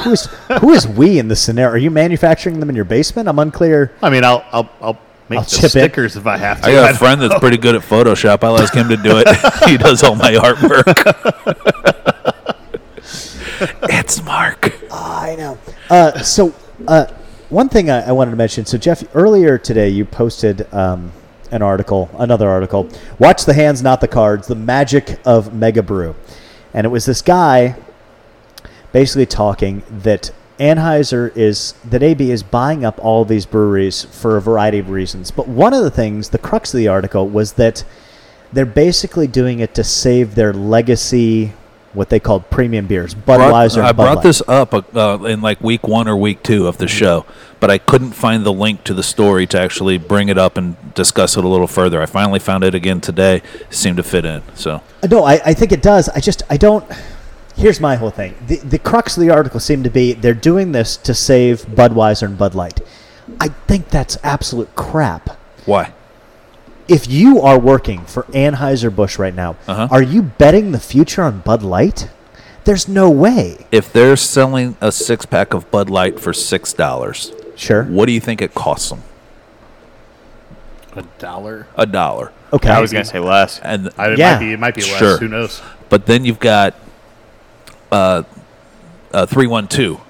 Speaker 3: Who is who is we in this scenario? Are you manufacturing them in your basement? I'm unclear.
Speaker 4: I mean, I'll I'll, I'll make
Speaker 3: I'll
Speaker 4: the
Speaker 3: chip it.
Speaker 4: stickers if I have to.
Speaker 2: I got a friend that's pretty good at Photoshop. I'll ask him to
Speaker 4: (laughs)
Speaker 2: do it. he does all my artwork. it's Mark.
Speaker 3: Ah, I know. Uh, so, uh, one thing I, I wanted to mention. So, Jeff, earlier today you posted um, an article, another article. Watch the hands, not the cards. The magic of Mega Brew, and it was this guy basically talking that Anheuser is that AB is buying up all these breweries for a variety of reasons. But one of the things, the crux of the article, was that they're basically doing it to save their legacy. What they called premium beers, Budweiser. and
Speaker 2: I
Speaker 3: Bud
Speaker 2: brought
Speaker 3: Light.
Speaker 2: this up uh, in like week one or week two of the show, but I couldn't find the link to the story to actually bring it up and discuss it a little further. I finally found it again today. seemed to fit in. So
Speaker 3: No, I, I think it does. I just I don't. Here's my whole thing. The the crux of the article seemed to be they're doing this to save Budweiser and Bud Light. I think that's absolute crap.
Speaker 2: why?
Speaker 3: If you are working for Anheuser Busch right now,
Speaker 2: Uh-huh.
Speaker 3: are you betting the future on Bud Light? There's no way.
Speaker 2: If they're selling a six pack of Bud Light for six dollars,
Speaker 3: Sure.
Speaker 2: what do you think it costs them?
Speaker 4: a dollar.
Speaker 2: A dollar.
Speaker 3: Okay.
Speaker 1: I was gonna say less.
Speaker 2: And
Speaker 4: I, it
Speaker 3: Yeah.
Speaker 4: might be. It might be less.
Speaker 2: Sure.
Speaker 4: Who knows?
Speaker 2: but then you've got uh, uh, three one two,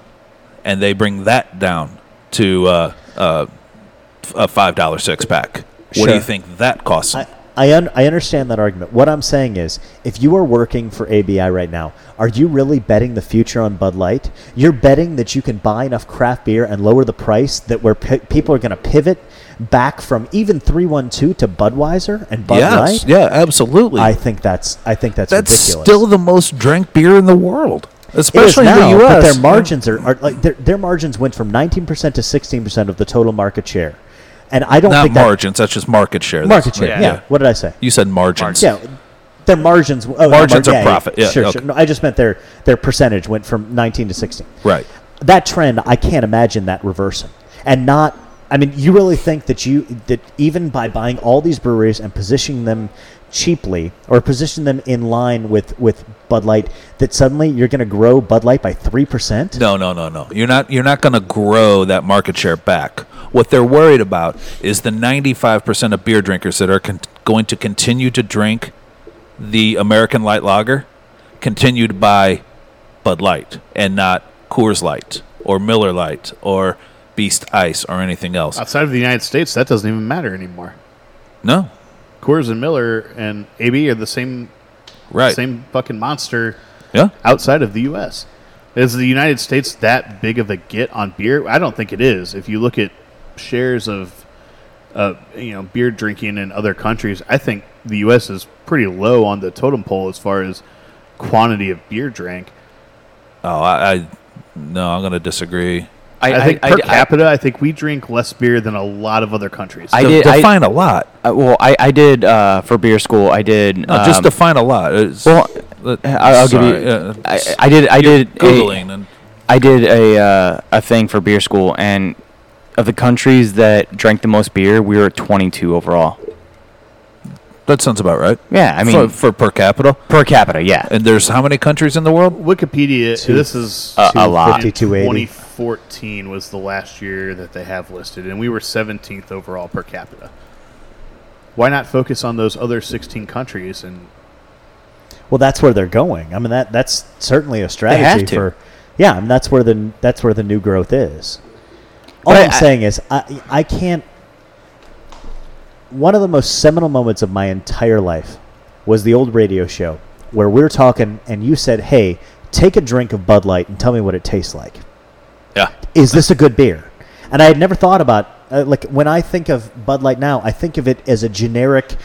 Speaker 2: and they bring that down to uh, uh, f- a five dollar six pack. What do
Speaker 3: Sure.
Speaker 2: you think that costs? them?
Speaker 3: I I, un- I understand that argument. What I'm saying is, if you are working for ABI right now, are you really betting the future on Bud Light? You're betting that you can buy enough craft beer and lower the price that where pi people are going to pivot back from even 312 to Budweiser and Bud
Speaker 2: yes,
Speaker 3: Light?
Speaker 2: yeah, absolutely.
Speaker 3: I think that's I think that's,
Speaker 2: That's
Speaker 3: ridiculous.
Speaker 2: still the most drank beer in the world,
Speaker 3: It is
Speaker 2: especially
Speaker 3: now,
Speaker 2: in the U.S.
Speaker 3: but their margins are, are like their, their margins went from 19% to 16% of the total market share. And I don't
Speaker 2: not
Speaker 3: think that-
Speaker 2: margins. That's just market share.
Speaker 3: market
Speaker 2: That's-
Speaker 3: share. yeah. What did I say?
Speaker 2: You said margins.
Speaker 3: Yeah, their margins. Oh, no,
Speaker 2: Margins
Speaker 3: mar-
Speaker 2: of profit, yeah,
Speaker 3: sure,
Speaker 2: okay.
Speaker 3: sure. No, I just meant their their percentage went from 19 to 16.
Speaker 2: Right.
Speaker 3: that trend, I can't imagine that reversing. And not, I mean, you really think that you that even by buying all these breweries and positioning them cheaply or position them in line with with Bud Light, that suddenly you're going to grow Bud Light by three percent?
Speaker 2: No, no, no, no. You're not you're not going to grow that market share back. What they're worried about is the 95% of beer drinkers that are con- going to continue to drink the American light lager, continue to buy Bud Light and not Coors Light or Miller Light or Beast Ice or anything else.
Speaker 4: Outside of the United States, that doesn't even matter anymore.
Speaker 2: No.
Speaker 4: Coors and Miller and AB are the same
Speaker 2: Right.
Speaker 4: same fucking monster
Speaker 2: Yeah.
Speaker 4: outside of the U.S. Is the United States that big of a get on beer? I don't think it is. If you look at shares of, uh, you know, beer drinking in other countries, I think the U.S. is pretty low on the totem pole as far as quantity of beer drank.
Speaker 2: Oh, I, I no, I'm going to disagree.
Speaker 4: I, think per
Speaker 1: I- I-
Speaker 4: capita, I, think we drink less beer than a lot of other countries.
Speaker 1: I
Speaker 2: De-
Speaker 1: did- I-
Speaker 2: define a lot.
Speaker 1: Uh, well, I, I did uh, for beer school. I did
Speaker 2: No, just
Speaker 1: um,
Speaker 2: define a lot. It's-
Speaker 1: well,
Speaker 2: uh,
Speaker 1: I- I'll give
Speaker 2: sorry,
Speaker 1: you.
Speaker 2: uh,
Speaker 1: I, I did. I
Speaker 2: you're
Speaker 1: did. A,
Speaker 2: googling and
Speaker 1: I did a uh, a thing for beer school, and of the countries that drank the most beer, we were at 22 overall.
Speaker 2: that sounds about right.
Speaker 1: Yeah, I mean
Speaker 2: for, for per capita.
Speaker 1: per capita. Yeah,
Speaker 2: And there's how many countries in the world?
Speaker 4: Wikipedia.
Speaker 3: Two-
Speaker 4: this is
Speaker 1: Uh, a lot.
Speaker 3: 5280.
Speaker 4: 2014 was the last year that they have listed, and we were 17th overall per capita. Why not focus on those other 16 countries? And
Speaker 3: Well, that's where they're going. I mean, that that's certainly a strategy
Speaker 1: have to.
Speaker 3: for. Yeah, I mean, that's where the that's where the new growth is. All
Speaker 1: But I-
Speaker 3: I'm
Speaker 1: I-
Speaker 3: saying is, I I can't. One of the most seminal moments of my entire life was the old radio show where we were talking, and you said, "Hey, take a drink of Bud Light and tell me what it tastes like."
Speaker 2: Yeah.
Speaker 3: is this a good beer? And I had never thought about uh, like when I think of Bud Light now, I think of it as a generic,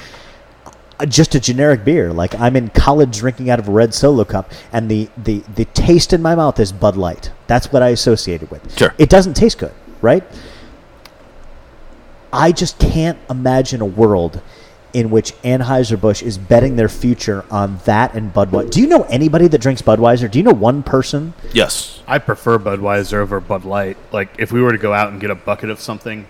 Speaker 3: uh, just a generic beer. Like I'm in college drinking out of a red solo cup, and the the the taste in my mouth is Bud Light. That's what I associate it with.
Speaker 2: Sure.
Speaker 3: it doesn't taste good, right? I just can't imagine a world in which Anheuser-Busch is betting their future on that and Budweiser. Do you know anybody that drinks Budweiser? Do you know one person?
Speaker 2: Yes.
Speaker 4: I prefer Budweiser over Bud Light. Like, if we were to go out and get a bucket of something,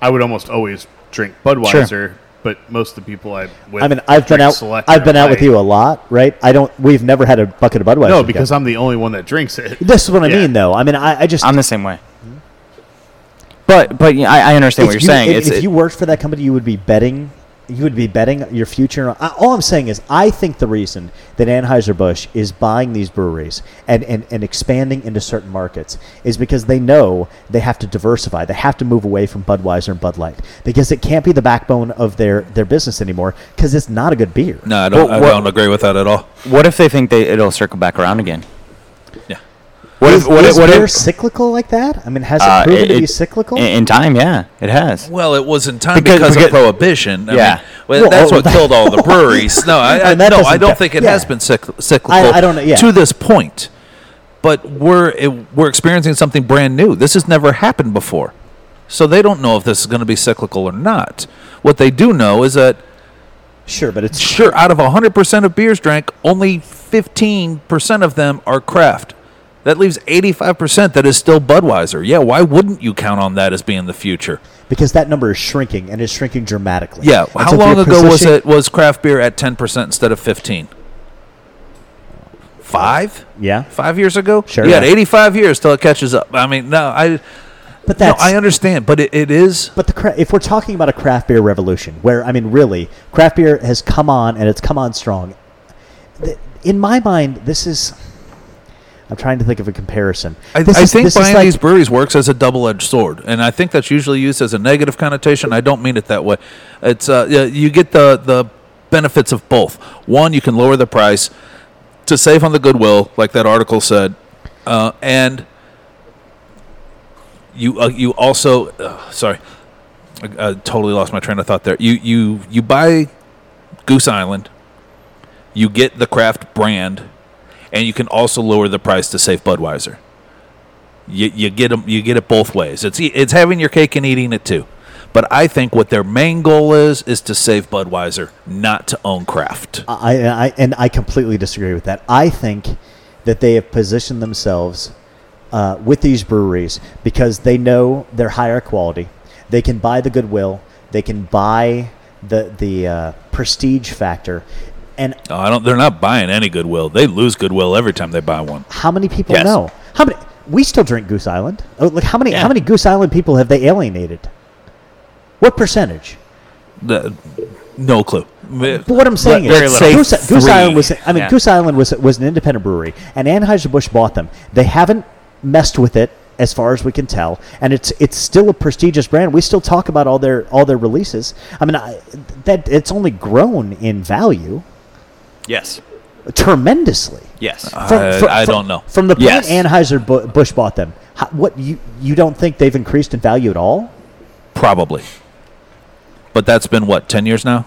Speaker 4: I would almost always drink Budweiser. But most of the people I with
Speaker 3: I mean, I've been
Speaker 4: drink
Speaker 3: out.
Speaker 4: Select
Speaker 3: I've
Speaker 4: or
Speaker 3: been out with
Speaker 4: Light.
Speaker 3: you a lot, right? I don't. We've never had a bucket of Budweiser.
Speaker 4: No,
Speaker 3: together.
Speaker 4: because I'm the only one that drinks it.
Speaker 3: this is what I
Speaker 4: (laughs) Yeah.
Speaker 3: mean, though. I mean, I, I just.
Speaker 1: I'm the same way. But but yeah, I, I understand
Speaker 3: if
Speaker 1: what you're
Speaker 3: you-
Speaker 1: saying.
Speaker 3: If,
Speaker 1: it's
Speaker 3: if
Speaker 1: it-
Speaker 3: you worked for that company, you would be betting. You would be betting your future. on- I, all I'm saying is, I think the reason that Anheuser Busch is buying these breweries and, and, and expanding into certain markets is because they know they have to diversify. They have to move away from Budweiser and Bud Light because it can't be the backbone of their, their business anymore because it's not a good beer.
Speaker 2: No, I don't.
Speaker 1: Well,
Speaker 2: I
Speaker 1: what-
Speaker 2: don't agree with that at all.
Speaker 1: what if they think they it'll circle back around again?
Speaker 2: Yeah.
Speaker 1: What
Speaker 3: Is,
Speaker 1: if what
Speaker 3: is
Speaker 1: if, what
Speaker 3: beer
Speaker 1: if
Speaker 3: cyclical like that? I mean, has
Speaker 1: uh,
Speaker 3: it proven
Speaker 1: it-
Speaker 3: to be
Speaker 1: it-
Speaker 3: cyclical?
Speaker 1: In, in time, yeah, it has.
Speaker 2: Well, it was in time
Speaker 1: Because-
Speaker 2: because,
Speaker 1: because-
Speaker 2: of prohibition. I
Speaker 1: Yeah.
Speaker 2: mean, well,
Speaker 3: Well,
Speaker 2: that's
Speaker 3: oh,
Speaker 2: what
Speaker 3: that-
Speaker 2: killed
Speaker 3: (laughs)
Speaker 2: all the breweries. No, I, I
Speaker 3: And that
Speaker 2: no, I
Speaker 3: doesn't
Speaker 2: don't
Speaker 3: count.
Speaker 2: think it
Speaker 3: Yeah.
Speaker 2: has been cyc- cyclical.
Speaker 3: I don't know, yeah.
Speaker 2: to this point, but we're it, we're experiencing something brand new. This has never happened before, so they don't know if this is going to be cyclical or not. What they do know is that
Speaker 3: sure, but it's
Speaker 2: sure, out of 100% of beers drank, only 15% of them are craft. That leaves 85% that is still Budweiser. Yeah, why wouldn't you count on that as being the future?
Speaker 3: because that number is shrinking and is shrinking dramatically.
Speaker 2: Yeah,
Speaker 3: And
Speaker 2: how
Speaker 3: so if
Speaker 2: long
Speaker 3: you're
Speaker 2: ago was
Speaker 3: positioning-
Speaker 2: it was craft beer at 10% instead of 15? 5?
Speaker 3: Yeah,
Speaker 2: 5 years ago?
Speaker 3: Sure.
Speaker 2: You got
Speaker 3: Yeah.
Speaker 2: 85 years till it catches up. I mean, no, I
Speaker 3: but
Speaker 2: no,
Speaker 3: that's.
Speaker 2: I understand, but it, it is
Speaker 3: but the cra- if we're talking about a craft beer revolution, where I mean, really, craft beer has come on and it's come on strong. Th- In my mind, this is. I'm trying to think of a comparison.
Speaker 2: I,
Speaker 3: This
Speaker 2: I
Speaker 3: is-
Speaker 2: think
Speaker 3: this is
Speaker 2: buying
Speaker 3: like-
Speaker 2: these breweries works as a double-edged sword, and I think that's usually used as a negative connotation. I don't mean it that way. It's uh, yeah, you get the the benefits of both. One, you can lower the price to save on the goodwill, like that article said, uh, and you uh, you also uh, sorry, I, I totally lost my train of thought there. You you you buy Goose Island, you get the craft brand, and you can also lower the price to save Budweiser you, you get 'em- you get it both ways. It's e- it's having your cake and eating it too. But I think what their main goal is is to save Budweiser, not to own Uh, craft.
Speaker 3: I, I and I completely disagree with that. I think that they have positioned themselves uh, with these breweries because they know they're higher quality. They can buy the goodwill. They can buy the the uh, prestige factor. And
Speaker 2: No, I don't. They're not buying any goodwill. They lose goodwill every time they buy one.
Speaker 3: how many people
Speaker 2: Yes.
Speaker 3: know? How many? We still drink Goose Island. Oh, like how many? How
Speaker 2: Yeah.
Speaker 3: many Goose Island people have they alienated? What percentage?
Speaker 2: The- no clue.
Speaker 3: But what I'm saying
Speaker 2: Let-
Speaker 3: is,
Speaker 2: let's say
Speaker 3: Goose, Goose
Speaker 2: three.
Speaker 3: Island was. I mean,
Speaker 1: Yeah.
Speaker 3: Goose Island was was an independent brewery, and Anheuser Busch bought them. They haven't messed with it, as far as we can tell, and it's it's still a prestigious brand. We still talk about all their all their releases. I mean, I, that it's only grown in value
Speaker 1: Yes.
Speaker 3: tremendously.
Speaker 1: Yes.
Speaker 3: Uh,
Speaker 2: I- I don't know.
Speaker 3: From the point
Speaker 1: Yes.
Speaker 3: Anheuser Bu- Busch bought them, how, what you you don't think they've increased in value at all?
Speaker 2: Probably. But that's been what ten years now.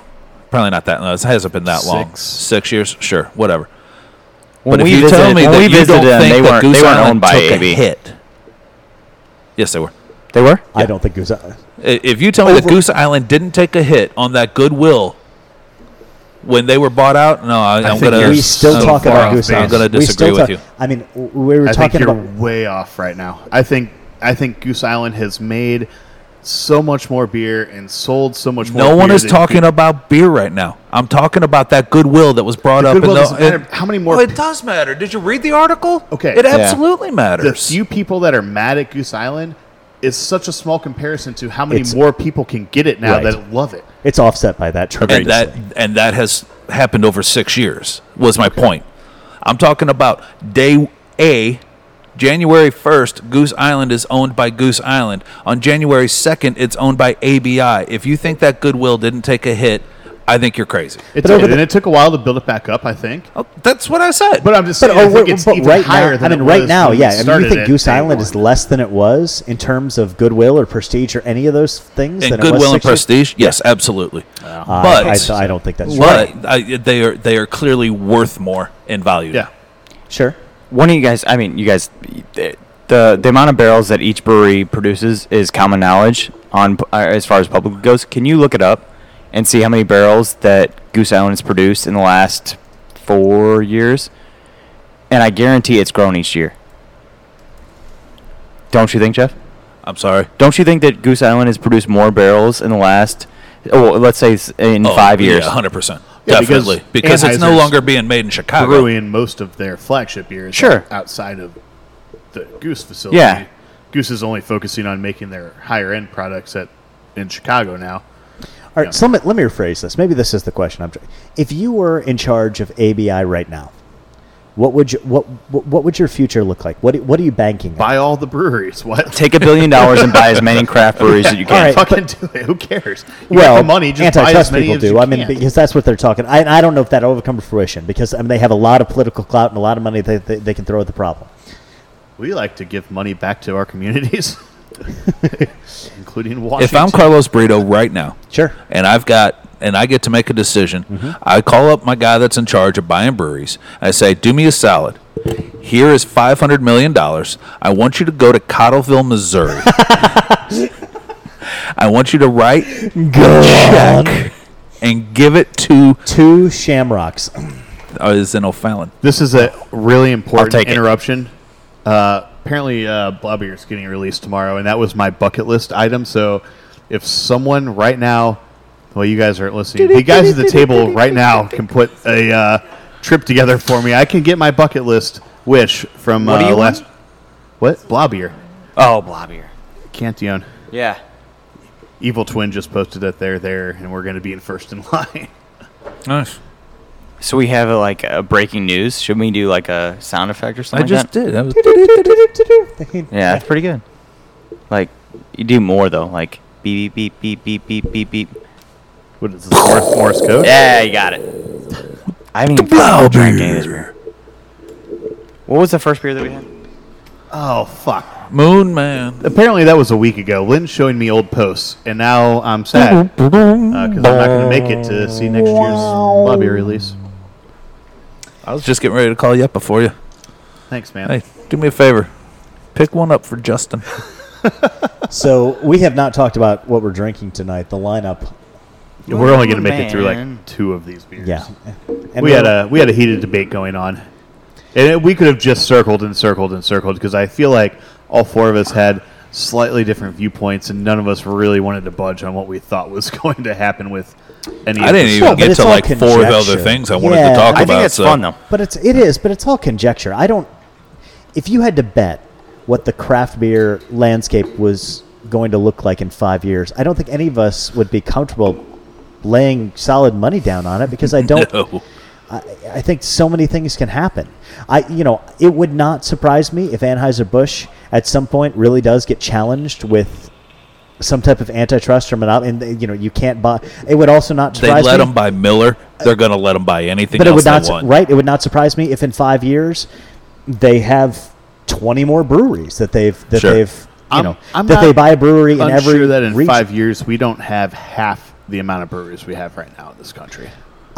Speaker 2: Probably not that. long. It hasn't been that long.
Speaker 4: Six.
Speaker 2: Six years. Sure. Whatever.
Speaker 1: When
Speaker 2: but
Speaker 1: we
Speaker 2: if you tell
Speaker 1: visited-
Speaker 2: me
Speaker 1: when
Speaker 2: that
Speaker 1: we
Speaker 2: you don't
Speaker 1: visited them,
Speaker 2: think
Speaker 1: they
Speaker 2: that
Speaker 1: weren't-
Speaker 2: Goose
Speaker 1: they weren't
Speaker 2: Island
Speaker 1: owned by
Speaker 2: took
Speaker 1: AB.
Speaker 2: a hit, yes, they were.
Speaker 1: They were?
Speaker 3: I don't think Goose. Island.
Speaker 2: I- If you tell me that Goose Island didn't take a hit on that goodwill when they were bought out, no, I, I'm
Speaker 4: think
Speaker 2: going to.
Speaker 4: you're
Speaker 3: we still
Speaker 4: so
Speaker 3: talk
Speaker 4: far
Speaker 3: about
Speaker 4: off
Speaker 3: Goose
Speaker 4: base.
Speaker 3: Island.
Speaker 2: I'm going to
Speaker 3: We still
Speaker 2: disagree with
Speaker 3: talk-
Speaker 2: you.
Speaker 3: I mean, w- we were
Speaker 4: I think
Speaker 3: talking
Speaker 4: you're
Speaker 3: about
Speaker 4: way off right now. I think I think Goose Island has made so much more beer and sold so much more.
Speaker 2: No one
Speaker 4: beer
Speaker 2: is
Speaker 4: than
Speaker 2: talking
Speaker 4: Goose-
Speaker 2: about beer right now. I'm talking about that goodwill that was brought up.
Speaker 4: goodwill
Speaker 2: in the,
Speaker 4: doesn't matter. How many more
Speaker 2: Oh, it
Speaker 4: pe-
Speaker 2: does matter. Did you read the article?
Speaker 4: Okay.
Speaker 2: It
Speaker 4: Yeah.
Speaker 2: absolutely
Speaker 4: the
Speaker 2: matters.
Speaker 4: few people that are mad at Goose Island is such a small comparison to how many
Speaker 3: It's-
Speaker 4: more people can get it now
Speaker 3: Right.
Speaker 4: that love it.
Speaker 3: it's offset by that tremendously.
Speaker 2: and that and that has happened over six years. Was my point. I'm talking about day A, January 1st. Goose Island is owned by Goose Island. On January 2nd, it's owned by ABI. If you think that goodwill didn't take a hit, I think you're crazy.
Speaker 4: It
Speaker 3: But
Speaker 4: did,
Speaker 3: over
Speaker 4: and
Speaker 3: the-
Speaker 4: it took a while to build it back up. I think,
Speaker 2: Oh, that's what I said.
Speaker 4: but I'm just
Speaker 3: but,
Speaker 4: saying,
Speaker 3: oh,
Speaker 4: I
Speaker 3: we're-
Speaker 4: think it's
Speaker 3: but
Speaker 4: even
Speaker 3: right
Speaker 4: higher
Speaker 3: now, I
Speaker 4: than
Speaker 3: mean,
Speaker 4: it
Speaker 3: right
Speaker 4: was
Speaker 3: now,
Speaker 4: when we
Speaker 3: yeah. I mean,
Speaker 4: started
Speaker 3: you think
Speaker 4: it
Speaker 3: Goose
Speaker 4: day
Speaker 3: Island
Speaker 4: one.
Speaker 3: is less than it was in terms of goodwill or prestige or any of those things?
Speaker 2: and
Speaker 3: than it was
Speaker 2: goodwill and
Speaker 3: six years-
Speaker 2: prestige, yes, absolutely.
Speaker 3: Uh,
Speaker 2: But
Speaker 3: I, I don't think that's true.
Speaker 2: but I, they are they are clearly worth more in value.
Speaker 4: Yeah,
Speaker 3: Sure.
Speaker 1: One of you guys, I mean, you guys, the, the, the amount of barrels that each brewery produces is common knowledge on uh, as far as public goes. Can you look it up and see how many barrels that Goose Island has produced in the last four years? And I guarantee it's grown each year. Don't you think, Jeff?
Speaker 2: I'm sorry.
Speaker 1: Don't you think that Goose Island has produced more barrels in the last, oh, well, let's say s- in
Speaker 2: Oh,
Speaker 1: five years?
Speaker 2: yeah, hundred percent,
Speaker 4: Yeah, because
Speaker 2: definitely, because, it's no
Speaker 4: Anheuser's
Speaker 2: longer being made in Chicago.
Speaker 4: brewing most of their flagship beers
Speaker 1: Sure.
Speaker 4: outside of the Goose facility.
Speaker 1: Yeah.
Speaker 4: Goose is only focusing on making their higher end products at in Chicago now.
Speaker 3: All right, so let me, let me rephrase this. Maybe this is the question. I'm tr- if you were in charge of ABI right now, what would you, what what what would your future look like? What do- what are you banking? on?
Speaker 4: Buy all the breweries. What?
Speaker 1: (laughs) Take a billion dollars and buy as many craft breweries that you can.
Speaker 3: All right,
Speaker 4: fucking do it. Who cares? You
Speaker 3: well,
Speaker 4: got the money. Just buy as
Speaker 3: antitrust
Speaker 4: many
Speaker 3: people
Speaker 4: as
Speaker 3: do.
Speaker 4: you
Speaker 3: I mean,
Speaker 4: can.
Speaker 3: because that's what they're talking. I, I don't know if that'll ever come to fruition because I mean they have a lot of political clout and a lot of money that they, they can throw at the problem.
Speaker 4: we like to give money back to our communities, (laughs) including
Speaker 2: if
Speaker 4: Washington.
Speaker 2: I'm Carlos Brito right now,
Speaker 3: Sure.
Speaker 2: and I've got and I get to make a decision,
Speaker 4: Mm-hmm.
Speaker 2: I call up my guy that's in charge of buying breweries. I say, "Do me a salad. Here is five hundred million dollars. I want you to go to Cottleville,
Speaker 4: (laughs)
Speaker 2: Missouri. I want you to write a check and give it to
Speaker 3: Two shamrocks.
Speaker 2: uh, is in O'Fallon.
Speaker 4: this is a really important
Speaker 1: take it.
Speaker 4: interruption. Uh, apparently, uh, Blobby is getting released tomorrow, and that was my bucket list item. So, if someone right now, well, you guys aren't listening, the guys at the table right now can put a uh, trip together for me. I can get my bucket list wish from
Speaker 1: What do
Speaker 4: uh,
Speaker 1: you
Speaker 4: last.
Speaker 1: want?
Speaker 4: What Blobier?
Speaker 1: Oh, Blobbier.
Speaker 4: Canteon.
Speaker 1: Yeah.
Speaker 4: Evil Twin just posted that they're there, and we're going to be in first in (laughs) line.
Speaker 2: Nice.
Speaker 1: So we have a, like a breaking news. Should we do like a sound effect or
Speaker 2: I
Speaker 1: something?
Speaker 2: just
Speaker 1: like that?
Speaker 2: did. I was-
Speaker 1: Yeah, that's pretty good. Like you do more though, like beep beep beep beep beep beep beep beep.
Speaker 4: What is this Morse, Morse code?
Speaker 1: Yeah, you got it. I haven't even fucking drank any of this beer. What was the first beer that we had?
Speaker 4: Oh fuck!
Speaker 2: Moon Man.
Speaker 4: Apparently that was a week ago. Lynn's showing me old posts, and now I'm sad because I'm not going to make it to see next year's Bobby release.
Speaker 2: I was just getting ready to call you up before you.
Speaker 4: Thanks, man.
Speaker 2: Hey, do me a favor. Pick one up for Justin.
Speaker 3: so we have not talked about what we're drinking tonight. The lineup.
Speaker 4: We're only going to make it through
Speaker 1: Man.
Speaker 4: like two of these beers.
Speaker 3: Yeah. And
Speaker 4: we
Speaker 3: we're-
Speaker 4: had a we had a heated debate going on. And it, we could have just circled and circled and circled because I feel like all four of us had slightly different viewpoints, and none of us really wanted to budge on what we thought was (laughs) going to happen with any.
Speaker 2: I didn't
Speaker 4: of this.
Speaker 2: even
Speaker 3: Well, but
Speaker 2: get
Speaker 3: it's
Speaker 2: to
Speaker 3: all
Speaker 2: like four of the other
Speaker 3: conjecture.
Speaker 2: things I wanted
Speaker 3: Yeah.
Speaker 2: to talk
Speaker 3: I
Speaker 1: I
Speaker 2: about.
Speaker 1: think it's
Speaker 2: so-
Speaker 1: fun though.
Speaker 3: But it's it is, but it's all conjecture. I don't. If you had to bet what the craft beer landscape was going to look like in five years, I don't think any of us would be comfortable laying solid money down on it because I don't.
Speaker 2: (laughs) No.
Speaker 3: I, I think so many things can happen. I, you know, it would not surprise me if Anheuser Busch at some point really does get challenged with some type of antitrust or monopoly, and they- you know, you can't buy. It would also not
Speaker 2: They
Speaker 3: surprise
Speaker 2: let
Speaker 3: me.
Speaker 2: them buy Miller. They're going to let them buy anything
Speaker 3: but it
Speaker 2: else
Speaker 3: would not
Speaker 2: they
Speaker 3: su-
Speaker 2: want.
Speaker 3: right. It would not surprise me if in five years they have twenty more breweries that they've that
Speaker 2: Sure.
Speaker 3: they've you
Speaker 4: I'm-
Speaker 3: know
Speaker 4: I'm
Speaker 3: that they
Speaker 4: not
Speaker 3: buy a brewery in
Speaker 4: unsure
Speaker 3: every
Speaker 4: that in
Speaker 3: region.
Speaker 4: five years we don't have half the amount of breweries we have right now in this country.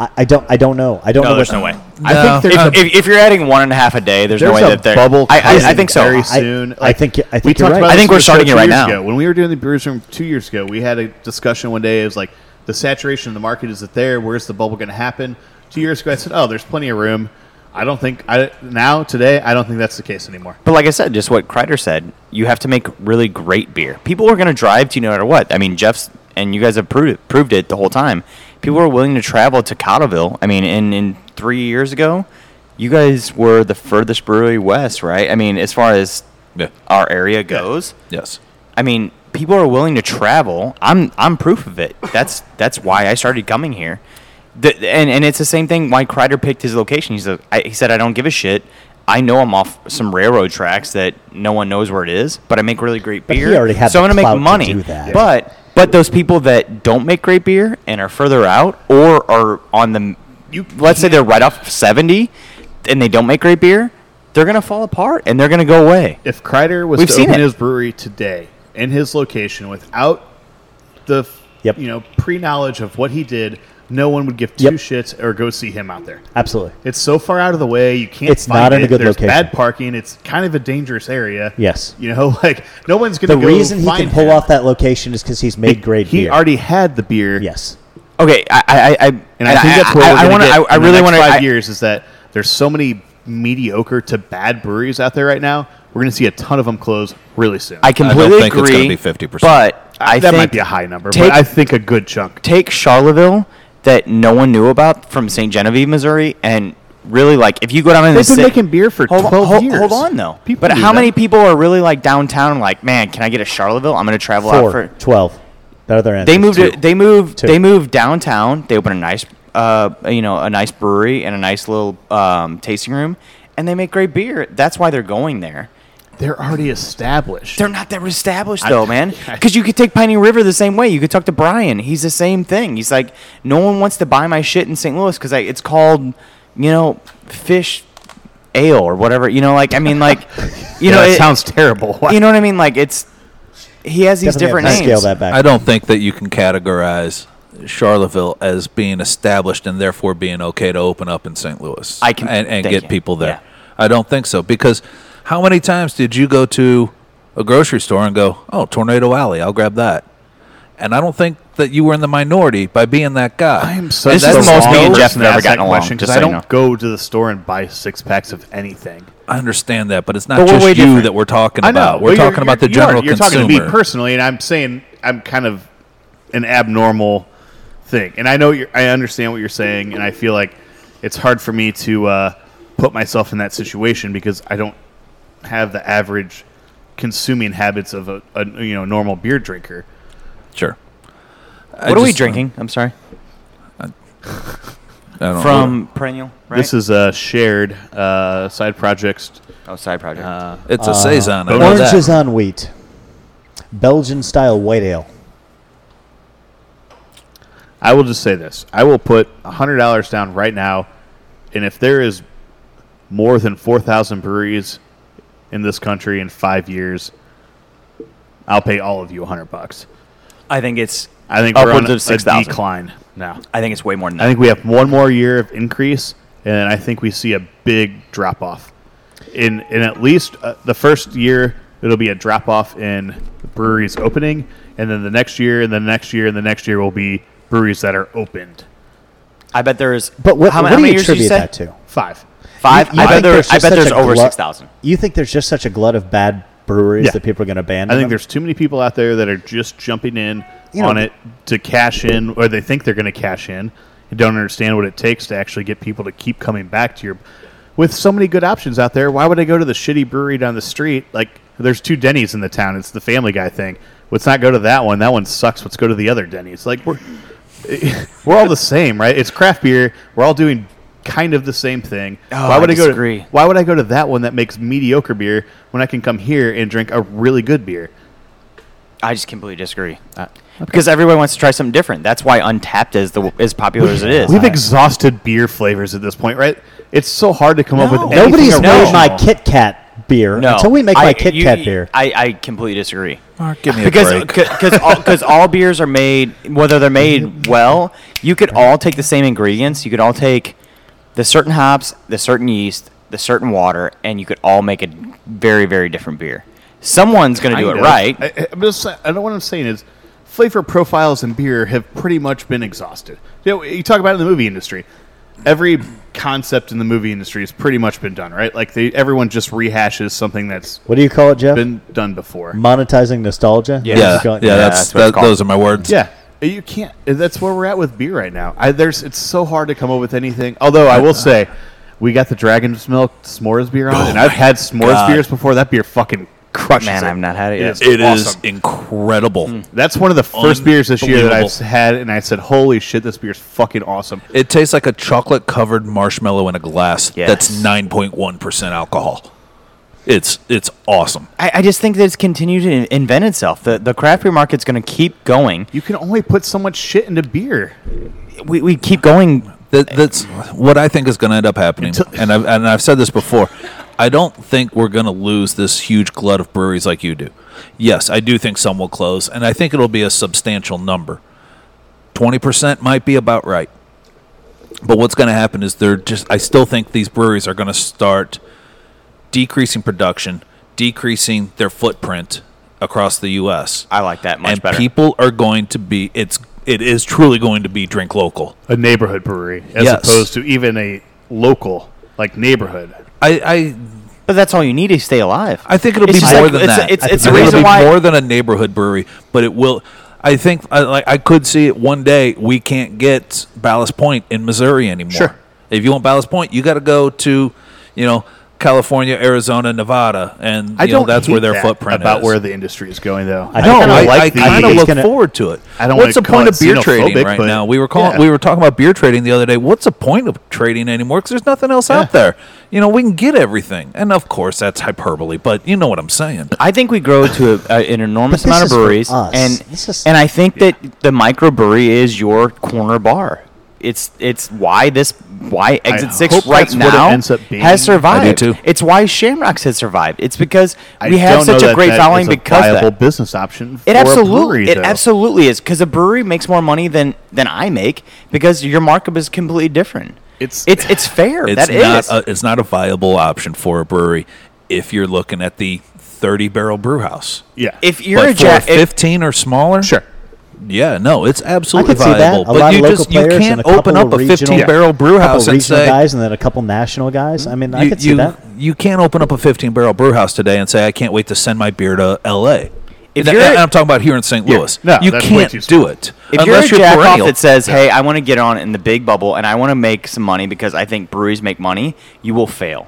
Speaker 3: I, I don't. I don't know. I don't
Speaker 1: No,
Speaker 3: know.
Speaker 1: there's
Speaker 3: what-
Speaker 1: no way.
Speaker 4: I
Speaker 2: No.
Speaker 4: think there's
Speaker 2: Uh,
Speaker 4: a
Speaker 1: If, if you're adding one and a half a day, there's, no way
Speaker 4: There's a
Speaker 1: that they're.
Speaker 4: bubble
Speaker 1: I, I, I
Speaker 4: coming
Speaker 1: think so.
Speaker 4: very
Speaker 1: I-
Speaker 4: soon.
Speaker 3: I think y- I think
Speaker 4: we
Speaker 3: you're
Speaker 4: talked
Speaker 3: right.
Speaker 4: about
Speaker 3: I
Speaker 4: this
Speaker 1: think
Speaker 4: on
Speaker 1: we're
Speaker 4: the
Speaker 1: starting
Speaker 4: show
Speaker 1: it
Speaker 4: two
Speaker 1: right
Speaker 4: years
Speaker 1: now.
Speaker 4: ago. When we were doing the Brewers Room two years ago, we had a discussion one day. It was like the saturation of the market is it there? Where's the bubble going to happen? Two years ago, I said, "Oh, there's plenty of room." I don't think I now today. I don't think that's the case anymore.
Speaker 1: But like I said, just what Kreider said, you have to make really great beer. People are going to drive to you no matter what. I mean, Jeff's and you guys have proved it, proved it the whole time. People are willing to travel to Cottleville. I mean, in in three years ago, you guys were the furthest brewery west, right? I mean, as far as
Speaker 2: Yeah.
Speaker 1: our area goes,
Speaker 2: Yes.
Speaker 1: I mean, people are willing to travel. I'm I'm proof of it. That's
Speaker 3: (laughs)
Speaker 1: that's why I started coming here. The, and and it's the same thing why Kreider picked his location. He's a, I, he said I don't give a shit. I know I'm off some railroad tracks that no one knows where it is, but I make really great
Speaker 3: But he
Speaker 1: beer.
Speaker 3: already had
Speaker 1: so
Speaker 3: the
Speaker 1: I'm gonna
Speaker 3: clout
Speaker 1: make
Speaker 3: to
Speaker 1: money.
Speaker 3: do that.
Speaker 1: But but those people that don't make great beer and are further out or are on the
Speaker 4: You
Speaker 1: let's say they're right off 70 and they don't make great beer, they're gonna fall apart and they're gonna go away.
Speaker 4: If Kreider was
Speaker 1: We've
Speaker 4: to
Speaker 1: seen
Speaker 4: open
Speaker 1: it.
Speaker 4: his brewery today in his location without the
Speaker 3: Yep.
Speaker 4: you know pre knowledge of what he did, no one would give two
Speaker 3: Yep.
Speaker 4: shits or go see him out there.
Speaker 3: Absolutely.
Speaker 4: It's so far out of the way. You can't.
Speaker 3: It's
Speaker 4: find
Speaker 3: not
Speaker 4: it.
Speaker 3: in a good
Speaker 4: There's
Speaker 3: location.
Speaker 4: Bad parking. It's kind of a dangerous area.
Speaker 3: Yes.
Speaker 4: You know, (laughs) like no one's going
Speaker 3: The
Speaker 4: to. go
Speaker 3: reason he
Speaker 4: find
Speaker 3: can pull
Speaker 4: him.
Speaker 3: off that location is because he's made great
Speaker 4: He
Speaker 3: beer.
Speaker 4: already had the beer.
Speaker 3: yes.
Speaker 1: Okay, I I I
Speaker 4: And I think that's where we're
Speaker 1: I
Speaker 4: gonna
Speaker 1: want to
Speaker 4: get
Speaker 1: I, I
Speaker 4: in the
Speaker 1: really
Speaker 4: next
Speaker 1: want to
Speaker 4: Five
Speaker 1: I,
Speaker 4: years is that there's so many mediocre to bad breweries out there right now. We're going to see a ton of them close really soon.
Speaker 1: I completely
Speaker 2: think it's
Speaker 1: agree.
Speaker 2: gonna be 50%.
Speaker 1: But I
Speaker 4: that
Speaker 1: think
Speaker 4: might be a high number,
Speaker 1: take-
Speaker 4: but I think a good chunk.
Speaker 1: take Charleville that no one knew about from St. Genevieve, Missouri, and really like if you go down in
Speaker 4: They've
Speaker 1: the
Speaker 4: been
Speaker 1: city,
Speaker 4: making beer for
Speaker 1: hold, on-
Speaker 4: 12
Speaker 1: hold,
Speaker 4: years.
Speaker 1: Hold on though,
Speaker 4: People
Speaker 1: but
Speaker 4: knew
Speaker 1: how many
Speaker 4: that.
Speaker 1: people are really like downtown? Like, man, can I get a Charleville? I'm gonna travel out
Speaker 3: Four.
Speaker 1: for.
Speaker 3: Twelve. The other end.
Speaker 1: They
Speaker 3: is
Speaker 1: moved.
Speaker 3: two.
Speaker 1: it- They moved.
Speaker 3: Two.
Speaker 1: They moved downtown. They opened a nice, uh, you know, a nice brewery and a nice little um, tasting room, and they make great beer. That's why they're going there.
Speaker 4: (laughs) They're already established.
Speaker 1: They're not that established though, (laughs) man.
Speaker 4: I-
Speaker 1: Because you could take Piney River the same way. You could talk to Brian. He's the same thing. He's like, no one wants to buy my shit in St. Louis because it's called, you know, fish ale or whatever. You know, like I mean, (laughs) like,
Speaker 4: Yeah,
Speaker 1: you know,
Speaker 4: that
Speaker 1: (laughs) it-
Speaker 4: sounds terrible.
Speaker 1: You know what I mean? Like it's he has these
Speaker 3: Definitely
Speaker 1: different
Speaker 3: have to
Speaker 1: names.
Speaker 3: Scale that back.
Speaker 2: I don't think that you can categorize Charlottesville as being established and therefore being okay to open up in St. Louis.
Speaker 1: I can-
Speaker 2: and, and
Speaker 1: thank
Speaker 2: get
Speaker 1: you.
Speaker 2: people there.
Speaker 1: Yeah.
Speaker 2: I don't think so because how many times did you go to a grocery store and go, "Oh, Tornado Alley, I'll grab that," and I don't think that you were in the minority by being that guy.
Speaker 4: I'm so
Speaker 1: This is
Speaker 4: so
Speaker 1: the most
Speaker 4: wrong
Speaker 1: me and
Speaker 4: person
Speaker 1: Jeff
Speaker 4: to
Speaker 1: have ever
Speaker 4: ask that
Speaker 1: gotten along,
Speaker 4: question,
Speaker 1: just
Speaker 4: 'cause
Speaker 1: so
Speaker 4: I
Speaker 1: you
Speaker 4: don't
Speaker 1: know.
Speaker 4: go to the store and buy six packs of anything.
Speaker 2: I understand that, but it's not
Speaker 1: But we're
Speaker 2: just
Speaker 1: way
Speaker 2: you
Speaker 1: different.
Speaker 2: that we're talking
Speaker 4: I know.
Speaker 2: about. We're
Speaker 4: Well, you're-
Speaker 2: talking about the
Speaker 4: you're- you are-
Speaker 2: general
Speaker 4: You're
Speaker 2: consumer.
Speaker 4: talking to me personally, and I'm saying I'm kind of an abnormal thing, and I know you're, I understand what you're saying, and I feel like it's hard for me to uh, put myself in that situation because I don't have the average consuming habits of a, a you know normal beer drinker.
Speaker 2: Sure. I
Speaker 1: What are we
Speaker 2: just-
Speaker 1: drinking? I'm sorry.
Speaker 2: I don't know.
Speaker 1: From perennial. Right?
Speaker 4: This is a shared uh, side projects.
Speaker 1: oh side project.
Speaker 4: Uh,
Speaker 2: it's a saison. I know
Speaker 3: Orange
Speaker 2: that.
Speaker 3: is on wheat. Belgian style white ale.
Speaker 4: I will just say this: I will put hundred dollars down right now, and if there is more than four thousand breweries in this country in five years, I'll pay all of you hundred bucks.
Speaker 1: I think it's.
Speaker 4: I think
Speaker 1: Upwards
Speaker 4: we're on
Speaker 1: of 6,000.
Speaker 4: a decline now.
Speaker 1: I think it's way more than
Speaker 4: I
Speaker 1: that.
Speaker 4: think we have one more year of increase, and I think we see a big drop off. In in at least uh, the first year, it'll be a drop off in breweries opening, and then the next year, and the next year, and the next year will be breweries that are opened.
Speaker 1: I bet there is.
Speaker 3: But what,
Speaker 1: how, ma-
Speaker 3: what
Speaker 1: how
Speaker 3: do
Speaker 1: many
Speaker 3: you
Speaker 1: years did you
Speaker 3: attribute
Speaker 1: say?
Speaker 3: that to?
Speaker 4: Five.
Speaker 1: Five.
Speaker 3: You- you
Speaker 1: I bet,
Speaker 3: think
Speaker 1: there,
Speaker 3: there's
Speaker 1: I
Speaker 3: just
Speaker 1: bet
Speaker 3: such
Speaker 1: there's
Speaker 3: a
Speaker 1: over
Speaker 3: glut-
Speaker 1: six thousand.
Speaker 3: You think there's just such a glut of bad breweries
Speaker 4: Yeah.
Speaker 3: that people are going to ban?
Speaker 4: I think there's too many people out there that are just jumping in
Speaker 3: You know-
Speaker 4: on it to cash in, or they think they're going to cash in and don't understand what it takes to actually get people to keep coming back to your. With so many good options out there, why would I go to the shitty brewery down the street? Like, there's two Denny's in the town. It's the Family Guy thing. Let's not go to that one. That one sucks. Let's go to the other Denny's. Like, we're we're all the same, right? It's craft beer. We're all doing kind of the same thing.
Speaker 1: Oh,
Speaker 4: why would
Speaker 1: I
Speaker 4: I, go
Speaker 1: disagree.
Speaker 4: to Why would I go to that one that makes mediocre beer when I can come here and drink a really good beer?
Speaker 1: I just completely disagree. Uh, Because everyone wants to try something different. That's why Untapped is the as popular as it is.
Speaker 4: We've exhausted beer flavors at this point, right? It's so hard to come up with
Speaker 1: No.
Speaker 4: anything
Speaker 3: nobody's
Speaker 1: No.
Speaker 3: made my
Speaker 4: original.
Speaker 3: Kit Kat beer
Speaker 1: No,
Speaker 3: until we make
Speaker 1: I-
Speaker 3: my Kit
Speaker 1: you-
Speaker 3: Kat beer.
Speaker 1: I, I completely disagree.
Speaker 2: Mark, give me a
Speaker 1: because
Speaker 2: break.
Speaker 1: because all, 'cause all beers are made whether they're (laughs) made well you could all take the same ingredients you could all take the certain hops the certain yeast the certain water and you could all make a very very different beer someone's going to do
Speaker 4: Kind
Speaker 1: it
Speaker 4: of.
Speaker 1: right
Speaker 4: I, I- I'm just, sa- I don't. What I'm saying is, flavor profiles in beer have pretty much been exhausted. You know, you talk about it in the movie industry. Every concept in the movie industry has pretty much been done, right? Like they, everyone just rehashes something that's
Speaker 3: what do you call it, Jeff?
Speaker 4: been done before.
Speaker 3: Monetizing nostalgia.
Speaker 1: Yeah.
Speaker 3: Is that
Speaker 2: yeah, yeah,
Speaker 3: what you call it?
Speaker 2: that's,
Speaker 1: that's what it's
Speaker 2: that, those are my words.
Speaker 4: Yeah, Uh, you can't. That's where we're at with beer right now. I, there's, it's so hard to come up with anything. Although I will say, we got the Dragon's Milk S'mores beer on, and I've had S'mores
Speaker 2: God.
Speaker 4: beers before. That beer fucking crushes
Speaker 1: Man,
Speaker 4: it.
Speaker 1: I've not had it yet.
Speaker 2: It is
Speaker 4: awesome.
Speaker 2: incredible.
Speaker 4: That's one of the first beers this year that I've
Speaker 2: Unbelievable.
Speaker 4: had, and I said, "Holy shit, this beer's fucking awesome."
Speaker 2: It tastes like a chocolate covered marshmallow in a glass.
Speaker 1: Yes.
Speaker 2: That's nine point one percent alcohol. It's it's awesome.
Speaker 1: I, I just think that it's continued to in- invent itself the, the craft beer market's going to keep going
Speaker 4: You can only put so much shit into beer.
Speaker 1: we, we keep going
Speaker 2: That, that's what I think is going to end up happening. and I've and I've said this before. I don't think we're going to lose this huge glut of breweries like you do. Yes, I do think some will close, and I think it'll be a substantial number. Twenty percent might be about right. But what's going to happen is they're just. I still think these breweries are going to start decreasing production, decreasing their footprint across the U.S.
Speaker 1: i like that much
Speaker 2: and
Speaker 1: better
Speaker 2: people are going to be. It's it is truly going to be drink local.
Speaker 4: A neighborhood brewery, as
Speaker 2: Yes.
Speaker 4: opposed to even a local, like neighborhood.
Speaker 2: I, I
Speaker 1: but that's all you need to stay alive
Speaker 2: I think it'll
Speaker 1: It's
Speaker 2: be
Speaker 1: just
Speaker 2: more
Speaker 1: like-
Speaker 2: than
Speaker 1: it's-
Speaker 2: that.
Speaker 1: it's-
Speaker 2: I
Speaker 1: it's
Speaker 2: think
Speaker 1: the
Speaker 2: it'll
Speaker 1: reason
Speaker 2: be
Speaker 1: why-
Speaker 2: more than a neighborhood brewery, but it will. I think I, like I could see it one day. We can't get Ballast Point in Missouri anymore.
Speaker 4: Sure.
Speaker 2: If you want Ballast Point, you got to go to, you know, California, Arizona, Nevada, and you
Speaker 4: I
Speaker 2: know
Speaker 4: don't.
Speaker 2: that's
Speaker 4: hate
Speaker 2: where their
Speaker 4: that
Speaker 2: footprint
Speaker 4: about
Speaker 2: is.
Speaker 4: where the industry is going, though.
Speaker 3: I don't
Speaker 2: I, like
Speaker 3: kinda
Speaker 2: I
Speaker 3: the-
Speaker 2: kind of
Speaker 3: it's
Speaker 2: look
Speaker 3: gonna-
Speaker 2: forward to it.
Speaker 4: I don't
Speaker 2: What's the
Speaker 4: wanna call
Speaker 2: point
Speaker 4: it
Speaker 2: of beer trading
Speaker 4: xenophobic,
Speaker 2: right
Speaker 4: but-
Speaker 2: now? We were calling,
Speaker 4: Yeah.
Speaker 2: we were talking about beer trading the other day. What's the point of trading anymore? Because there's nothing else out there. You know, we can get everything, and of course that's hyperbole, but you know what I'm saying.
Speaker 1: I think we grow to a, a, an enormous
Speaker 3: But this
Speaker 1: amount of
Speaker 3: is for
Speaker 1: breweries,
Speaker 3: us.
Speaker 1: and
Speaker 3: This is-
Speaker 1: and I think that the microbrewery is your corner bar. It's it's why this why Exit Six
Speaker 4: hope
Speaker 1: right
Speaker 4: that's what it
Speaker 1: now
Speaker 4: ends up being. I do
Speaker 1: has survived.
Speaker 2: too.
Speaker 1: It's why Shamrocks has survived. It's because
Speaker 4: I
Speaker 1: we
Speaker 4: don't
Speaker 1: have
Speaker 4: know
Speaker 1: such a
Speaker 4: that
Speaker 1: great
Speaker 4: that
Speaker 1: following
Speaker 4: is a
Speaker 1: because of
Speaker 4: viable
Speaker 1: that.
Speaker 4: business option. For
Speaker 1: It
Speaker 4: a
Speaker 1: absolutely
Speaker 4: brewery,
Speaker 1: it
Speaker 4: though.
Speaker 1: absolutely is because a brewery makes more money than than I make because your markup is completely different.
Speaker 4: It's-
Speaker 1: it's it's fair.
Speaker 2: (sighs) It's
Speaker 1: that is
Speaker 2: not A, it's not a viable option for a brewery if you're looking at the 30 barrel brew house.
Speaker 4: Yeah.
Speaker 1: if you're
Speaker 2: but
Speaker 1: a jack,
Speaker 2: for a 15 or smaller,
Speaker 4: sure.
Speaker 2: Yeah, no, it's absolutely
Speaker 3: I could see that.
Speaker 2: viable.
Speaker 3: A
Speaker 2: But
Speaker 3: lot of
Speaker 2: you
Speaker 3: local
Speaker 2: just you
Speaker 3: players and
Speaker 2: can't
Speaker 3: a couple
Speaker 2: open up a
Speaker 3: of regional-
Speaker 2: 15 barrel brew
Speaker 3: couple
Speaker 2: house and
Speaker 3: regional
Speaker 2: say
Speaker 3: guys and then a couple national guys. I mean, I
Speaker 2: you,
Speaker 3: could see
Speaker 2: you-
Speaker 3: that.
Speaker 2: you can't open up a 15 barrel brew house today and say I can't wait to send my beer to L.A.
Speaker 1: If
Speaker 2: And I-
Speaker 1: you're-
Speaker 2: and I'm talking about here in St. Louis.
Speaker 4: no,
Speaker 2: you
Speaker 4: that's way
Speaker 2: can't
Speaker 4: too small.
Speaker 2: do it
Speaker 1: If
Speaker 2: unless
Speaker 1: you're a jack off
Speaker 2: perennial.
Speaker 1: that says, "Hey, I want to get on in the big bubble and I want to make some money because I think breweries make money," you will fail.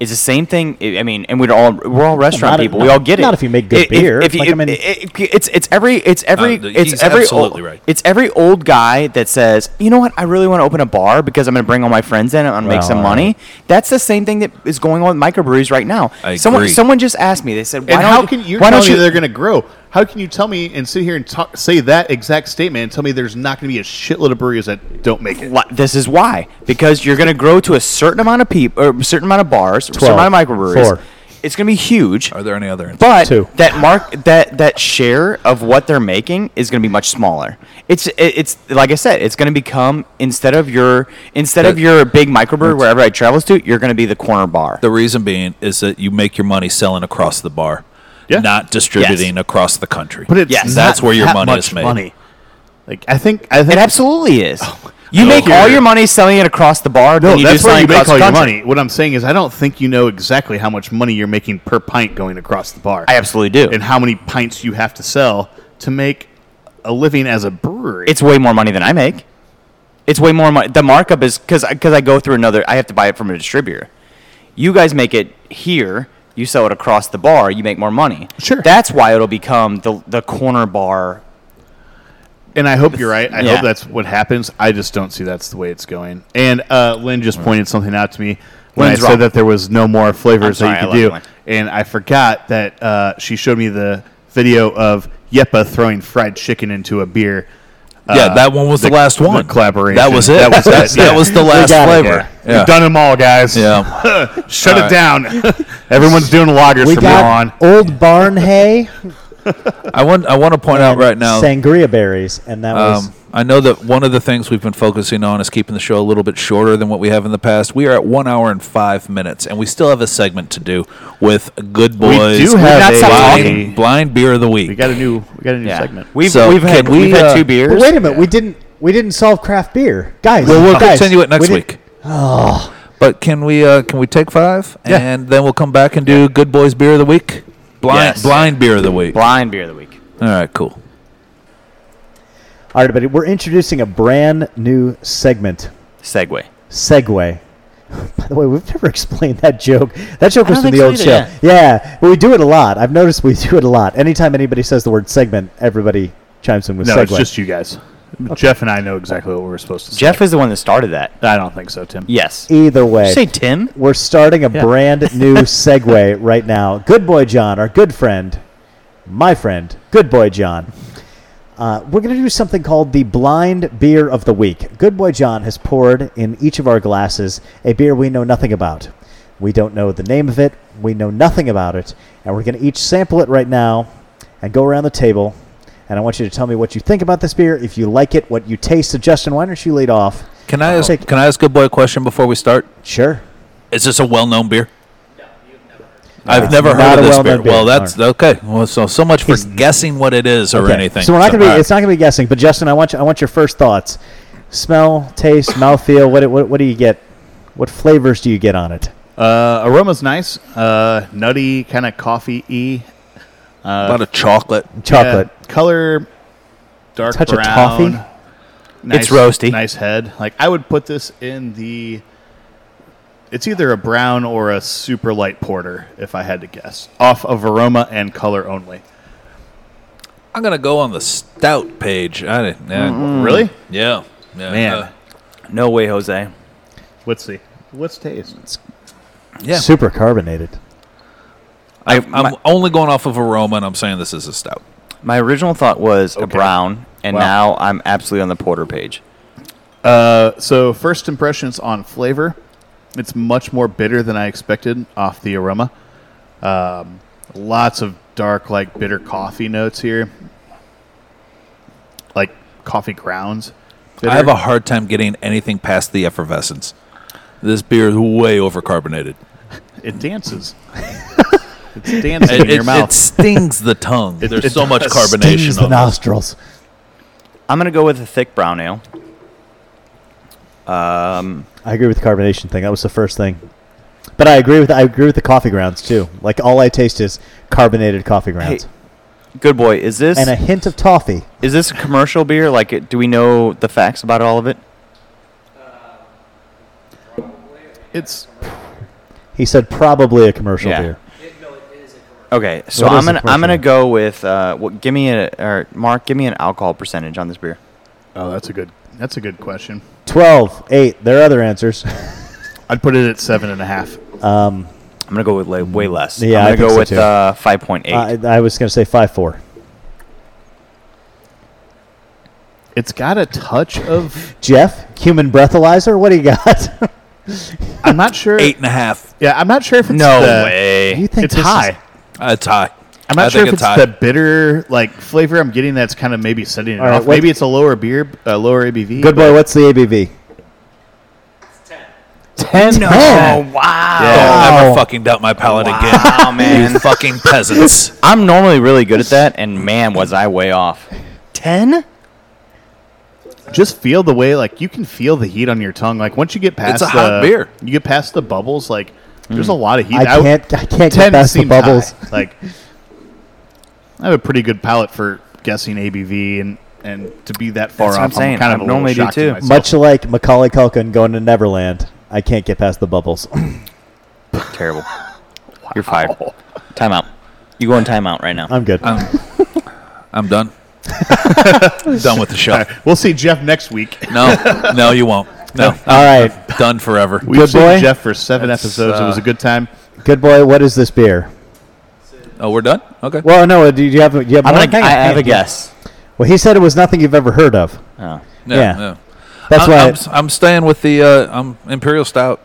Speaker 1: It's the same thing. I I mean, and we're all we're all restaurant
Speaker 3: not if-
Speaker 1: people. we all
Speaker 3: not-
Speaker 1: get it.
Speaker 3: not if you make good
Speaker 1: If-
Speaker 3: beer.
Speaker 1: If, you-
Speaker 3: Like, I mean-
Speaker 1: it- it- it's it's every it's every
Speaker 2: Uh,
Speaker 1: it's
Speaker 2: he's
Speaker 1: every
Speaker 2: absolutely
Speaker 1: old,
Speaker 2: right.
Speaker 1: It's every old guy that says, "You know what? I really want to open a bar because I'm going to bring all my friends in and I'm gonna make
Speaker 3: Well,
Speaker 1: some
Speaker 3: all
Speaker 1: money." That's the same thing that is going on with microbreweries right now.
Speaker 2: I
Speaker 1: Someone
Speaker 2: agree.
Speaker 1: someone just asked me. They said, "Why
Speaker 4: and
Speaker 1: don't
Speaker 4: how can you're
Speaker 1: why
Speaker 4: telling
Speaker 1: don't
Speaker 4: me
Speaker 1: you
Speaker 4: they're going to grow? How can you tell me and sit here and talk, say that exact statement and tell me there's not going to be a shitload of breweries that don't make it?
Speaker 1: Li- this is why because you're going to grow to a certain amount of people or a certain amount of bars, a certain
Speaker 3: 12,
Speaker 1: amount of microbreweries.
Speaker 3: four.
Speaker 1: It's going to be huge.
Speaker 2: Are there any other?
Speaker 1: But
Speaker 3: Two.
Speaker 1: that mark that that share of what they're making is going to be much smaller. It's it- it's like I said, it's going to become instead of your instead of
Speaker 2: That-
Speaker 1: your big microbrew wherever I travels to, you're going to be the corner bar.
Speaker 2: The reason being is that you make your money selling across the bar,
Speaker 4: Yeah.
Speaker 2: not distributing across the country.
Speaker 4: But it's
Speaker 1: Yes.
Speaker 4: not
Speaker 2: That's where your
Speaker 4: that
Speaker 2: money
Speaker 4: much
Speaker 2: is made.
Speaker 4: Money. Like I think I think Oh
Speaker 1: It absolutely is. You
Speaker 4: No.
Speaker 1: make all
Speaker 4: Here.
Speaker 1: your money selling it across the bar.
Speaker 4: No,
Speaker 1: then you do
Speaker 4: that's where
Speaker 1: selling
Speaker 4: you make
Speaker 1: across
Speaker 4: all
Speaker 1: the
Speaker 4: your
Speaker 1: country.
Speaker 4: money. What I'm saying is, I don't think you know exactly how much money you're making per pint going across the bar,
Speaker 1: I absolutely do.
Speaker 4: and how many pints you have to sell to make a living as a brewery.
Speaker 1: it's way more money than I make. It's way more money. The markup is because because I go through another. I have to buy it from a distributor. You guys make it here. You sell it across the bar. You make more money.
Speaker 4: Sure.
Speaker 1: That's why it'll become the the corner bar.
Speaker 4: and I hope you're right. I
Speaker 1: Yeah.
Speaker 4: hope that's what happens. I just don't see that's the way it's going. And uh, Lynn just pointed something out to me when
Speaker 1: Lynn's
Speaker 4: I said
Speaker 1: Mm. wrong.
Speaker 4: that there was no more flavors
Speaker 1: I'm sorry,
Speaker 4: that
Speaker 1: I
Speaker 4: you could
Speaker 1: love
Speaker 4: do,
Speaker 1: Lynn.
Speaker 4: and I forgot that uh, she showed me the video of Yepa throwing fried chicken into a beer.
Speaker 2: yeah, that one was the, last one.
Speaker 4: Uh, collaboration.
Speaker 2: That was it. (laughs)
Speaker 4: That was it,
Speaker 2: That's-
Speaker 4: yeah.
Speaker 2: That was the last
Speaker 3: got it.
Speaker 2: flavor.
Speaker 4: We've done them all, guys.
Speaker 2: Yeah.
Speaker 4: Shut
Speaker 2: All
Speaker 4: it
Speaker 2: right. (laughs)
Speaker 4: down. Everyone's doing lagers
Speaker 3: We
Speaker 4: from now on.
Speaker 3: got old barn hay,
Speaker 2: I want I want to point out right now.
Speaker 3: sangria berries, and that was
Speaker 2: Um, I know that one of the things we've been focusing on is keeping the show a little bit shorter than what we have in the past. We are at one hour and five minutes, and we still have a segment to do with Good Boys.
Speaker 4: do have
Speaker 1: not
Speaker 4: a-
Speaker 1: stopped
Speaker 2: blind,
Speaker 1: talking.
Speaker 2: blind beer of the
Speaker 4: We
Speaker 2: week.
Speaker 4: got a new. We got a new
Speaker 1: Yeah.
Speaker 4: segment.
Speaker 1: We've
Speaker 2: So,
Speaker 1: we've had
Speaker 2: can we,
Speaker 1: we, have
Speaker 2: uh,
Speaker 1: had two beers.
Speaker 3: But wait a minute, we didn't we didn't solve craft beer, guys.
Speaker 2: well, we'll
Speaker 3: guys,
Speaker 2: continue it next
Speaker 3: we didn't-
Speaker 2: week. But can we uh, can we take five and then we'll come back and do Good Boys beer of the week, blind
Speaker 1: Yes.
Speaker 2: blind beer of the week. All
Speaker 1: Blind beer of the week.
Speaker 2: right, cool.
Speaker 3: All right, but we're introducing a brand new segment,
Speaker 1: Segway.
Speaker 3: Segway. (laughs) By the way, we've never (laughs) explained that joke. That joke was from
Speaker 1: don't
Speaker 3: the
Speaker 1: think
Speaker 3: old
Speaker 1: so
Speaker 3: show.
Speaker 1: either,
Speaker 3: Yeah, but we do it a lot. I've noticed we (laughs) do it a lot. Anytime anybody says the word segment, everybody chimes in with
Speaker 4: no,
Speaker 3: Segway.
Speaker 4: it's just you guys. Jeff and I know exactly what we're supposed to. say.
Speaker 1: Jeff is the one that started that.
Speaker 4: I don't think so, Tim.
Speaker 1: Yes. Did
Speaker 3: Either way,
Speaker 1: you say Tim?
Speaker 3: we're starting a brand new segue right now. Good boy John, our good friend, my friend, good boy John. Uh, we're going to do something called the blind beer of the week. Good boy John has poured in each of our glasses a beer we know nothing about. We don't know the name of it. We know nothing about it, and we're going to each sample it right now and go around the table. And I want you to tell me what you think about this beer, if you like it, what you taste. So Justin, why don't you lead off?
Speaker 2: Can I ask,
Speaker 3: Take-
Speaker 2: can I ask Good Boy a question before we start?
Speaker 3: Sure.
Speaker 2: Is this a well-known beer? I've
Speaker 3: It's
Speaker 2: never
Speaker 3: not
Speaker 2: heard
Speaker 3: a
Speaker 2: of this beer.
Speaker 3: well-known beer.
Speaker 2: Well, that's okay. Well, so so much for
Speaker 3: He's-
Speaker 2: guessing what it is or
Speaker 3: Okay,
Speaker 2: anything.
Speaker 3: So we're not gonna be.
Speaker 2: all right.
Speaker 3: It's not gonna be guessing. But Justin, I want you, I want your first thoughts. Smell,
Speaker 2: (laughs)
Speaker 3: taste, mouthfeel. What, what what do you get? What flavors do you get on it?
Speaker 4: Uh, aroma's nice. Uh, nutty, kind of coffee y.
Speaker 2: a lot of chocolate.
Speaker 3: Chocolate.
Speaker 4: color, dark
Speaker 3: Touch of
Speaker 4: brown.
Speaker 3: toffee?
Speaker 4: Nice,
Speaker 1: It's roasty.
Speaker 4: Nice head. Like I would put this in the. It's either a brown or a super light porter, if I had to guess, off of aroma and color only.
Speaker 2: I'm gonna go on the stout page. I didn't. Yeah,
Speaker 3: Hmm.
Speaker 4: Really?
Speaker 2: yeah, yeah,
Speaker 4: Man.
Speaker 2: uh,
Speaker 1: No way, Jose.
Speaker 4: Let's see. Let's taste.
Speaker 2: yeah.
Speaker 3: Super carbonated.
Speaker 1: I,
Speaker 2: I'm
Speaker 1: my,
Speaker 2: only going off of aroma, and I'm saying this is a stout.
Speaker 1: my original thought was a
Speaker 4: Okay.
Speaker 1: brown, and
Speaker 4: Wow.
Speaker 1: now I'm absolutely on the porter page.
Speaker 4: Uh, so first impressions on flavor, it's much more bitter than I expected off the aroma. Um, lots of dark, like bitter coffee notes here, like coffee grounds.
Speaker 2: I have a hard time getting anything past the effervescence. This beer is way overcarbonated.
Speaker 4: It dances. (laughs) it's
Speaker 2: It,
Speaker 4: dancing in your
Speaker 2: it-
Speaker 4: mouth.
Speaker 2: it stings
Speaker 4: (laughs)
Speaker 2: the tongue.
Speaker 4: It-
Speaker 2: There's
Speaker 4: it
Speaker 2: so much
Speaker 4: does.
Speaker 2: carbonation.
Speaker 3: Stings the
Speaker 2: on this.
Speaker 3: nostrils.
Speaker 1: I'm gonna go with a thick brown ale.
Speaker 3: I agree with the carbonation thing. That was the first thing. But I agree with I agree with the coffee grounds too. Like all I taste is carbonated coffee grounds
Speaker 1: Good boy. Is this
Speaker 3: and a hint of toffee.
Speaker 1: is this a commercial beer? Like, it- do we know the facts about all of it?
Speaker 4: it's
Speaker 3: He said probably a commercial
Speaker 1: Yeah.
Speaker 3: beer.
Speaker 1: Okay, so
Speaker 3: What is
Speaker 1: I'm
Speaker 3: the
Speaker 1: gonna I'm gonna
Speaker 3: commercial?
Speaker 1: go with uh, what, give me a or Mark, give me an alcohol percentage on this beer.
Speaker 4: oh, that's a good. That's a good question.
Speaker 3: 12, 8, there are other answers.
Speaker 4: I'd put it at seven and a half.
Speaker 3: Um,
Speaker 1: I'm gonna go with la- way less.
Speaker 3: Yeah, I
Speaker 1: I'm gonna
Speaker 3: think
Speaker 1: go
Speaker 3: so
Speaker 1: with
Speaker 3: too.
Speaker 1: uh, five point eight.
Speaker 3: (laughs) I, I was going to say 5, 4.
Speaker 4: It's got a touch of.
Speaker 3: Jeff, human breathalyzer, what do you got? (laughs)
Speaker 4: I'm not sure.
Speaker 2: Eight and a half.
Speaker 4: Yeah, I'm not sure if it's
Speaker 1: no
Speaker 4: the-
Speaker 1: way.
Speaker 3: you think
Speaker 4: It's
Speaker 3: this is-
Speaker 4: high.
Speaker 2: Uh, it's high.
Speaker 4: I'm not
Speaker 2: I
Speaker 4: sure
Speaker 2: think
Speaker 4: if it's
Speaker 2: high.
Speaker 4: the bitter like flavor I'm getting that's kind of maybe setting it
Speaker 3: All right,
Speaker 4: off.
Speaker 3: what-
Speaker 4: maybe it's a lower beer, uh, lower ABV.
Speaker 3: Good boy, what's the ABV?
Speaker 4: ten.
Speaker 1: Oh wow.
Speaker 2: Don't
Speaker 3: Wow.
Speaker 2: ever fucking doubt my palate again.
Speaker 1: Wow, man.
Speaker 2: You fucking peasants.
Speaker 1: I'm normally really good at that, and man, was I way off. Ten?
Speaker 4: just feel the way like you can feel the heat on your tongue. Like once you get past
Speaker 2: a
Speaker 4: the,
Speaker 2: hot beer.
Speaker 4: you get past the bubbles. Like there's a lot of heat.
Speaker 3: I
Speaker 4: would-
Speaker 3: can't- I can't get
Speaker 4: 10
Speaker 3: past the
Speaker 4: seems
Speaker 3: bubbles.
Speaker 4: high. (laughs) Like I have a pretty good palate for guessing ABV and and to be that far
Speaker 1: That's what
Speaker 4: off,
Speaker 1: I'm saying.
Speaker 4: kind
Speaker 1: I
Speaker 4: of a little
Speaker 1: normally do
Speaker 4: shocked at
Speaker 1: too.
Speaker 4: myself.
Speaker 3: Much like Macaulay Culkin going to Neverland, I can't get past the bubbles. (clears throat)
Speaker 1: Terrible. You're fired. Timeout. You go in timeout right now.
Speaker 3: I'm good.
Speaker 2: I'm, I'm
Speaker 3: (laughs)
Speaker 2: done. done with the show.
Speaker 4: We'll see Jeff next week.
Speaker 2: No, no, you won't. No,
Speaker 3: All right,
Speaker 2: done forever.
Speaker 4: We've
Speaker 3: Good
Speaker 4: seen
Speaker 3: boy.
Speaker 4: Jeff for seven episodes. it was a
Speaker 2: uh,
Speaker 4: good time.
Speaker 3: good boy. What is this beer?
Speaker 2: Oh, we're done. Okay.
Speaker 3: Well, no. Do you have? Do you have
Speaker 1: I'm
Speaker 3: more?
Speaker 1: gonna, I have a guess.
Speaker 3: Well, he said it was nothing you've ever heard of.
Speaker 1: Oh.
Speaker 2: No,
Speaker 3: yeah.
Speaker 2: no.
Speaker 3: That's
Speaker 2: I'm,
Speaker 3: why.
Speaker 2: I'm, s- I'm staying with the uh, um, imperial stout.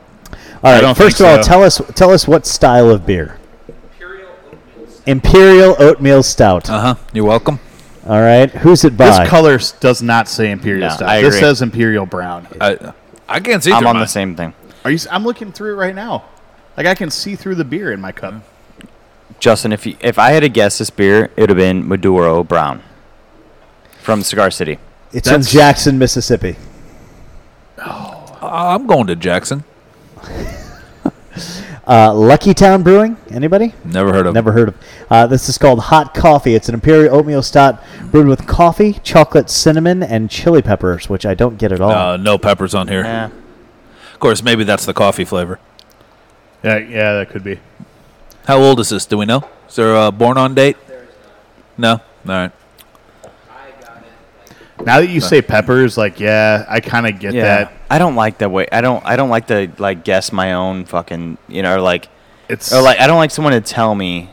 Speaker 3: all right.
Speaker 4: don't
Speaker 3: first of
Speaker 4: think
Speaker 3: all,
Speaker 4: so.
Speaker 3: tell us tell us what style of beer. Imperial oatmeal stout.
Speaker 2: Uh huh. You're welcome.
Speaker 3: all right. Who's it by?
Speaker 4: This color s- does not say Imperial
Speaker 1: No,
Speaker 4: Stout.
Speaker 1: I
Speaker 4: This
Speaker 1: agree.
Speaker 4: says Imperial Brown.
Speaker 2: I I can't see.
Speaker 1: I'm
Speaker 2: through
Speaker 1: on the
Speaker 2: mine.
Speaker 1: same thing.
Speaker 4: Are you? s- I'm looking through it right now. Like I can see through the beer in my cup.
Speaker 1: Justin, if you, if I had to guess this beer, it would have been Maduro Brown from Cigar City.
Speaker 3: it's from
Speaker 4: that's-
Speaker 3: Jackson, Mississippi.
Speaker 2: Uh, I'm going to Jackson.
Speaker 3: Uh, Lucky Town Brewing. Anybody?
Speaker 2: Never heard of.
Speaker 3: Never heard of. Uh, this is called Hot Coffee. It's an imperial oatmeal stout brewed with coffee, chocolate, cinnamon, and chili peppers, which I don't get at all.
Speaker 2: Uh, no peppers on here.
Speaker 1: Yeah.
Speaker 2: Of course, maybe that's the coffee flavor.
Speaker 4: Yeah, yeah, that could be.
Speaker 2: How old is this? Do we know? Is there a born on date? No. All right.
Speaker 4: Now that you say peppers, like yeah, I kind of get that.
Speaker 1: I don't like that way. I don't. I don't like to like guess my own fucking. You know, or like
Speaker 4: It's
Speaker 1: or like I don't like someone to tell me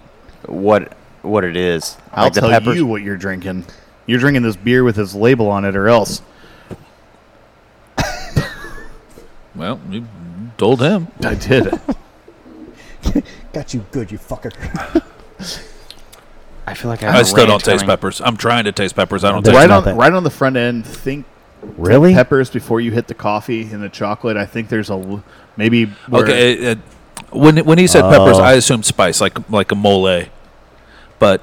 Speaker 1: what what it is.
Speaker 4: I'll
Speaker 1: like
Speaker 4: tell you what you're drinking. You're drinking this beer with this label on it, or else.
Speaker 1: (laughs)
Speaker 2: Well, you told him.
Speaker 4: I did.
Speaker 3: Got you good, you fucker.
Speaker 1: I feel like
Speaker 2: I,
Speaker 1: I,
Speaker 2: still don't taste peppers. I'm trying to taste peppers. I don't
Speaker 3: There's
Speaker 2: taste.
Speaker 4: right on,
Speaker 3: nothing.
Speaker 4: right on the front end. Think
Speaker 3: (laughs) really?
Speaker 4: peppers before you hit the coffee and the chocolate. I think there's a l- maybe. where-
Speaker 2: Okay. It, it, when when he said peppers, I assumed spice, like like a mole. But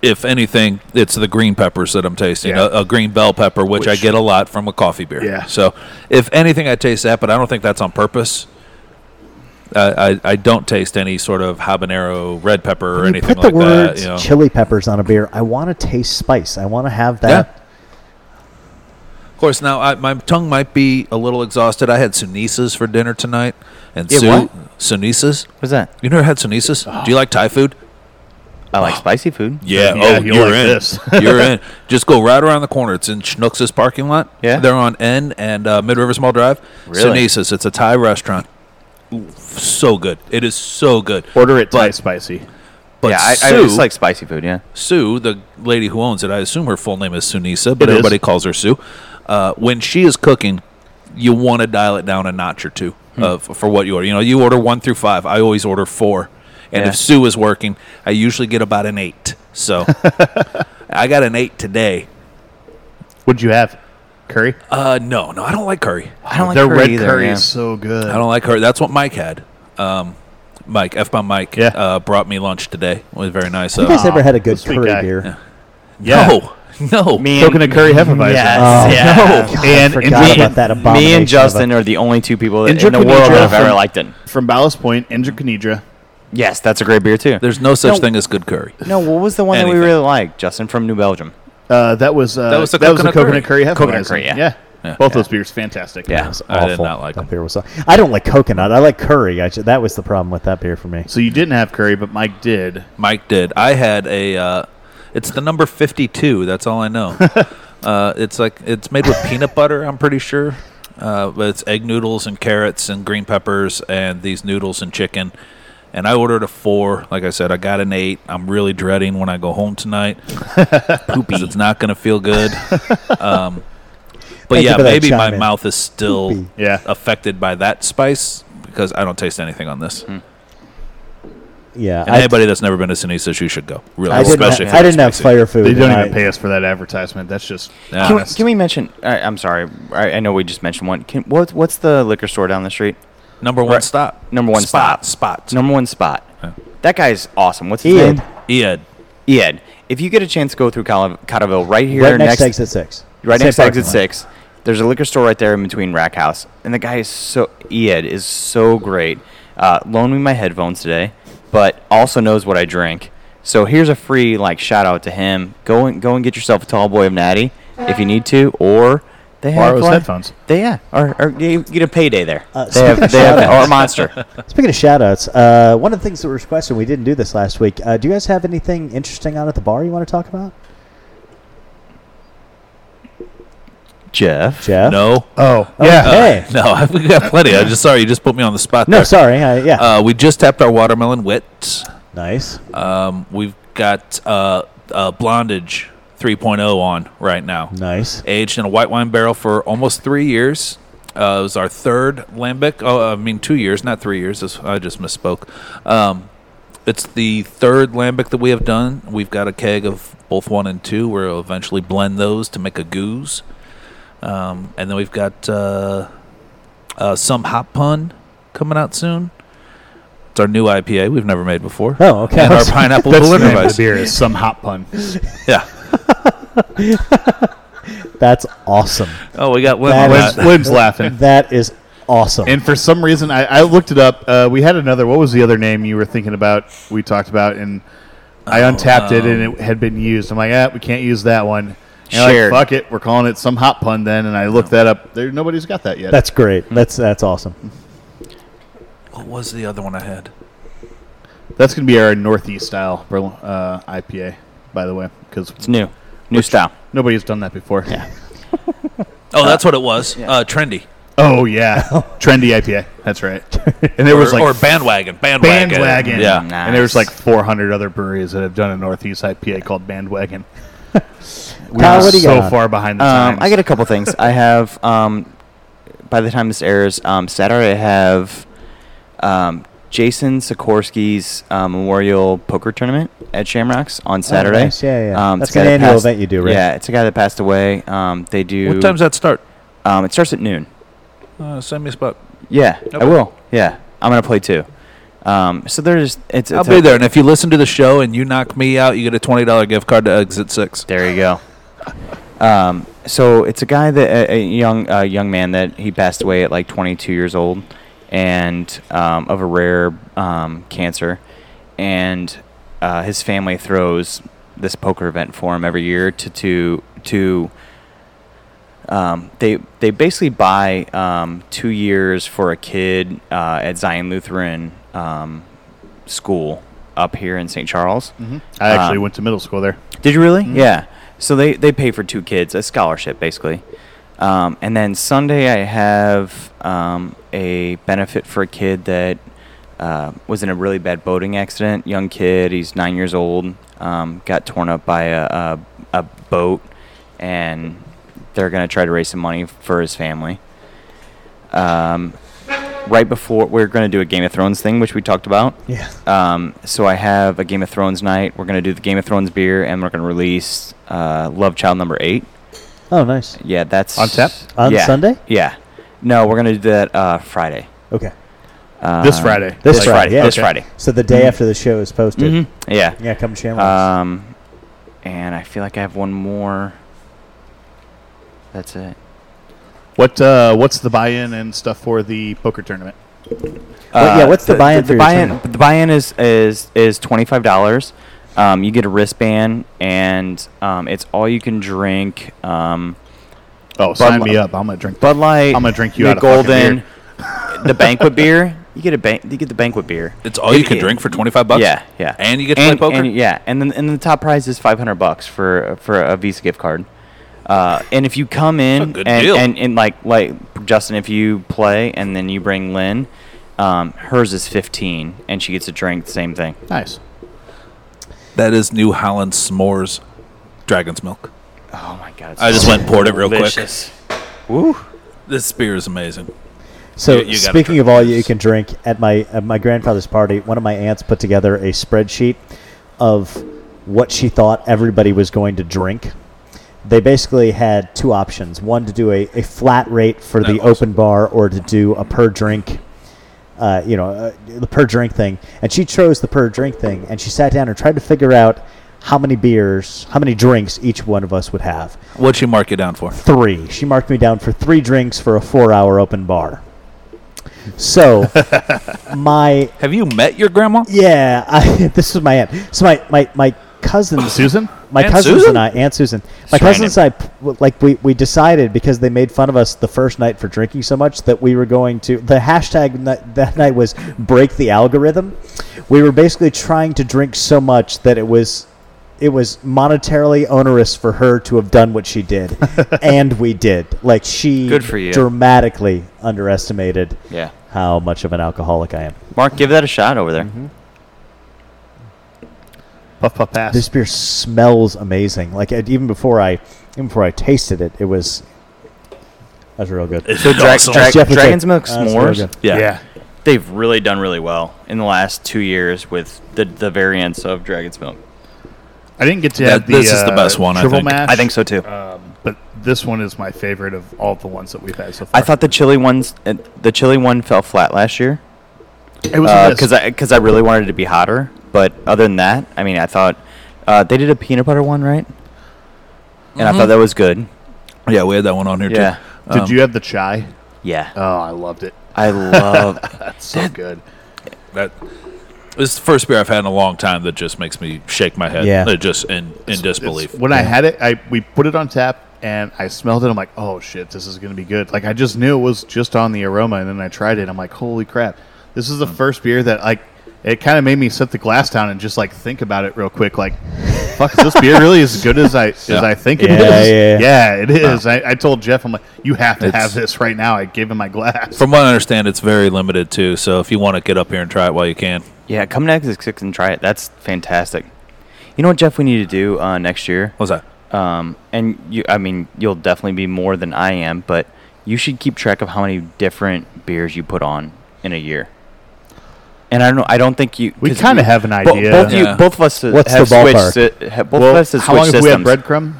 Speaker 2: if anything, it's the green peppers that I'm tasting.
Speaker 4: Yeah.
Speaker 2: A, a green bell pepper, which, I
Speaker 4: Which-
Speaker 2: get a lot from a coffee beer.
Speaker 4: Yeah.
Speaker 2: So if anything, I taste that, but I don't think that's on purpose. I, I, I don't taste any sort of habanero red pepper or
Speaker 3: you
Speaker 2: anything
Speaker 3: put the
Speaker 2: like that.
Speaker 3: words
Speaker 2: You know.
Speaker 3: chili peppers on a beer. I want to taste spice. I want to have that.
Speaker 2: Yeah. Of course, now I, my tongue might be a little exhausted. I had sunisas for dinner tonight, and
Speaker 1: Yeah,
Speaker 2: Sue-
Speaker 1: what? Oh.
Speaker 2: sunisas.
Speaker 1: What's that?
Speaker 2: You never had sunisas? Do you like Thai food?
Speaker 1: I like spicy food.
Speaker 2: Yeah,
Speaker 4: Yeah,
Speaker 2: oh,
Speaker 4: you'll
Speaker 2: you're
Speaker 4: like
Speaker 2: in.
Speaker 4: this.
Speaker 2: (laughs) you're in. Just go right around the corner. It's in Schnucks' parking lot.
Speaker 1: Yeah.
Speaker 2: they're on N and uh, Mid River Small Drive.
Speaker 1: Really?
Speaker 2: Sunisas. It's a Thai restaurant. So good. It is so good.
Speaker 4: order it Thai
Speaker 2: but,
Speaker 4: spicy.
Speaker 2: but
Speaker 1: yeah, I, I
Speaker 2: Sue,
Speaker 1: just like spicy food. Yeah,
Speaker 2: Sue, the lady who owns it, I assume her full name is Sunisa, but
Speaker 4: It is.
Speaker 2: everybody calls her Sue. Uh, when she is cooking, you want to dial it down a notch or two uh, f- for what you order. You know, you order one through five. I always order four, and
Speaker 1: Yeah.
Speaker 2: if Sue is working, I usually get about an eight. So I got an eight today.
Speaker 4: What'd you have? Curry.
Speaker 2: Uh, no, no, I don't like curry.
Speaker 1: I don't like
Speaker 4: Their
Speaker 1: curry
Speaker 4: red
Speaker 1: either,
Speaker 4: curry
Speaker 1: yeah.
Speaker 4: is so good.
Speaker 2: I don't like her. That's what Mike had. Um, Mike, F bomb Mike,
Speaker 4: Yeah.
Speaker 2: uh, brought me lunch today. It was very nice.
Speaker 3: You guys
Speaker 2: Uh,
Speaker 3: ever had a good
Speaker 4: sweet
Speaker 3: curry
Speaker 4: guy.
Speaker 3: beer?
Speaker 4: yeah.
Speaker 2: No, (laughs) no.
Speaker 1: Me and-
Speaker 4: coconut Oh, curry hefeweizen.
Speaker 1: Yes.
Speaker 3: Oh,
Speaker 1: Yeah.
Speaker 3: no. God,
Speaker 4: And-
Speaker 3: I forgot Oh,
Speaker 4: and-
Speaker 3: about that
Speaker 1: Me
Speaker 3: abomination of
Speaker 1: and
Speaker 3: a-
Speaker 1: Justin are the only two people that, in the
Speaker 4: Indrakanidra
Speaker 1: world that have
Speaker 4: from-
Speaker 1: ever liked it.
Speaker 4: From Ballast Point, Indra
Speaker 1: Yes, that's a great beer too.
Speaker 2: There's no such
Speaker 1: No.
Speaker 2: thing as good curry.
Speaker 1: no, what was the one that we
Speaker 2: Anything.
Speaker 1: really liked, Justin from New Belgium?
Speaker 4: Uh, that was uh,
Speaker 2: That was the
Speaker 4: the
Speaker 2: coconut
Speaker 4: coconut curry. hefeweizen.
Speaker 1: Coconut curry, yeah.
Speaker 2: Yeah.
Speaker 4: Both those beers, fantastic.
Speaker 1: Yeah.
Speaker 3: It's
Speaker 2: I did
Speaker 3: awful.
Speaker 2: not like
Speaker 3: that
Speaker 2: them.
Speaker 3: beer. Was aw- I don't like coconut. I like curry. I ju- that was the problem with that beer for me.
Speaker 4: So you didn't have curry, but Mike did.
Speaker 2: Mike did. I had a. Uh, it's the number fifty-two. That's all I
Speaker 3: (laughs)
Speaker 2: know. uh, it's like it's made with peanut butter. I'm pretty sure. Uh, but it's egg noodles and carrots and green peppers and these noodles and chicken. And I ordered a four. Like I said, I got an eight. I'm really dreading when I go home
Speaker 3: (laughs)
Speaker 2: tonight. Poopy. It's not going to feel good. Um, but
Speaker 3: Thank you
Speaker 2: yeah,
Speaker 3: for that
Speaker 2: maybe my
Speaker 3: chime in.
Speaker 2: mouth is still
Speaker 3: Poopy.
Speaker 4: Yeah.
Speaker 2: affected by that spice because I don't taste anything on this.
Speaker 3: Yeah,
Speaker 2: And
Speaker 3: I,
Speaker 2: anybody that's never been to Sunisas, you should go. Really,
Speaker 3: I didn't.
Speaker 2: especially if
Speaker 3: Have,
Speaker 2: you're
Speaker 3: I didn't have
Speaker 2: spicy.
Speaker 3: fire food.
Speaker 4: They don't
Speaker 3: and
Speaker 4: even
Speaker 3: I-
Speaker 4: pay us for that advertisement. That's just
Speaker 2: Yeah.
Speaker 1: Can we,
Speaker 4: honest.
Speaker 1: can we mention? I, I'm sorry, I, I know we just mentioned one. Can, what, what's the liquor store down the street?
Speaker 2: Number one
Speaker 1: Right.
Speaker 2: stop.
Speaker 1: Number one
Speaker 2: spot.
Speaker 1: stop.
Speaker 2: Spot.
Speaker 1: Number one spot.
Speaker 2: Yeah.
Speaker 1: That guy's awesome. What's his
Speaker 3: Ian,
Speaker 1: name?
Speaker 2: Ian.
Speaker 1: Ian. If you get a chance to go through Cottle- Cottleville, right here
Speaker 3: right next,
Speaker 1: next
Speaker 3: to exit six.
Speaker 1: right
Speaker 3: Same
Speaker 1: next to
Speaker 3: parking
Speaker 1: exit
Speaker 3: lot.
Speaker 1: six, There's a liquor store right there in between Rack House, and the guy is so Ed is so great. Uh, loaned me my headphones today, but also knows what I drink. So here's a free like shout out to him. Go and go and get yourself a tall boy of natty if you need to, or they have
Speaker 4: Borrow his
Speaker 1: like-
Speaker 4: headphones.
Speaker 1: They yeah, or, or you get a payday there.
Speaker 3: Uh,
Speaker 1: they have,
Speaker 3: speaking of
Speaker 1: they have
Speaker 3: shout-outs.
Speaker 1: or monster.
Speaker 3: Speaking of shout outs, uh, one of the things that was requested, we didn't do this last week. Uh, do you guys have anything interesting on at the bar you want to talk about?
Speaker 1: Jeff.
Speaker 3: Jeff?
Speaker 2: No.
Speaker 4: Oh,
Speaker 2: Uh,
Speaker 3: Hey.
Speaker 2: no, (laughs) I've we got plenty. I just sorry, you just put me on the spot.
Speaker 3: No,
Speaker 2: there.
Speaker 3: sorry. I, yeah.
Speaker 2: Uh, we just tapped our watermelon wit.
Speaker 3: nice.
Speaker 1: uh,
Speaker 2: Um, we've got uh, uh, Blondage 3.0 on right now.
Speaker 3: Nice.
Speaker 2: Aged in a white wine barrel for almost three years. Uh, it was our third lambic. Oh, I mean, two years, not three years. This- I just misspoke. Um, it's the third lambic that we have done. We've got a keg of both one and two. We'll eventually blend those to make a goose. Um, and then we've got uh, uh, some hot pun coming out soon. It's our new IPA we've never made before.
Speaker 3: Oh, okay.
Speaker 2: And our pineapple
Speaker 4: that's the
Speaker 2: Berliner
Speaker 4: name of the
Speaker 2: Weiss.
Speaker 4: beer is some hot pun.
Speaker 2: Yeah.
Speaker 3: That's awesome.
Speaker 2: Oh, we got one.
Speaker 3: That
Speaker 2: on
Speaker 4: Lynn's,
Speaker 2: that.
Speaker 4: Lynn's laughing.
Speaker 3: That is awesome.
Speaker 4: And for some reason, I, I looked it up. Uh, we had another. What was the other name you were thinking about? We talked about, and I
Speaker 2: Oh,
Speaker 4: untapped it,
Speaker 2: um,
Speaker 4: and it had been used. I'm like, ah, we can't use that one. And I'm
Speaker 1: Shared.
Speaker 4: Like, Fuck it, we're calling it some hot pun then. And I looked that up. There, nobody's got that yet.
Speaker 3: that's
Speaker 1: Hmm.
Speaker 3: great. That's that's awesome.
Speaker 2: What was the other one I had?
Speaker 4: That's going to be our Northeast style Berl- uh, IPA, by the way, because
Speaker 1: It's new, new style.
Speaker 4: nobody's done that before.
Speaker 2: Oh, that's what it was. Uh, trendy.
Speaker 4: Oh yeah, trendy IPA. That's right. And there
Speaker 2: Or,
Speaker 4: was like
Speaker 2: or bandwagon. Bandwagon.
Speaker 4: bandwagon.
Speaker 2: Yeah.
Speaker 4: And there was
Speaker 1: Nice.
Speaker 4: like 400 other breweries that have done a Northeast IPA called Bandwagon. we
Speaker 3: Kyle,
Speaker 4: are
Speaker 3: what do you
Speaker 4: so
Speaker 3: got on?
Speaker 4: far behind the
Speaker 1: Um,
Speaker 4: times.
Speaker 1: I got a couple things. I
Speaker 2: (laughs)
Speaker 1: have um, by the time this airs um, Saturday, I have um, Jason Sikorsky's uh, Memorial Poker Tournament at Shamrocks on Saturday.
Speaker 3: Oh,
Speaker 1: Um,
Speaker 3: nice. Yeah, yeah.
Speaker 1: it's
Speaker 3: That's
Speaker 1: a guy
Speaker 3: an
Speaker 1: that
Speaker 3: annual
Speaker 1: passed-
Speaker 3: event you do, right?
Speaker 1: Yeah, it's a guy that passed away. Um, they do.
Speaker 2: What time's that start?
Speaker 1: Um, it starts at noon.
Speaker 2: Uh, send me a spot.
Speaker 1: Yeah, I
Speaker 2: Okay.
Speaker 1: will. Yeah, I'm gonna play too. Um, so there's it's. it's
Speaker 2: I'll
Speaker 1: a-
Speaker 2: be there. And if you listen to the show and you knock me out, you get a twenty dollar gift card to Exit Six.
Speaker 1: There you go. Um, so it's a guy that a, a young a young man that he passed away at like 22 years old, and um, of a rare um, cancer, and uh, his family throws this poker event for him every year to to to. Um, they they basically buy um, two years for a kid uh, at Zion Lutheran um, school up here in St. Charles.
Speaker 4: I actually
Speaker 1: um,
Speaker 4: went to middle school there.
Speaker 1: Did you really? Yeah. So they, they pay for two kids, a scholarship basically. Um, and then Sunday I have um, a benefit for a kid that uh, was in a really bad boating accident. Young kid, he's nine years old. Um, got torn up by a, a, a boat, and they're gonna try to raise some money for his family. Um, right before we're gonna do a Game of Thrones thing, which we talked about.
Speaker 3: Yeah.
Speaker 1: Um, so I have a Game of Thrones night. We're gonna do the Game of Thrones beer, and we're gonna release uh, Love Child number eight.
Speaker 3: Oh, nice.
Speaker 1: Yeah, that's
Speaker 4: On tap?
Speaker 3: On
Speaker 1: yeah.
Speaker 3: Sunday?
Speaker 1: Yeah. No, we're gonna do that uh, Friday.
Speaker 3: Okay.
Speaker 1: Uh,
Speaker 4: This Friday.
Speaker 3: This
Speaker 1: This
Speaker 3: Friday.
Speaker 1: Friday.
Speaker 3: yeah.
Speaker 1: This
Speaker 3: Okay.
Speaker 1: Friday.
Speaker 3: So the
Speaker 1: Hmm.
Speaker 3: day after the show is posted.
Speaker 1: Mhm. Yeah.
Speaker 3: Yeah, come to Shamrocks.
Speaker 1: Um, and I feel like I have one more. That's it.
Speaker 4: What uh, what's the buy-in and stuff for the poker tournament?
Speaker 3: Well, yeah, what's the buy-in
Speaker 1: Uh, The,
Speaker 3: for your
Speaker 1: buy-in,
Speaker 3: tournament?
Speaker 1: the buy-in is is is twenty five dollars. Um, you get a wristband, and um, it's all you can drink. Um,
Speaker 4: Oh, sign
Speaker 1: Li-
Speaker 4: me up. I'm gonna drink.
Speaker 1: Bud Light.
Speaker 4: I'm gonna drink you
Speaker 1: the
Speaker 4: out of fucking
Speaker 1: Golden, (laughs) the banquet beer. You get a bank. You get the banquet beer.
Speaker 2: It's all
Speaker 1: It-
Speaker 2: you can
Speaker 1: it-
Speaker 2: drink for twenty five bucks.
Speaker 1: Yeah, yeah.
Speaker 2: And you get to
Speaker 1: and,
Speaker 2: play poker.
Speaker 1: and- yeah, and then and the top prize is five hundred bucks for for a Visa gift card. Uh, and if you come in
Speaker 2: good
Speaker 1: and,
Speaker 2: deal.
Speaker 1: and and like like Justin, if you play and then you bring Lynn, um, hers is fifteen, and she gets a drink. Same thing.
Speaker 4: Nice.
Speaker 2: That is New Holland s'mores, dragon's milk.
Speaker 1: Oh my god! It's
Speaker 2: I just went and poured it real
Speaker 1: delicious.
Speaker 2: quick. This beer is amazing.
Speaker 3: So
Speaker 2: You- you gotta
Speaker 3: speaking
Speaker 2: drink
Speaker 3: of all you
Speaker 2: this.
Speaker 3: can drink, at my at my grandfather's party, one of my aunts put together a spreadsheet of what she thought everybody was going to drink. They basically had two options: one to do a, a flat rate for
Speaker 2: That
Speaker 3: the
Speaker 2: was-
Speaker 3: open bar, or to do a per drink, uh, you know, uh, the per drink thing. And she chose the per drink thing, and she sat down and tried to figure out how many beers, how many drinks each one of us would have.
Speaker 2: What'd you mark it down for?
Speaker 3: Three. She marked me down for three drinks for a four hour open bar.
Speaker 2: (laughs)
Speaker 3: So, my
Speaker 2: Have you met your grandma?
Speaker 3: yeah, I, (laughs) this is my aunt. So my my my cousins,
Speaker 4: Susan?
Speaker 3: my
Speaker 2: Aunt
Speaker 3: cousins
Speaker 2: Susan?
Speaker 3: and I, Aunt Susan, my
Speaker 2: Straining.
Speaker 3: cousins and I, p- w- like we we decided because they made fun of us the first night for drinking so much that we were going to the hashtag ni- that night was break the algorithm. We were basically trying to drink so much that it was. It was monetarily onerous for her to have done what she
Speaker 1: (laughs)
Speaker 3: did, and we did. Like she
Speaker 1: Good for you.
Speaker 3: dramatically underestimated
Speaker 1: Yeah.
Speaker 3: how much of an alcoholic I am.
Speaker 1: Mark, give that a shot over there.
Speaker 2: Mm-hmm.
Speaker 4: Puff puff pass.
Speaker 3: this beer smells amazing. Like it- even before I, even before I tasted it, it was that was real good.
Speaker 1: So
Speaker 2: (laughs)
Speaker 1: dra-
Speaker 2: Awesome.
Speaker 1: dra-
Speaker 3: Jeff would say,
Speaker 1: Dragon's Milk
Speaker 3: "Uh, it's very
Speaker 1: S'mores,
Speaker 3: good."
Speaker 2: Yeah.
Speaker 1: they've really done really well in the last two years with the, the variants of Dragon's Milk.
Speaker 4: I didn't get to
Speaker 2: That-
Speaker 4: have the,
Speaker 2: this is the
Speaker 4: uh,
Speaker 2: best one, I
Speaker 4: triple
Speaker 2: think.
Speaker 4: mash,
Speaker 1: I think so too.
Speaker 4: but this one is my favorite of all the ones that we've had so far.
Speaker 1: I thought the chili ones, uh, the chili one fell flat last year
Speaker 4: it was a miss.
Speaker 1: because uh, I because I really wanted it to be hotter. But other than that, I mean, I thought uh, they did a peanut butter one, right? And I thought that was good.
Speaker 2: Yeah, we had that one on here
Speaker 1: Yeah.
Speaker 2: too. Um,
Speaker 4: Did
Speaker 1: um,
Speaker 4: you have the chai?
Speaker 1: Yeah,
Speaker 4: Oh, I loved it.
Speaker 1: I love.
Speaker 4: That's so good.
Speaker 2: That this is the first beer I've had in a long time that just makes me shake my head.
Speaker 3: Yeah.
Speaker 2: Uh, just in, in
Speaker 4: It's-
Speaker 2: disbelief.
Speaker 4: When I had it, I we put it on tap and I smelled it. I'm like, oh shit, this is gonna be good. Like I just knew it was just on the aroma, and then I tried it. I'm like, holy crap, this is the first beer that like it kind of made me set the glass down and just like think about it real quick. Like, fuck, is this beer really as good as I as I think it
Speaker 3: Yeah,
Speaker 4: is?
Speaker 3: yeah, yeah.
Speaker 4: it is. I, I told Jeff, I'm like, you have to
Speaker 2: It's-
Speaker 4: have this right now. I gave him my glass.
Speaker 2: From what I understand, it's very limited too. So if you want to get up here and try it while you can,
Speaker 1: yeah, come next six and try it. That's fantastic. You know what, Jeff? We need to do uh, next year.
Speaker 2: what's that?
Speaker 1: um, and you i mean you'll definitely be more than i am but you should keep track of how many different beers you put on in a year and i don't know i don't think you
Speaker 4: We
Speaker 1: 'cause
Speaker 4: kinda
Speaker 1: you-
Speaker 4: have an
Speaker 1: bo-
Speaker 4: idea.
Speaker 1: both, you,
Speaker 2: Yeah.
Speaker 1: both of us uh,
Speaker 3: What's
Speaker 1: have
Speaker 3: the ballpark?
Speaker 1: switched uh, ha- both
Speaker 4: Well,
Speaker 1: of us have
Speaker 4: how long
Speaker 1: switched
Speaker 4: have we had
Speaker 1: systems
Speaker 4: breadcrumb?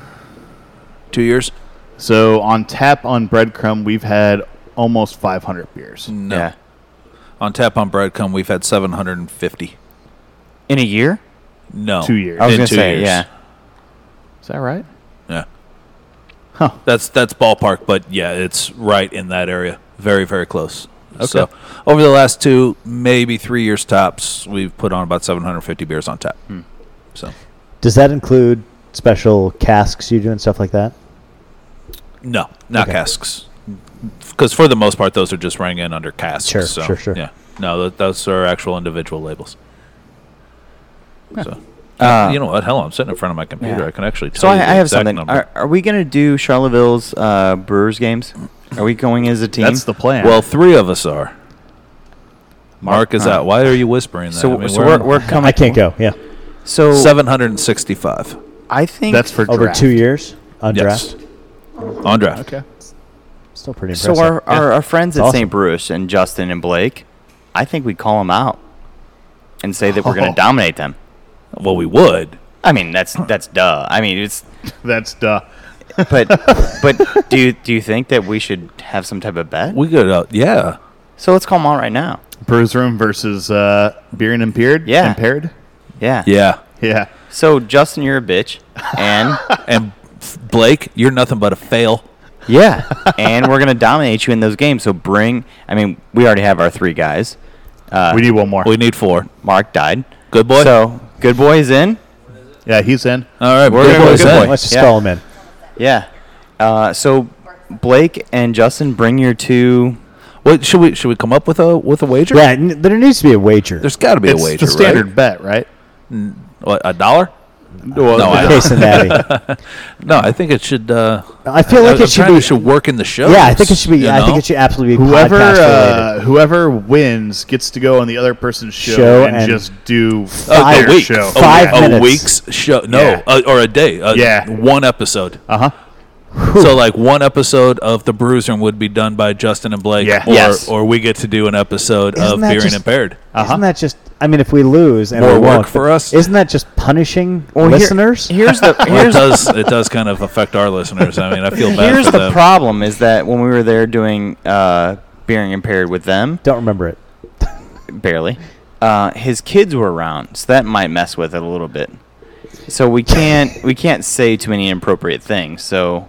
Speaker 2: Two years?
Speaker 4: So on tap on breadcrumb, we've had almost 500 beers.
Speaker 2: No.
Speaker 1: yeah
Speaker 2: On tap on breadcrumb, we've had 750.
Speaker 1: in a year
Speaker 2: No,
Speaker 4: Two years.
Speaker 1: i was
Speaker 2: in
Speaker 1: gonna
Speaker 2: two
Speaker 1: say
Speaker 2: years.
Speaker 1: yeah
Speaker 4: Is that right?
Speaker 2: yeah.
Speaker 4: Huh.
Speaker 2: That's that's ballpark, but yeah, it's right in that area. Very very close. So over the last two, maybe three years tops, we've put on about 750 beers on tap. So
Speaker 3: Does that include special casks you do and stuff like that?
Speaker 2: no, not
Speaker 3: Okay.
Speaker 2: casks, because for the most part, those are just rang in under casks.
Speaker 3: Sure,
Speaker 2: so,
Speaker 3: sure, sure.
Speaker 2: Yeah, no, th- those are actual individual labels. So. you know what? Hell, I'm sitting in front of my computer.
Speaker 1: Uh, Yeah.
Speaker 2: I can actually tell
Speaker 1: so i, I
Speaker 2: you the
Speaker 1: have
Speaker 2: exact
Speaker 1: something
Speaker 2: number.
Speaker 1: are, are we gonna do charleville's uh, brewers games are we going as a team
Speaker 4: That's the plan.
Speaker 2: Well, three of us are. Mark is
Speaker 1: huh.
Speaker 2: out. Why are you whispering that?
Speaker 1: so,
Speaker 2: I mean,
Speaker 1: so
Speaker 2: we're
Speaker 1: we're,
Speaker 2: on
Speaker 1: we're coming
Speaker 3: I can't go. Yeah,
Speaker 1: so
Speaker 2: 765.
Speaker 1: i think
Speaker 4: that's for
Speaker 3: over
Speaker 4: draft.
Speaker 3: two years on
Speaker 2: Yes.
Speaker 3: draft.
Speaker 2: On draft.
Speaker 4: Okay.
Speaker 3: Still pretty impressive.
Speaker 1: So our, our, our friends at
Speaker 3: Awesome.
Speaker 1: St. Bruce and Justin and Blake, I think we call them out and say that we're going
Speaker 4: Oh.
Speaker 1: to dominate them.
Speaker 2: Well, we would.
Speaker 1: I mean, that's that's duh. I mean, it's
Speaker 4: That's uh, duh.
Speaker 1: but but do you, do you think that we should have some type of bet?
Speaker 2: We could, uh, yeah.
Speaker 1: So let's call them out right now.
Speaker 4: Brews Room versus uh, Beer and Impaired.
Speaker 1: Yeah.
Speaker 4: Impaired.
Speaker 1: Yeah.
Speaker 2: Yeah.
Speaker 4: Yeah.
Speaker 1: So Justin, you're a bitch, and
Speaker 2: And Blake, you're nothing but a fail.
Speaker 1: yeah, (laughs) and we're going to dominate you in those games. So bring. I mean, we already have our three guys.
Speaker 4: we need one more.
Speaker 2: We need four.
Speaker 1: Mark died.
Speaker 2: Good boy.
Speaker 1: So good boy is in.
Speaker 4: yeah, he's in.
Speaker 2: All right.
Speaker 1: We're
Speaker 2: good
Speaker 1: gonna go
Speaker 2: boys,
Speaker 1: good
Speaker 2: eh?
Speaker 1: boy.
Speaker 3: Let's just
Speaker 1: Yeah.
Speaker 3: call him in.
Speaker 1: Yeah. Uh, so Blake and Justin, bring your two.
Speaker 2: What, should we should we come up with a with a wager?
Speaker 3: Yeah, n- there needs to be a wager.
Speaker 2: There's got to be
Speaker 4: It's
Speaker 2: a wager,
Speaker 4: the standard bet, right?
Speaker 2: right? What, a dollar?
Speaker 4: Well,
Speaker 2: No, I- (laughs)
Speaker 3: Okay, Cincinnati.
Speaker 2: No, I think it should. Uh,
Speaker 3: I feel like
Speaker 2: I'm
Speaker 3: it should
Speaker 2: trying to-
Speaker 3: be-
Speaker 2: should work in the show.
Speaker 3: yeah, I think it should be. I think it should absolutely be
Speaker 4: (laughs) whoever
Speaker 3: podcast related.
Speaker 4: uh, whoever wins gets to go on the other person's show,
Speaker 3: Show
Speaker 4: and,
Speaker 3: and-
Speaker 4: just do
Speaker 3: Oh,
Speaker 4: their
Speaker 2: a week,
Speaker 4: show.
Speaker 2: A,
Speaker 3: Five
Speaker 2: a
Speaker 3: minutes.
Speaker 2: week's show, no,
Speaker 4: Yeah.
Speaker 2: uh, or a day, uh,
Speaker 4: Yeah.
Speaker 2: one episode.
Speaker 4: (laughs) Uh huh.
Speaker 2: So like one episode of the Bruiser would be done by Justin and Blake,
Speaker 4: Yeah.
Speaker 2: or
Speaker 1: Yes.
Speaker 2: or we get to do an episode
Speaker 3: Isn't
Speaker 2: of
Speaker 3: that
Speaker 2: Beer and
Speaker 3: just-
Speaker 2: Impaired.
Speaker 3: Isn't that just? I mean, if we lose and
Speaker 2: uh-huh. More
Speaker 3: we
Speaker 2: work
Speaker 3: won't,
Speaker 2: for
Speaker 3: but
Speaker 2: us?
Speaker 3: Isn't that just punishing listeners?
Speaker 1: here's the
Speaker 2: Well, it
Speaker 1: here's,
Speaker 2: does it does kind of affect our listeners. I mean, I
Speaker 3: (laughs)
Speaker 2: feel bad
Speaker 1: here's
Speaker 2: for
Speaker 1: the
Speaker 2: them.
Speaker 1: problem is that when we were there doing uh, bearing impaired with them
Speaker 3: Don't remember it.
Speaker 1: barely, uh, his kids were around, so that might mess with it a little bit. So we can't we can't say too many inappropriate things. So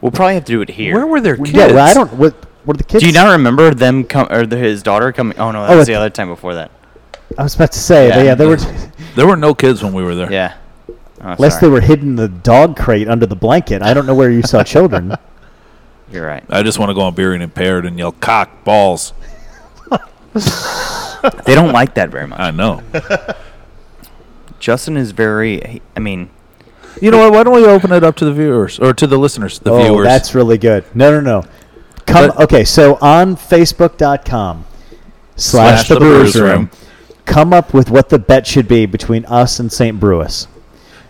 Speaker 1: we'll probably have to do it here.
Speaker 2: Where were their kids?
Speaker 3: Yeah, well, I don't. What were the kids?
Speaker 1: do you not remember them come or the, his daughter coming? Oh no, that
Speaker 3: Oh,
Speaker 1: was
Speaker 3: it-
Speaker 1: the other time before that.
Speaker 3: I was about to say.
Speaker 1: Yeah.
Speaker 3: Yeah, yeah
Speaker 2: (laughs)
Speaker 3: they were.
Speaker 2: There were no kids when we were there.
Speaker 1: Yeah. Oh,
Speaker 3: Unless they
Speaker 1: sorry.
Speaker 3: were hidden in the dog crate under the blanket. I don't know where
Speaker 2: (laughs)
Speaker 3: you saw children.
Speaker 1: You're right.
Speaker 2: I just want to go on beer and impaired and yell cock balls.
Speaker 1: They don't like that very much.
Speaker 2: I know.
Speaker 1: Justin is very. he- I mean,
Speaker 2: You know what? Why don't we open it up to the viewers or to the listeners? The
Speaker 3: oh,
Speaker 2: viewers.
Speaker 3: that's really good. No, no, no. Come.
Speaker 2: But-
Speaker 3: okay, so on Facebook.com slash the Brewers Room, come up with what the bet should be between us and St. Brewis.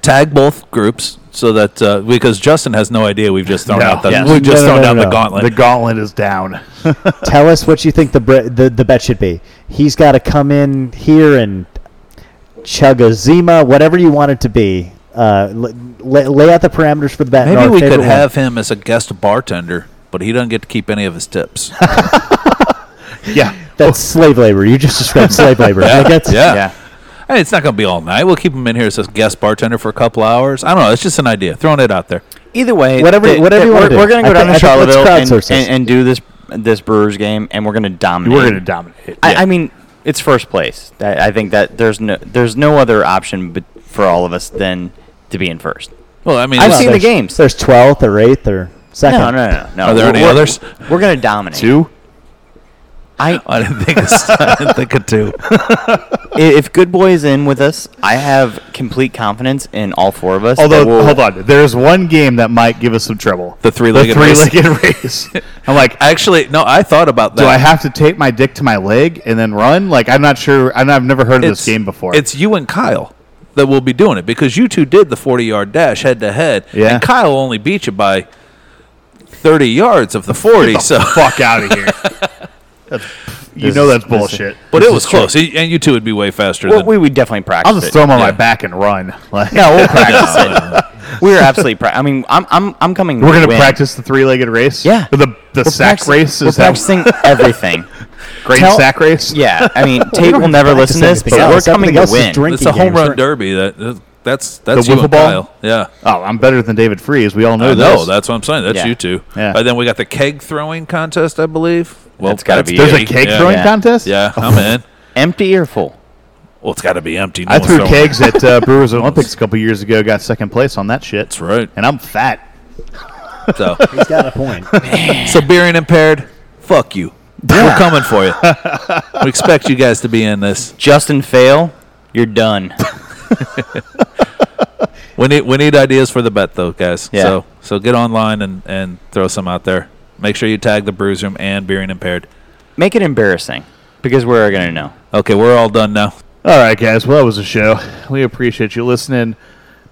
Speaker 2: Tag both groups so that uh, because Justin has no idea we've just thrown
Speaker 4: No.
Speaker 2: out the
Speaker 1: Yes.
Speaker 2: we
Speaker 3: No,
Speaker 2: just
Speaker 3: no,
Speaker 2: thrown
Speaker 3: no,
Speaker 2: down
Speaker 3: no,
Speaker 2: the
Speaker 3: no.
Speaker 2: gauntlet.
Speaker 4: The gauntlet is down. (laughs)
Speaker 3: Tell us what you think the, bre- the the bet should be. He's got to come in here and chug a Zima, whatever you want it to be. Uh, l- lay, lay out the parameters for the bet. and
Speaker 2: Maybe
Speaker 3: our
Speaker 2: we could
Speaker 3: favorite one.
Speaker 2: have him as a guest bartender, but he doesn't get to keep any of his
Speaker 3: (laughs)
Speaker 2: tips.
Speaker 4: yeah.
Speaker 3: That's slave labor. You just described slave labor. Like, that's-
Speaker 2: yeah.
Speaker 1: (laughs) yeah.
Speaker 2: Hey, it's not going to be all night. We'll keep him in here as a guest bartender for a couple hours. I don't know. It's just an idea. Throwing it out there.
Speaker 1: Either way,
Speaker 3: Whatever- whatever you
Speaker 1: we're,
Speaker 3: wanna do.
Speaker 1: we're gonna go
Speaker 3: I
Speaker 1: down
Speaker 3: think-
Speaker 1: to
Speaker 3: I think let's
Speaker 1: Charlottesville and,
Speaker 3: crowdsource this.
Speaker 1: and, and do this this Brewers game, and we're gonna dominate.
Speaker 4: We're going to dominate.
Speaker 1: I,
Speaker 2: Yeah.
Speaker 1: I mean, it's first place. That, I think that there's no there's no other option but for all of us than to be in first.
Speaker 2: Well, I mean,
Speaker 1: I've
Speaker 2: it's-
Speaker 1: seen the
Speaker 3: there's-
Speaker 1: games.
Speaker 3: There's 12th or 8th or 2nd.
Speaker 1: No, no, no, no.
Speaker 2: Are there
Speaker 1: We're-
Speaker 2: any
Speaker 1: we're-
Speaker 2: others? (laughs)
Speaker 1: We're gonna dominate.
Speaker 4: Two?
Speaker 1: I
Speaker 2: I didn't think. it's- I didn't think of two.
Speaker 1: i- if Good Boy is in with us, I have complete confidence in all four of us. that
Speaker 4: Although,
Speaker 1: we'll-
Speaker 4: hold on. There's one game that might give us some trouble.
Speaker 2: The three-legged
Speaker 4: The
Speaker 2: race.
Speaker 4: three-legged (laughs) race. I'm like,
Speaker 2: Actually, no. I thought about that.
Speaker 4: do I have to tape my dick to my leg and then run? Like, I'm not sure. I'm not- I've never heard of this
Speaker 2: It's-
Speaker 4: game before.
Speaker 2: It's you and Kyle that will be doing it because you two did the 40 yard dash head to head.
Speaker 4: Yeah.
Speaker 2: And Kyle only beat you by 30 yards of the 40. so,
Speaker 4: (laughs) fuck out of here. That's- you
Speaker 1: This
Speaker 4: know
Speaker 1: is-
Speaker 4: that's
Speaker 1: this is-
Speaker 4: bullshit.
Speaker 2: (laughs) but it was close. Y- And you two would be way faster
Speaker 1: Well,
Speaker 2: than.
Speaker 1: we would definitely practice.
Speaker 4: I'll just
Speaker 1: it.
Speaker 4: throw him on my
Speaker 2: yeah.
Speaker 4: back and run. (laughs) Like,
Speaker 1: No, we'll practice it. We're absolutely. Pra- I mean, I'm, I'm, I'm coming.
Speaker 4: we're
Speaker 1: to
Speaker 4: gonna
Speaker 1: win.
Speaker 4: practice the three-legged race.
Speaker 1: Yeah.
Speaker 4: The the
Speaker 1: We're
Speaker 4: sack
Speaker 1: practicing-
Speaker 4: race
Speaker 1: We're
Speaker 4: is that
Speaker 1: (laughs) practicing everything.
Speaker 4: grain
Speaker 1: tell-
Speaker 4: sack race.
Speaker 1: Yeah, I mean, Tate will
Speaker 3: have
Speaker 1: never
Speaker 3: to
Speaker 1: listen to this,
Speaker 3: practice
Speaker 1: but
Speaker 3: anything
Speaker 1: we're
Speaker 3: else.
Speaker 1: coming
Speaker 3: Everything
Speaker 1: to
Speaker 3: else is
Speaker 1: win.
Speaker 3: drink-
Speaker 2: it's a home
Speaker 3: games,
Speaker 2: run
Speaker 3: right?
Speaker 2: derby. That That's, that's you
Speaker 4: wiffle
Speaker 2: and
Speaker 4: ball?
Speaker 2: Kyle. Yeah.
Speaker 4: Oh, I'm better than David Freeze. We all know
Speaker 2: I
Speaker 4: this.
Speaker 2: know. That's what I'm saying. That's
Speaker 1: Yeah.
Speaker 2: you two.
Speaker 4: Yeah.
Speaker 2: And then we got the keg throwing contest, I believe. Well,
Speaker 1: That's gotta be
Speaker 4: There's
Speaker 1: it.
Speaker 4: a cake
Speaker 2: yeah.
Speaker 4: throwing
Speaker 1: Yeah.
Speaker 4: contest. (laughs)
Speaker 2: Yeah, I'm in.
Speaker 1: Empty or full?
Speaker 2: Well, it's got to be empty. No
Speaker 4: I
Speaker 2: one's
Speaker 4: threw
Speaker 2: throwing-
Speaker 4: kegs at uh, Brewers Olympics a couple years ago. Got second place on that shit.
Speaker 2: That's right.
Speaker 4: And I'm fat.
Speaker 2: So,
Speaker 4: (laughs)
Speaker 2: (laughs)
Speaker 3: He's got a point.
Speaker 2: so beer and impaired, fuck you. We're coming for you. we expect you guys to be in this.
Speaker 1: Justin fail, you're (laughs) done.
Speaker 2: We need we need ideas for the bet though, guys.
Speaker 1: Yeah.
Speaker 2: So so get online and, and throw some out there. Make sure you tag the Brews Room and Beer and Impaired.
Speaker 1: Make it embarrassing because we're gonna know.
Speaker 2: Okay, we're all done now.
Speaker 4: All right, guys. Well, that was a show. We appreciate you listening.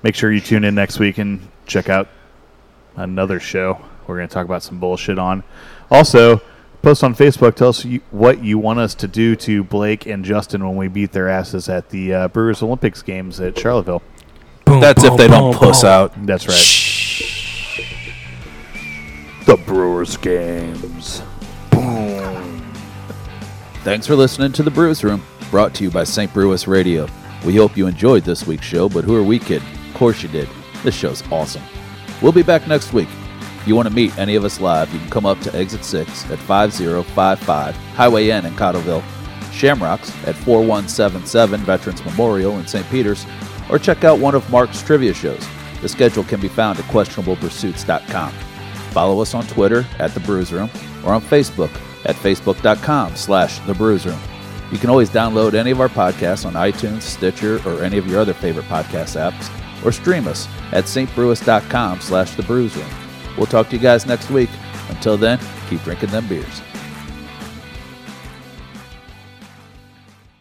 Speaker 4: Make sure you tune in next week and check out another show. We're going to talk about some bullshit on. Also, post on Facebook. Tell us you, what you want us to do to Blake and Justin when we beat their asses at the uh, Brewers Olympics games at Charlottesville.
Speaker 2: That's if they don't puss out.
Speaker 4: That's right. The Brewers games.
Speaker 5: Thanks for listening to The Brewis Room, brought to you by St. Brewis Radio. We hope you enjoyed this week's show, but who are we kidding? Of course you did. This show's awesome. We'll be back next week. If you want to meet any of us live, you can come up to Exit 6 at 5055 Highway N in Cottleville, Shamrocks at 4177 Veterans Memorial in St. Peter's, or check out one of Mark's trivia shows. The schedule can be found at questionablepursuits.com. Follow us on Twitter at The Brews Room or on Facebook at facebook.com slash The Brews Room. You can always download any of our podcasts on iTunes, Stitcher, or any of your other favorite podcast apps, or stream us at stbrewis.com slash The Brews Room. We'll talk to you guys next week. Until then, keep drinking them beers.